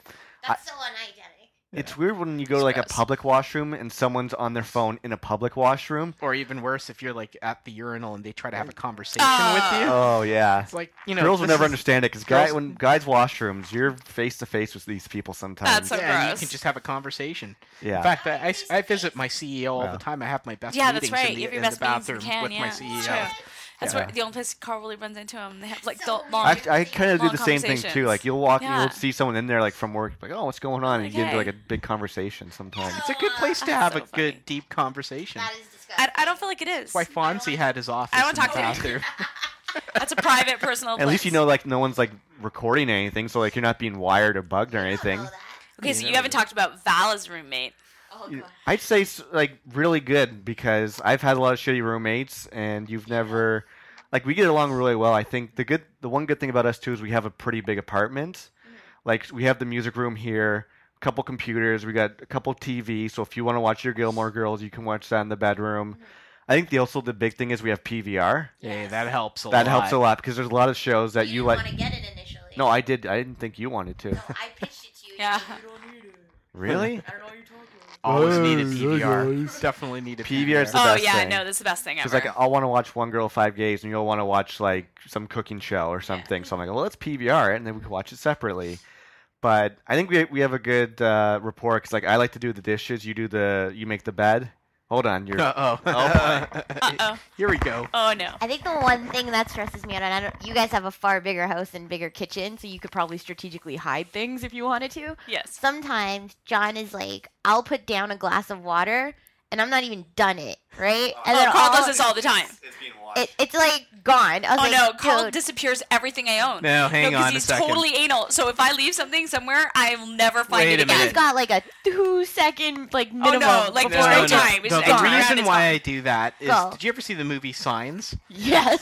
E: That's still on identity.
A: it's weird when you go to like a
D: Gross.
A: public washroom and someone's on their phone in a public washroom.
C: Or even worse, if you're like at the urinal and they try to have a conversation with you.
A: Oh yeah.
C: It's like you know,
A: Girls will
C: this
A: never
C: is-
A: understand it because
C: girls-
A: guys, when guys washrooms, you're face to face with these people sometimes.
D: That's so
C: Yeah, and
D: gross.
C: you can just have a conversation.
A: yeah.
C: In fact, I, I s- I visit my CEO all
A: Yeah.
C: the time. I have my best
D: Yeah, that's
C: meetings
D: right.
C: in the,
D: You have your
C: in
D: best
C: the
D: meetings in
C: bathroom
D: Cannes,
C: with my E
D: yeah.
C: CEO.
D: That's true. That's
A: Yeah.
D: where the only place Carl really runs into him. They have like the
E: So
D: long.
A: I, I kind of
D: long
A: did the same thing too.
D: conversations.
A: Like you'll walk,
D: Yeah.
A: and you'll see someone in there like from work, like oh, what's going on, and you get into
D: Okay.
A: like a big conversation sometimes.
C: It's a good place to
D: That's
C: have
D: so
C: a good
D: funny.
C: deep conversation.
E: That is disgusting.
D: I, I don't feel like it is.
C: Why Fonzie had his office
D: I don't
C: in the
D: talk to you.
C: bathroom.
D: That's a private, personal.
A: At least you know like no one's like recording anything, so like you're not being wired or bugged or
E: I don't know
A: anything.
E: that.
D: Okay, so you haven't talked about Vala's roommate.
E: Oh,
A: You-
E: God.
A: I'd say s- like really good because I've had a lot of shitty roommates, and you've never like we get along really well. I think the good, the one good thing about us too is we have a pretty big apartment.
E: Mm-hmm.
A: Like we have the music room here, a couple computers, we got a couple TV. So if you want to watch your Gilmore Girls, you can watch that in the
E: Mm-hmm.
A: bedroom. I think the also the big thing is we have PVR.
C: Yeah, that helps a lot.
A: that helps a lot because there's a lot of shows that
E: you,
A: you
E: didn't
A: like.
E: want to get it initially.
A: No, I did. I didn't think you wanted to.
E: No, I pitched it to you.
D: Yeah.
E: You don't need it.
A: Really?
E: I don't know what you're talking about.
C: Always
A: Oh,
C: needed
A: yeah,
C: PVR. Definitely needed
A: PVR
C: PVR.
A: is the
D: Oh
A: best
D: yeah,
A: thing.
D: no, that's the best thing ever.
A: Because like I'll want to watch One Girl Five Gays, and you'll want to watch like some cooking show or something. So I'm like, well, let's PVR it, and then we can watch it separately. But I think we we have a good uh, rapport because like I like to do the dishes, you do the you make the bed. Hold on, you're
C: Uh
A: Oh,
D: Uh-oh.
C: Here we go.
D: oh no.
G: I think the one thing that stresses me out, and I don't, you guys have a far bigger house and bigger kitchen, so you could probably strategically hide things if you wanted to.
D: Yes.
G: sometimes John is like, I'll put down a glass of water and I'm not even done it, right? And
D: Oh, Carl
G: all-
D: does this all the time.
A: it's being
G: It, it's like gone. I was
D: Oh
G: like,
D: no, Carl
G: dude,
D: disappears everything I own.
C: Now, hang
D: no,
C: on
D: because
C: a
D: he's
C: second.
D: totally anal. So if I leave something somewhere, I will never find
C: Wait
D: it
C: a
D: again.
G: it's
C: minute.
G: got like a two second like minimum.
D: like,
G: before
D: Oh, no,
G: I
D: no.
G: die.
D: time. It's
C: No, the
D: gone.
C: reason
D: It's
C: why I do that is
G: Go.
C: did you ever see the movie Signs
G: Yes.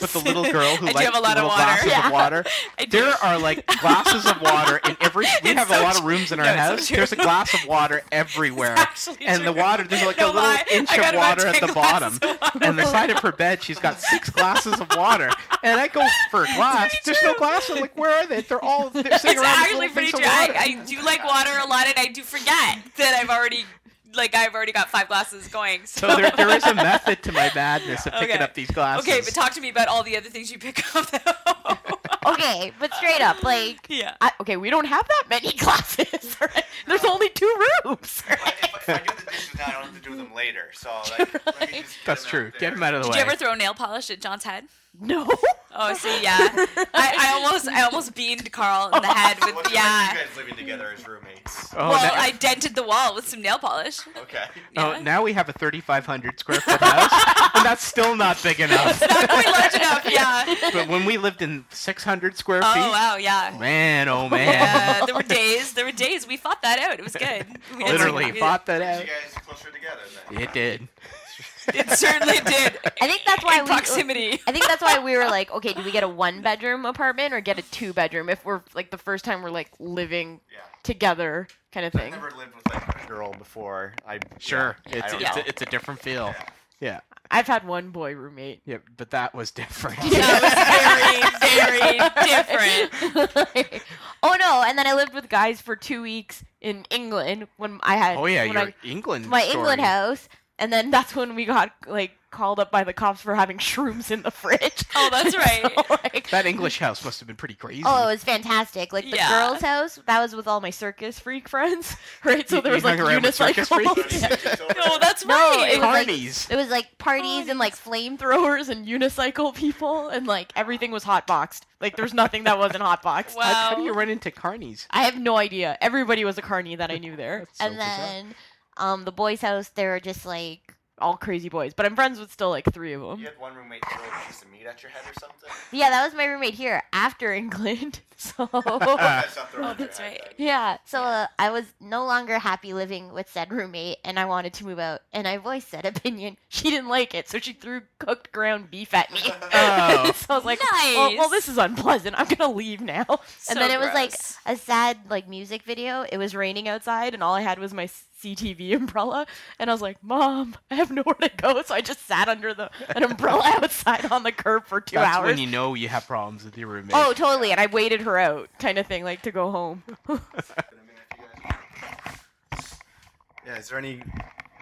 C: with the little girl who
D: I do
C: likes
D: have a lot of
C: the little
D: water.
C: glasses
G: Yeah.
C: of water?
D: I do.
C: There are like glasses of water in every. We
D: It's
C: have
D: so
C: a lot of
D: true.
C: rooms in our
D: No, it's so
C: house.
D: true.
C: There's a glass of water everywhere.
D: actually
C: and the
D: true.
C: water there's like
D: No
C: a little
D: lie,
C: inch
D: I got
C: of
D: about
C: water at
D: 10
C: the bottom
D: glasses of water.
C: and the side of her bed she's got six glasses of water and i go for a glass
D: pretty
C: there's no glass I'm like where are they they're all they're sitting
D: It's
C: around with
D: actually
C: little
D: pretty
C: things
D: true.
C: of
D: I,
C: water.
D: I do like water a lot, and I do forget that I've already, like, I've already got five glasses going. So,
C: so there, there is a method to my madness of picking
D: Okay.
C: up these glasses
D: okay, but talk to me about all the other things you pick up. Though.
G: Okay, but straight up, like
D: yeah.
G: I, okay, we don't have that many classes. Right? There's only two rooms. Right?
A: if, I, if I do the dishes now, I don't have to do them later. So like, let me just get
C: that's
A: them
C: true
A: Out
C: get
A: there.
C: him out of the
D: Did
C: way
D: you ever throw nail polish at John's head?
G: No.
D: Oh, see, yeah. I, I almost, I almost beamed Carl in the head
A: What's it
D: with,
A: like
D: yeah.
A: you guys living together as roommates.
C: oh,
D: well,
C: now,
D: I dented the wall with some nail polish.
A: Okay.
C: oh,
D: yeah.
C: now we have a 3500 square foot house and that's still not big enough
D: It's not quite large enough, yeah.
C: but when we lived in 600 square feet
D: Oh wow, yeah.
C: man oh man
D: Yeah, there were days. There were days we fought that out. It was good. We had
C: literally
D: some- we-
C: bought that
A: Brings
C: out
A: you guys closer together then.
C: it did
D: It certainly did.
G: I think that's why
D: In
G: we.
D: proximity.
G: I think that's why we were like, okay, do we get a one bedroom apartment or get a two bedroom? If we're like the first time we're like living
A: Yeah.
G: together, kind of
A: I've
G: thing.
A: never lived with like a girl before. I
C: Sure,
A: Yeah, I
C: it's
A: don't
C: it's
A: know.
C: a, it's a different feel. Yeah,
G: I've had one boy roommate.
C: yeah, but that was different.
D: That was very, very different.
G: oh no! And then I lived with guys for two weeks in England when I had.
C: oh yeah,
G: when
C: your
G: I-
C: England.
G: my
C: story.
G: England house, and then that's when we got like called up by the cops for having shrooms in the fridge.
D: Oh, that's right.
G: So, like,
C: That English house must have been pretty crazy.
G: oh, it was fantastic. Like the
D: Yeah.
G: girls' house, that was with all my circus freak friends, right? So
C: You-
G: there was
C: you
G: like
C: hung around with circus freaks?
G: unicycles. Yeah.
D: No, that's
G: No,
D: right.
G: it was like-
C: Carnies.
G: It was like
A: Oh,
G: parties and like flamethrowers and unicycle people, and like everything was hotboxed. Like there was nothing that wasn't hotboxed.
D: Wow.
C: How- How, do you
D: um,
C: run into carnies?
G: I have no idea. Everybody was a carny that I knew there.
C: That's so
G: and
C: bizarre.
G: then um the boys' house, they were just like all crazy boys. But I'm friends with still like three of them.
A: You had one roommate throw a piece of meat at your head or something.
G: Yeah, that was my roommate here after England. So
C: Uh,
A: that's not throwing
D: oh,
A: at your
D: that's
A: head,
D: right.
G: yeah, so uh, I was no longer happy living with said roommate, and I wanted to move out. And I voiced that opinion. She didn't like it, so she threw cooked ground beef at me.
C: Oh.
G: so I was like, well, well,
D: Nice.
G: this is unpleasant. I'm gonna leave now.
D: So
G: and then it was like
D: gross.
G: a sad like music video. It was raining outside, and all I had was my CTV umbrella. And I was like, Mom, I have nowhere to go, so I just sat under the an umbrella outside on the curb for two
C: That's
G: hours.
C: when you know you have problems with your roommate.
G: Oh, totally. And I waited her out, kind of thing, like to go home.
A: Been a minute, you guys. Yeah, is there any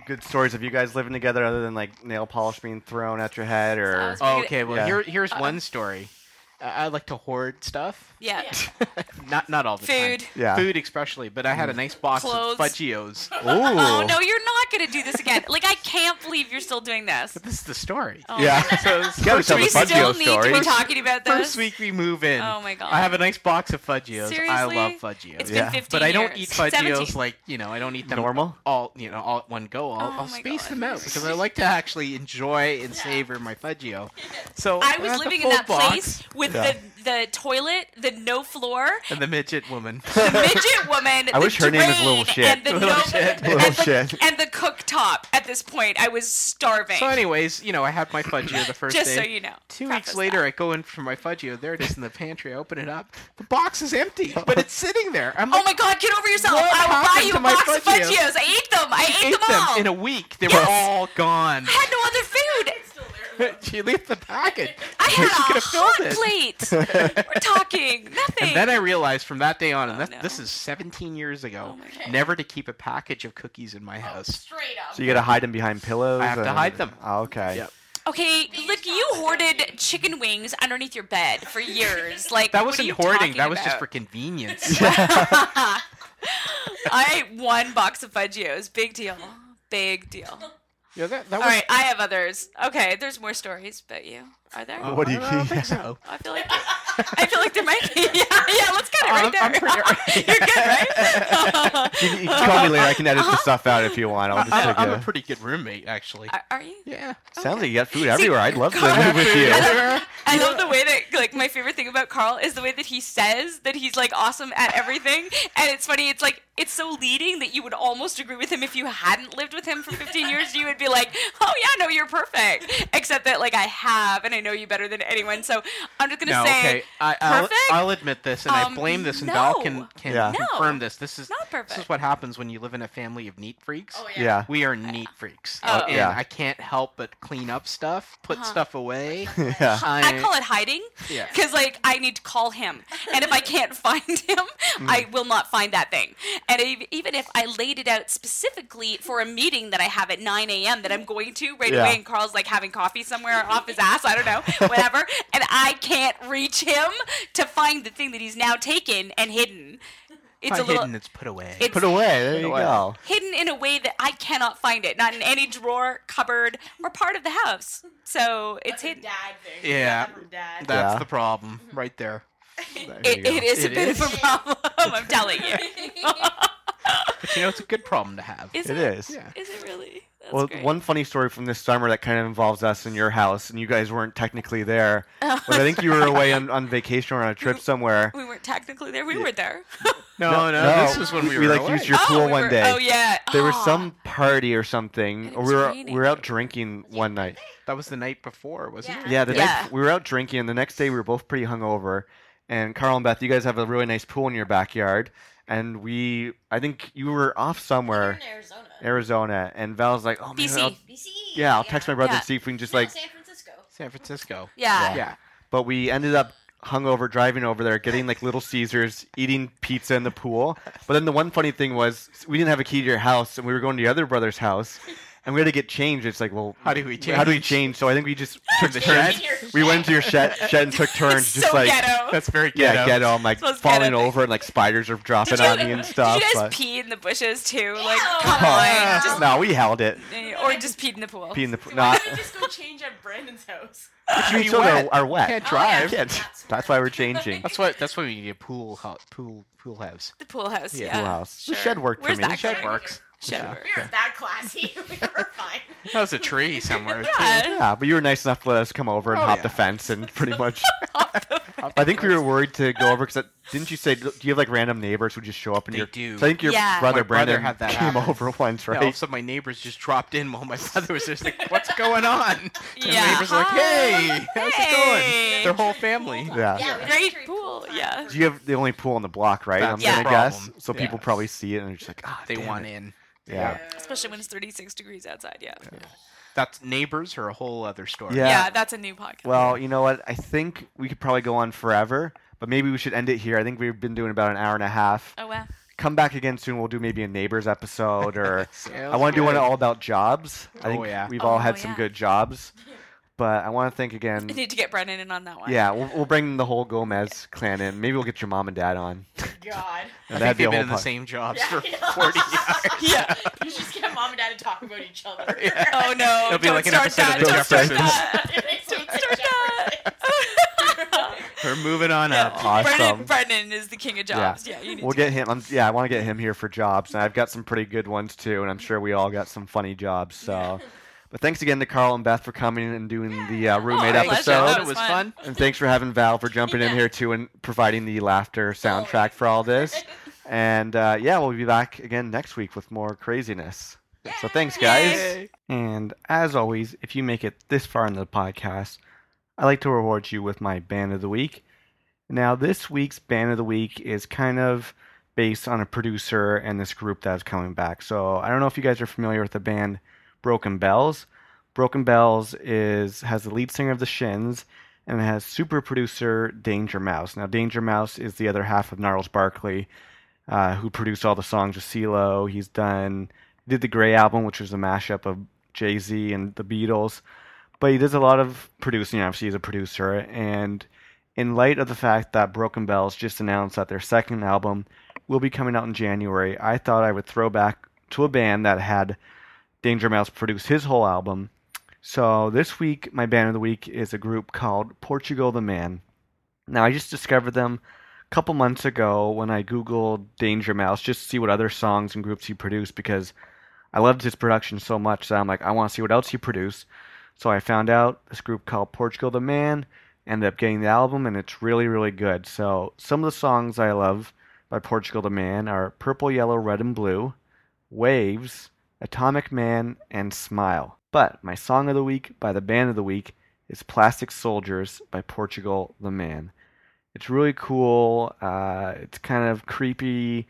A: good stories of you guys living together other than like nail polish being thrown at your head or
D: Sounds
C: Oh, okay. Well,
A: Yeah.
C: here here's
G: Uh-uh.
D: Uh-oh.
C: one story. Uh, I like to hoard stuff.
D: yeah.
C: Not not all the time.
D: Food.
A: yeah?
C: Food especially, but I had a nice box
D: Clothes.
C: of fudgios.
A: Ooh.
D: Oh no, you're not gonna do this again. Like I can't believe you're still doing this.
C: But this is the story.
D: Oh,
A: Yeah.
C: So it's
A: You gotta
C: first
A: tell the
D: We
C: week-
A: Fudgio
D: still need
A: story.
D: to be talking about this.
C: First week we move in.
D: Oh my god.
C: I have a nice box of Fudgios. I
D: Seriously?
C: love Fudgios.
D: It's
A: Yeah.
D: been 15
C: but I don't
D: years.
C: eat Fudgios
D: 17.
C: like you know. I don't eat them
A: Normal?
C: all you know all at one go. I'll,
D: Oh
C: I'll
D: my
C: space
D: God.
C: them out because I like to actually enjoy and savor my Fudgio. So
D: I
C: got
D: was
C: the
D: living in
C: full
D: that
C: box
D: place with
A: Yeah.
D: the the toilet, the no floor,
C: and the midget woman.
D: the midget woman.
A: I
D: the
A: wish her name was Little
D: drain,
A: Shit.
D: And the
C: Little
D: no,
C: Oh, Shit.
D: And,
A: Little
D: the,
A: Shit.
D: and the cooktop. At this point, I was starving.
C: so, anyways, you know, I had my Fudgio the first
D: just
C: day.
D: so you know.
C: Two
D: Preface
C: weeks
D: that.
C: later, I go in for my Fudgio. There it is in the pantry. I open it up. The box is empty, but it's sitting there. I'm
D: Oh
C: like,
D: my god, get over yourself!
C: What
D: I will buy
C: happened
D: you
C: to
D: a
C: my
D: box of
C: Fudgios?
D: Fudgios. I ate them. I ate
C: ate
D: them all.
C: in a week. They
D: Yes.
C: were all gone.
D: I had no other food.
C: she left the packet.
D: I had
C: She could
D: a
C: have filled
D: hot
C: it.
D: plate. We're talking nothing.
C: And then I realized from that day on, and
D: Oh,
C: that,
D: no.
C: this is 17 years ago,
D: Oh my God. Oh,
C: never to keep a package of cookies in my house.
E: Straight up.
A: So you gotta hide them behind pillows.
C: I have to
A: and-
C: hide them.
A: Oh, okay.
C: Yep.
D: Okay, look, you hoarded chicken wings underneath your bed for years. Like
C: That
D: what are
C: wasn't
D: you
C: hoarding.
D: talking
C: That was just
D: about?
C: for convenience.
D: I ate one box of Fudgios. Big deal. Big deal.
C: yeah, that, that
D: All
C: was
D: right, I have others. Okay, there's more stories, but you. Are there?
A: What do you-
C: Oh, I don't think
A: yeah.
C: so.
D: I feel like I feel like there might be. Yeah, yeah. Let's cut it right there.
C: Um, I'm- I'm pretty right.
D: You're good, right?
A: You, you can call me later. I can edit the stuff out if you want. I'll just
C: I,
A: take
C: I'm a
A: a-
C: pretty good roommate, actually.
D: Are, are you?
C: yeah.
A: Sounds like you got food everywhere. I'd love to
D: Carl-
A: live with you.
D: I love the way that like my favorite thing about Carl is the way that he says that he's like awesome at everything, and it's funny. It's like it's so leading that you would almost agree with him if you hadn't lived with him for 15 years. You would be like, oh yeah, no, you're perfect. Except that like I have, and I know you better than anyone. So I'm just gonna
C: No,
D: say.
C: okay. I, I'll,
D: perfect?
C: I'll admit this, and
D: Um,
C: I blame this, and Val can,
D: no.
C: can
A: Yeah. No.
C: confirm this. This is
D: Not
C: this is
D: perfect.
C: what happens when you live in a family of neat freaks.
E: Oh yeah.
A: Yeah.
C: We are neat freaks,
D: Oh.
C: and
A: Yeah.
C: I can't help but clean up stuff, put
D: Uh-huh.
C: stuff away.
A: yeah.
D: I call it hiding.
C: Yeah.
D: Because like I need to call him, and if I can't find him,
A: Mm.
D: I will not find that thing. And ev- even if I laid it out specifically for a meeting that I have at 9 a.m. that I'm going to right
A: Yeah.
D: away, and Carl's like having coffee somewhere off his ass, I don't know, whatever, and I can't reach him to find the thing that he's now taken and hidden. It's
C: It's
D: a little
C: hidden. It's put away.
D: it's
A: Put away. There you
C: away.
A: go.
D: hidden in a way that I cannot find it, not in any drawer, cupboard, or part of the house. So it's
B: That's a
D: hidden.
B: Dad thing.
C: Yeah.
B: That's From dad.
C: That's
A: Yeah.
C: the problem
D: Mm-hmm.
C: right there.
A: There you
D: It,
A: go.
D: it is a
C: It
D: bit of
C: is.
D: a problem. I'm telling you.
C: But you know, it's a good problem to have.
D: Is
A: It is.
C: Yeah.
D: Is it really? That's
A: well,
D: great.
A: one funny story from this summer that kind of involves us in your house, and you guys weren't technically there, but I think you were away on, on vacation or on a trip somewhere.
D: Oh, we weren't technically there. We were there.
C: No, no, this is when we, were
A: like
C: away.
A: used your pool
D: we
A: one
D: were-
A: day.
D: Oh yeah.
A: There was
D: Ah.
A: some party or something.
D: And it
A: or
D: was
A: we were we
D: raining.
A: were out drinking one night.
C: That was the night before, wasn't
E: Yeah.
C: it?
A: Yeah, the
D: Yeah.
A: Next, we were out drinking. and The next day, we were both pretty hungover. And Carl and Beth, you guys have a really nice pool in your backyard, and we I think you were off
E: We're
A: somewhere,
E: in Arizona. E.
A: Arizona, and Val's like, oh man,
D: BC.
A: I'll-
E: BC.
A: yeah, I'll text my brother
D: Yeah.
A: and see if we can just
E: No,
A: like.
E: San Francisco.
C: San Francisco.
D: Yeah.
C: Yeah.
A: But we ended up hungover driving over there, getting like Little Caesars, eating pizza in the pool. But then the one funny thing was we didn't have a key to your house, and we were going to the other brother's house, and we had to get changed. It's like, well,
C: How do we
A: how do we change? So I think we just took
C: The
A: turns.
C: shed?
A: We went into your shed, shed and took turns,
D: It's
A: just
D: so
A: like
D: ghetto.
C: That's very good.
A: yeah, ghetto. I'm like
D: It's those
A: falling
D: ghetto
A: over, and like spiders are dropping
D: Did you,
A: on me and stuff.
D: did you guys
A: but-
D: pee in the bushes too? Like,
E: Ew.
D: come
A: Oh,
D: on. Just,
A: no, we held it.
D: or just peed in the pool.
A: Pee in the
B: So
A: pool.
B: why
A: Not.
B: don't we just go change at Brandon's house?
A: you
C: you
A: still
C: wet.
A: are, are wet.
C: Can't
E: yeah.
C: drive.
A: Can't- That's why we're changing.
C: That's why. That's why we need a pool, ho- pool, pool house.
D: the pool house.
C: Yeah.
D: Yeah.
A: Pool house. The
D: sure.
A: shed worked for
D: Where's
A: me.
D: That
C: The shed
D: guy.
C: works.
D: Shed
C: Yeah.
D: work.
B: We were that classy. we were fine.
C: That was a tree somewhere.
D: Yeah.
A: Yeah, but you were nice enough to let us come over and
C: Oh,
A: hop
C: yeah.
A: the fence and pretty much.
C: too.
A: I think we were worried to go over because didn't you say do you have like random neighbors who just show up in
C: They
A: your?
C: do.
A: So I think your
D: Yeah.
A: brother
C: My brother
A: Brandon
C: had that
A: came
C: happen.
A: over once,
C: Yeah, all of a
A: right?
C: sudden, my neighbors just dropped in while my brother was just like, "What's going on?" And
D: Yeah.
C: my neighbors are like, "Hey, how's it going?w
D: Hey.
C: Their whole family.
A: Yeah.
E: Yeah,
D: Great
E: we don't have
D: pool,
E: time
D: yeah.
E: for-
A: You have the only pool on the block, right?
C: That's
A: I'm
D: the
A: gonna guess.
C: problem.
A: So people
C: Yeah.
A: probably see it and they're just like, ah,
C: They
A: damn
C: want
A: it.
C: in.
A: Yeah.
D: Especially when it's 36 degrees outside. Yeah. Yeah.
C: That's neighbors are a whole other story.
A: Yeah.
D: that's a new podcast.
A: Well, you know what? I think we could probably go on forever, but maybe we should end it here. I think we've been doing about an hour and a half.
D: oh wow.
A: Come back again soon. We'll do maybe a neighbors episode or
C: Sounds
A: I want to do one
C: good.
A: all about jobs. I
C: Oh,
A: think
C: yeah.
A: we've all
D: Oh,
A: had some
D: yeah.
A: good jobs, but I want to thank again.
D: I need to get Brendan in on that one.
A: Yeah, we'll, we'll bring the whole Gomez clan in. Maybe we'll get your mom and dad on.
B: God.
C: I
A: And
C: think
A: that'd be
C: they've
A: a whole
C: been in the
A: pod-
C: same jobs
B: Yeah,
C: for
B: I know.
C: forty years.
B: Yeah. you should just get mom and dad to talk about each other.
D: Oh no!
C: It'll be
D: don't
C: like an
D: start that.
C: episode of The
D: don't start that.
C: Jeffersons.
D: Don't start that.
C: We're moving on up.
A: Awesome.
D: Brennan, Brennan is the king of jobs. Yeah, you need
A: We'll
D: to.
A: get him. I'm, yeah, I want to get him here for jobs, and I've got some pretty good ones too, and I'm sure we all got some funny jobs. So, but thanks again to Carl and Beth for coming and doing the uh, roommate
D: Oh, our pleasure.
A: episode,
D: That was fun.
A: and thanks for having Val for jumping in here too and providing the laughter soundtrack for all this. And uh, yeah, we'll be back again next week with more craziness. So thanks, guys.
C: Yay.
A: And as always, if you make it this far into the podcast, I like to reward you with my band of the week. Now, this week's band of the week is kind of based on a producer and this group that's coming back. So I don't know if you guys are familiar with the band Broken Bells. Broken Bells is has the lead singer of the Shins and it has super producer Danger Mouse. Now, Danger Mouse is the other half of Gnarls Barkley, uh, who produced all the songs with CeeLo. He's done did the Grey album, which was a mashup of Jay Z and the Beatles. But he does a lot of producing. Obviously, he's a producer. And in light of the fact that Broken Bells just announced that their second album will be coming out in January, I thought I would throw back to a band that had Danger Mouse produce his whole album. So this week, my band of the week is a group called Portugal the Man. Now I just discovered them a couple months ago when I googled Danger Mouse just to see what other songs and groups he produced because I loved his production so much that I'm like I want to see what else he produced. So I found out this group called Portugal the Man. Ended up getting the album and it's really really good. So some of the songs I love by Portugal the Man are Purple, Yellow, Red, and Blue, Waves, Atomic Man, and Smile. But my song of the week by the band of the week is Plastic Soldiers by Portugal the Man. It's really cool. Uh, it's kind of creepy,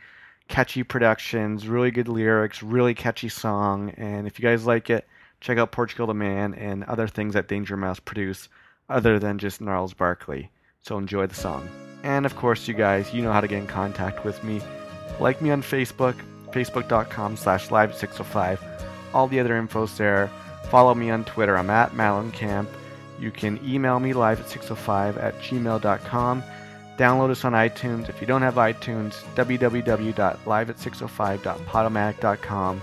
A: catchy productions, really good lyrics, really catchy song. And if you guys like it, check out Portugal the Man and other things that Danger Mouse produce other than just Gnarls Barkley. So enjoy the song. And of course, you guys, you know how to get in contact with me. Like me on Facebook, facebook.com slash live605. All the other info's there. Follow me on Twitter. I'm at MallonCamp. You can email me live at 605 at gmail.com. Download us on iTunes. If you don't have iTunes, www.liveat605.podomatic.com.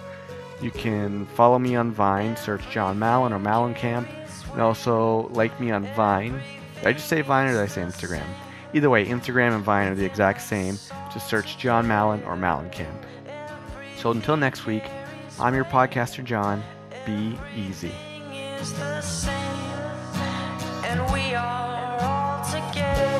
A: You can follow me on Vine, search John Mallon or Mallon Camp, and also like me on Vine. Did I just say Vine or did I say Instagram? Either way, Instagram and Vine are the exact same. Just search John Mallon or Mallon Camp. So until next week, I'm your podcaster, John. Be easy.
H: is the same, and we are all together.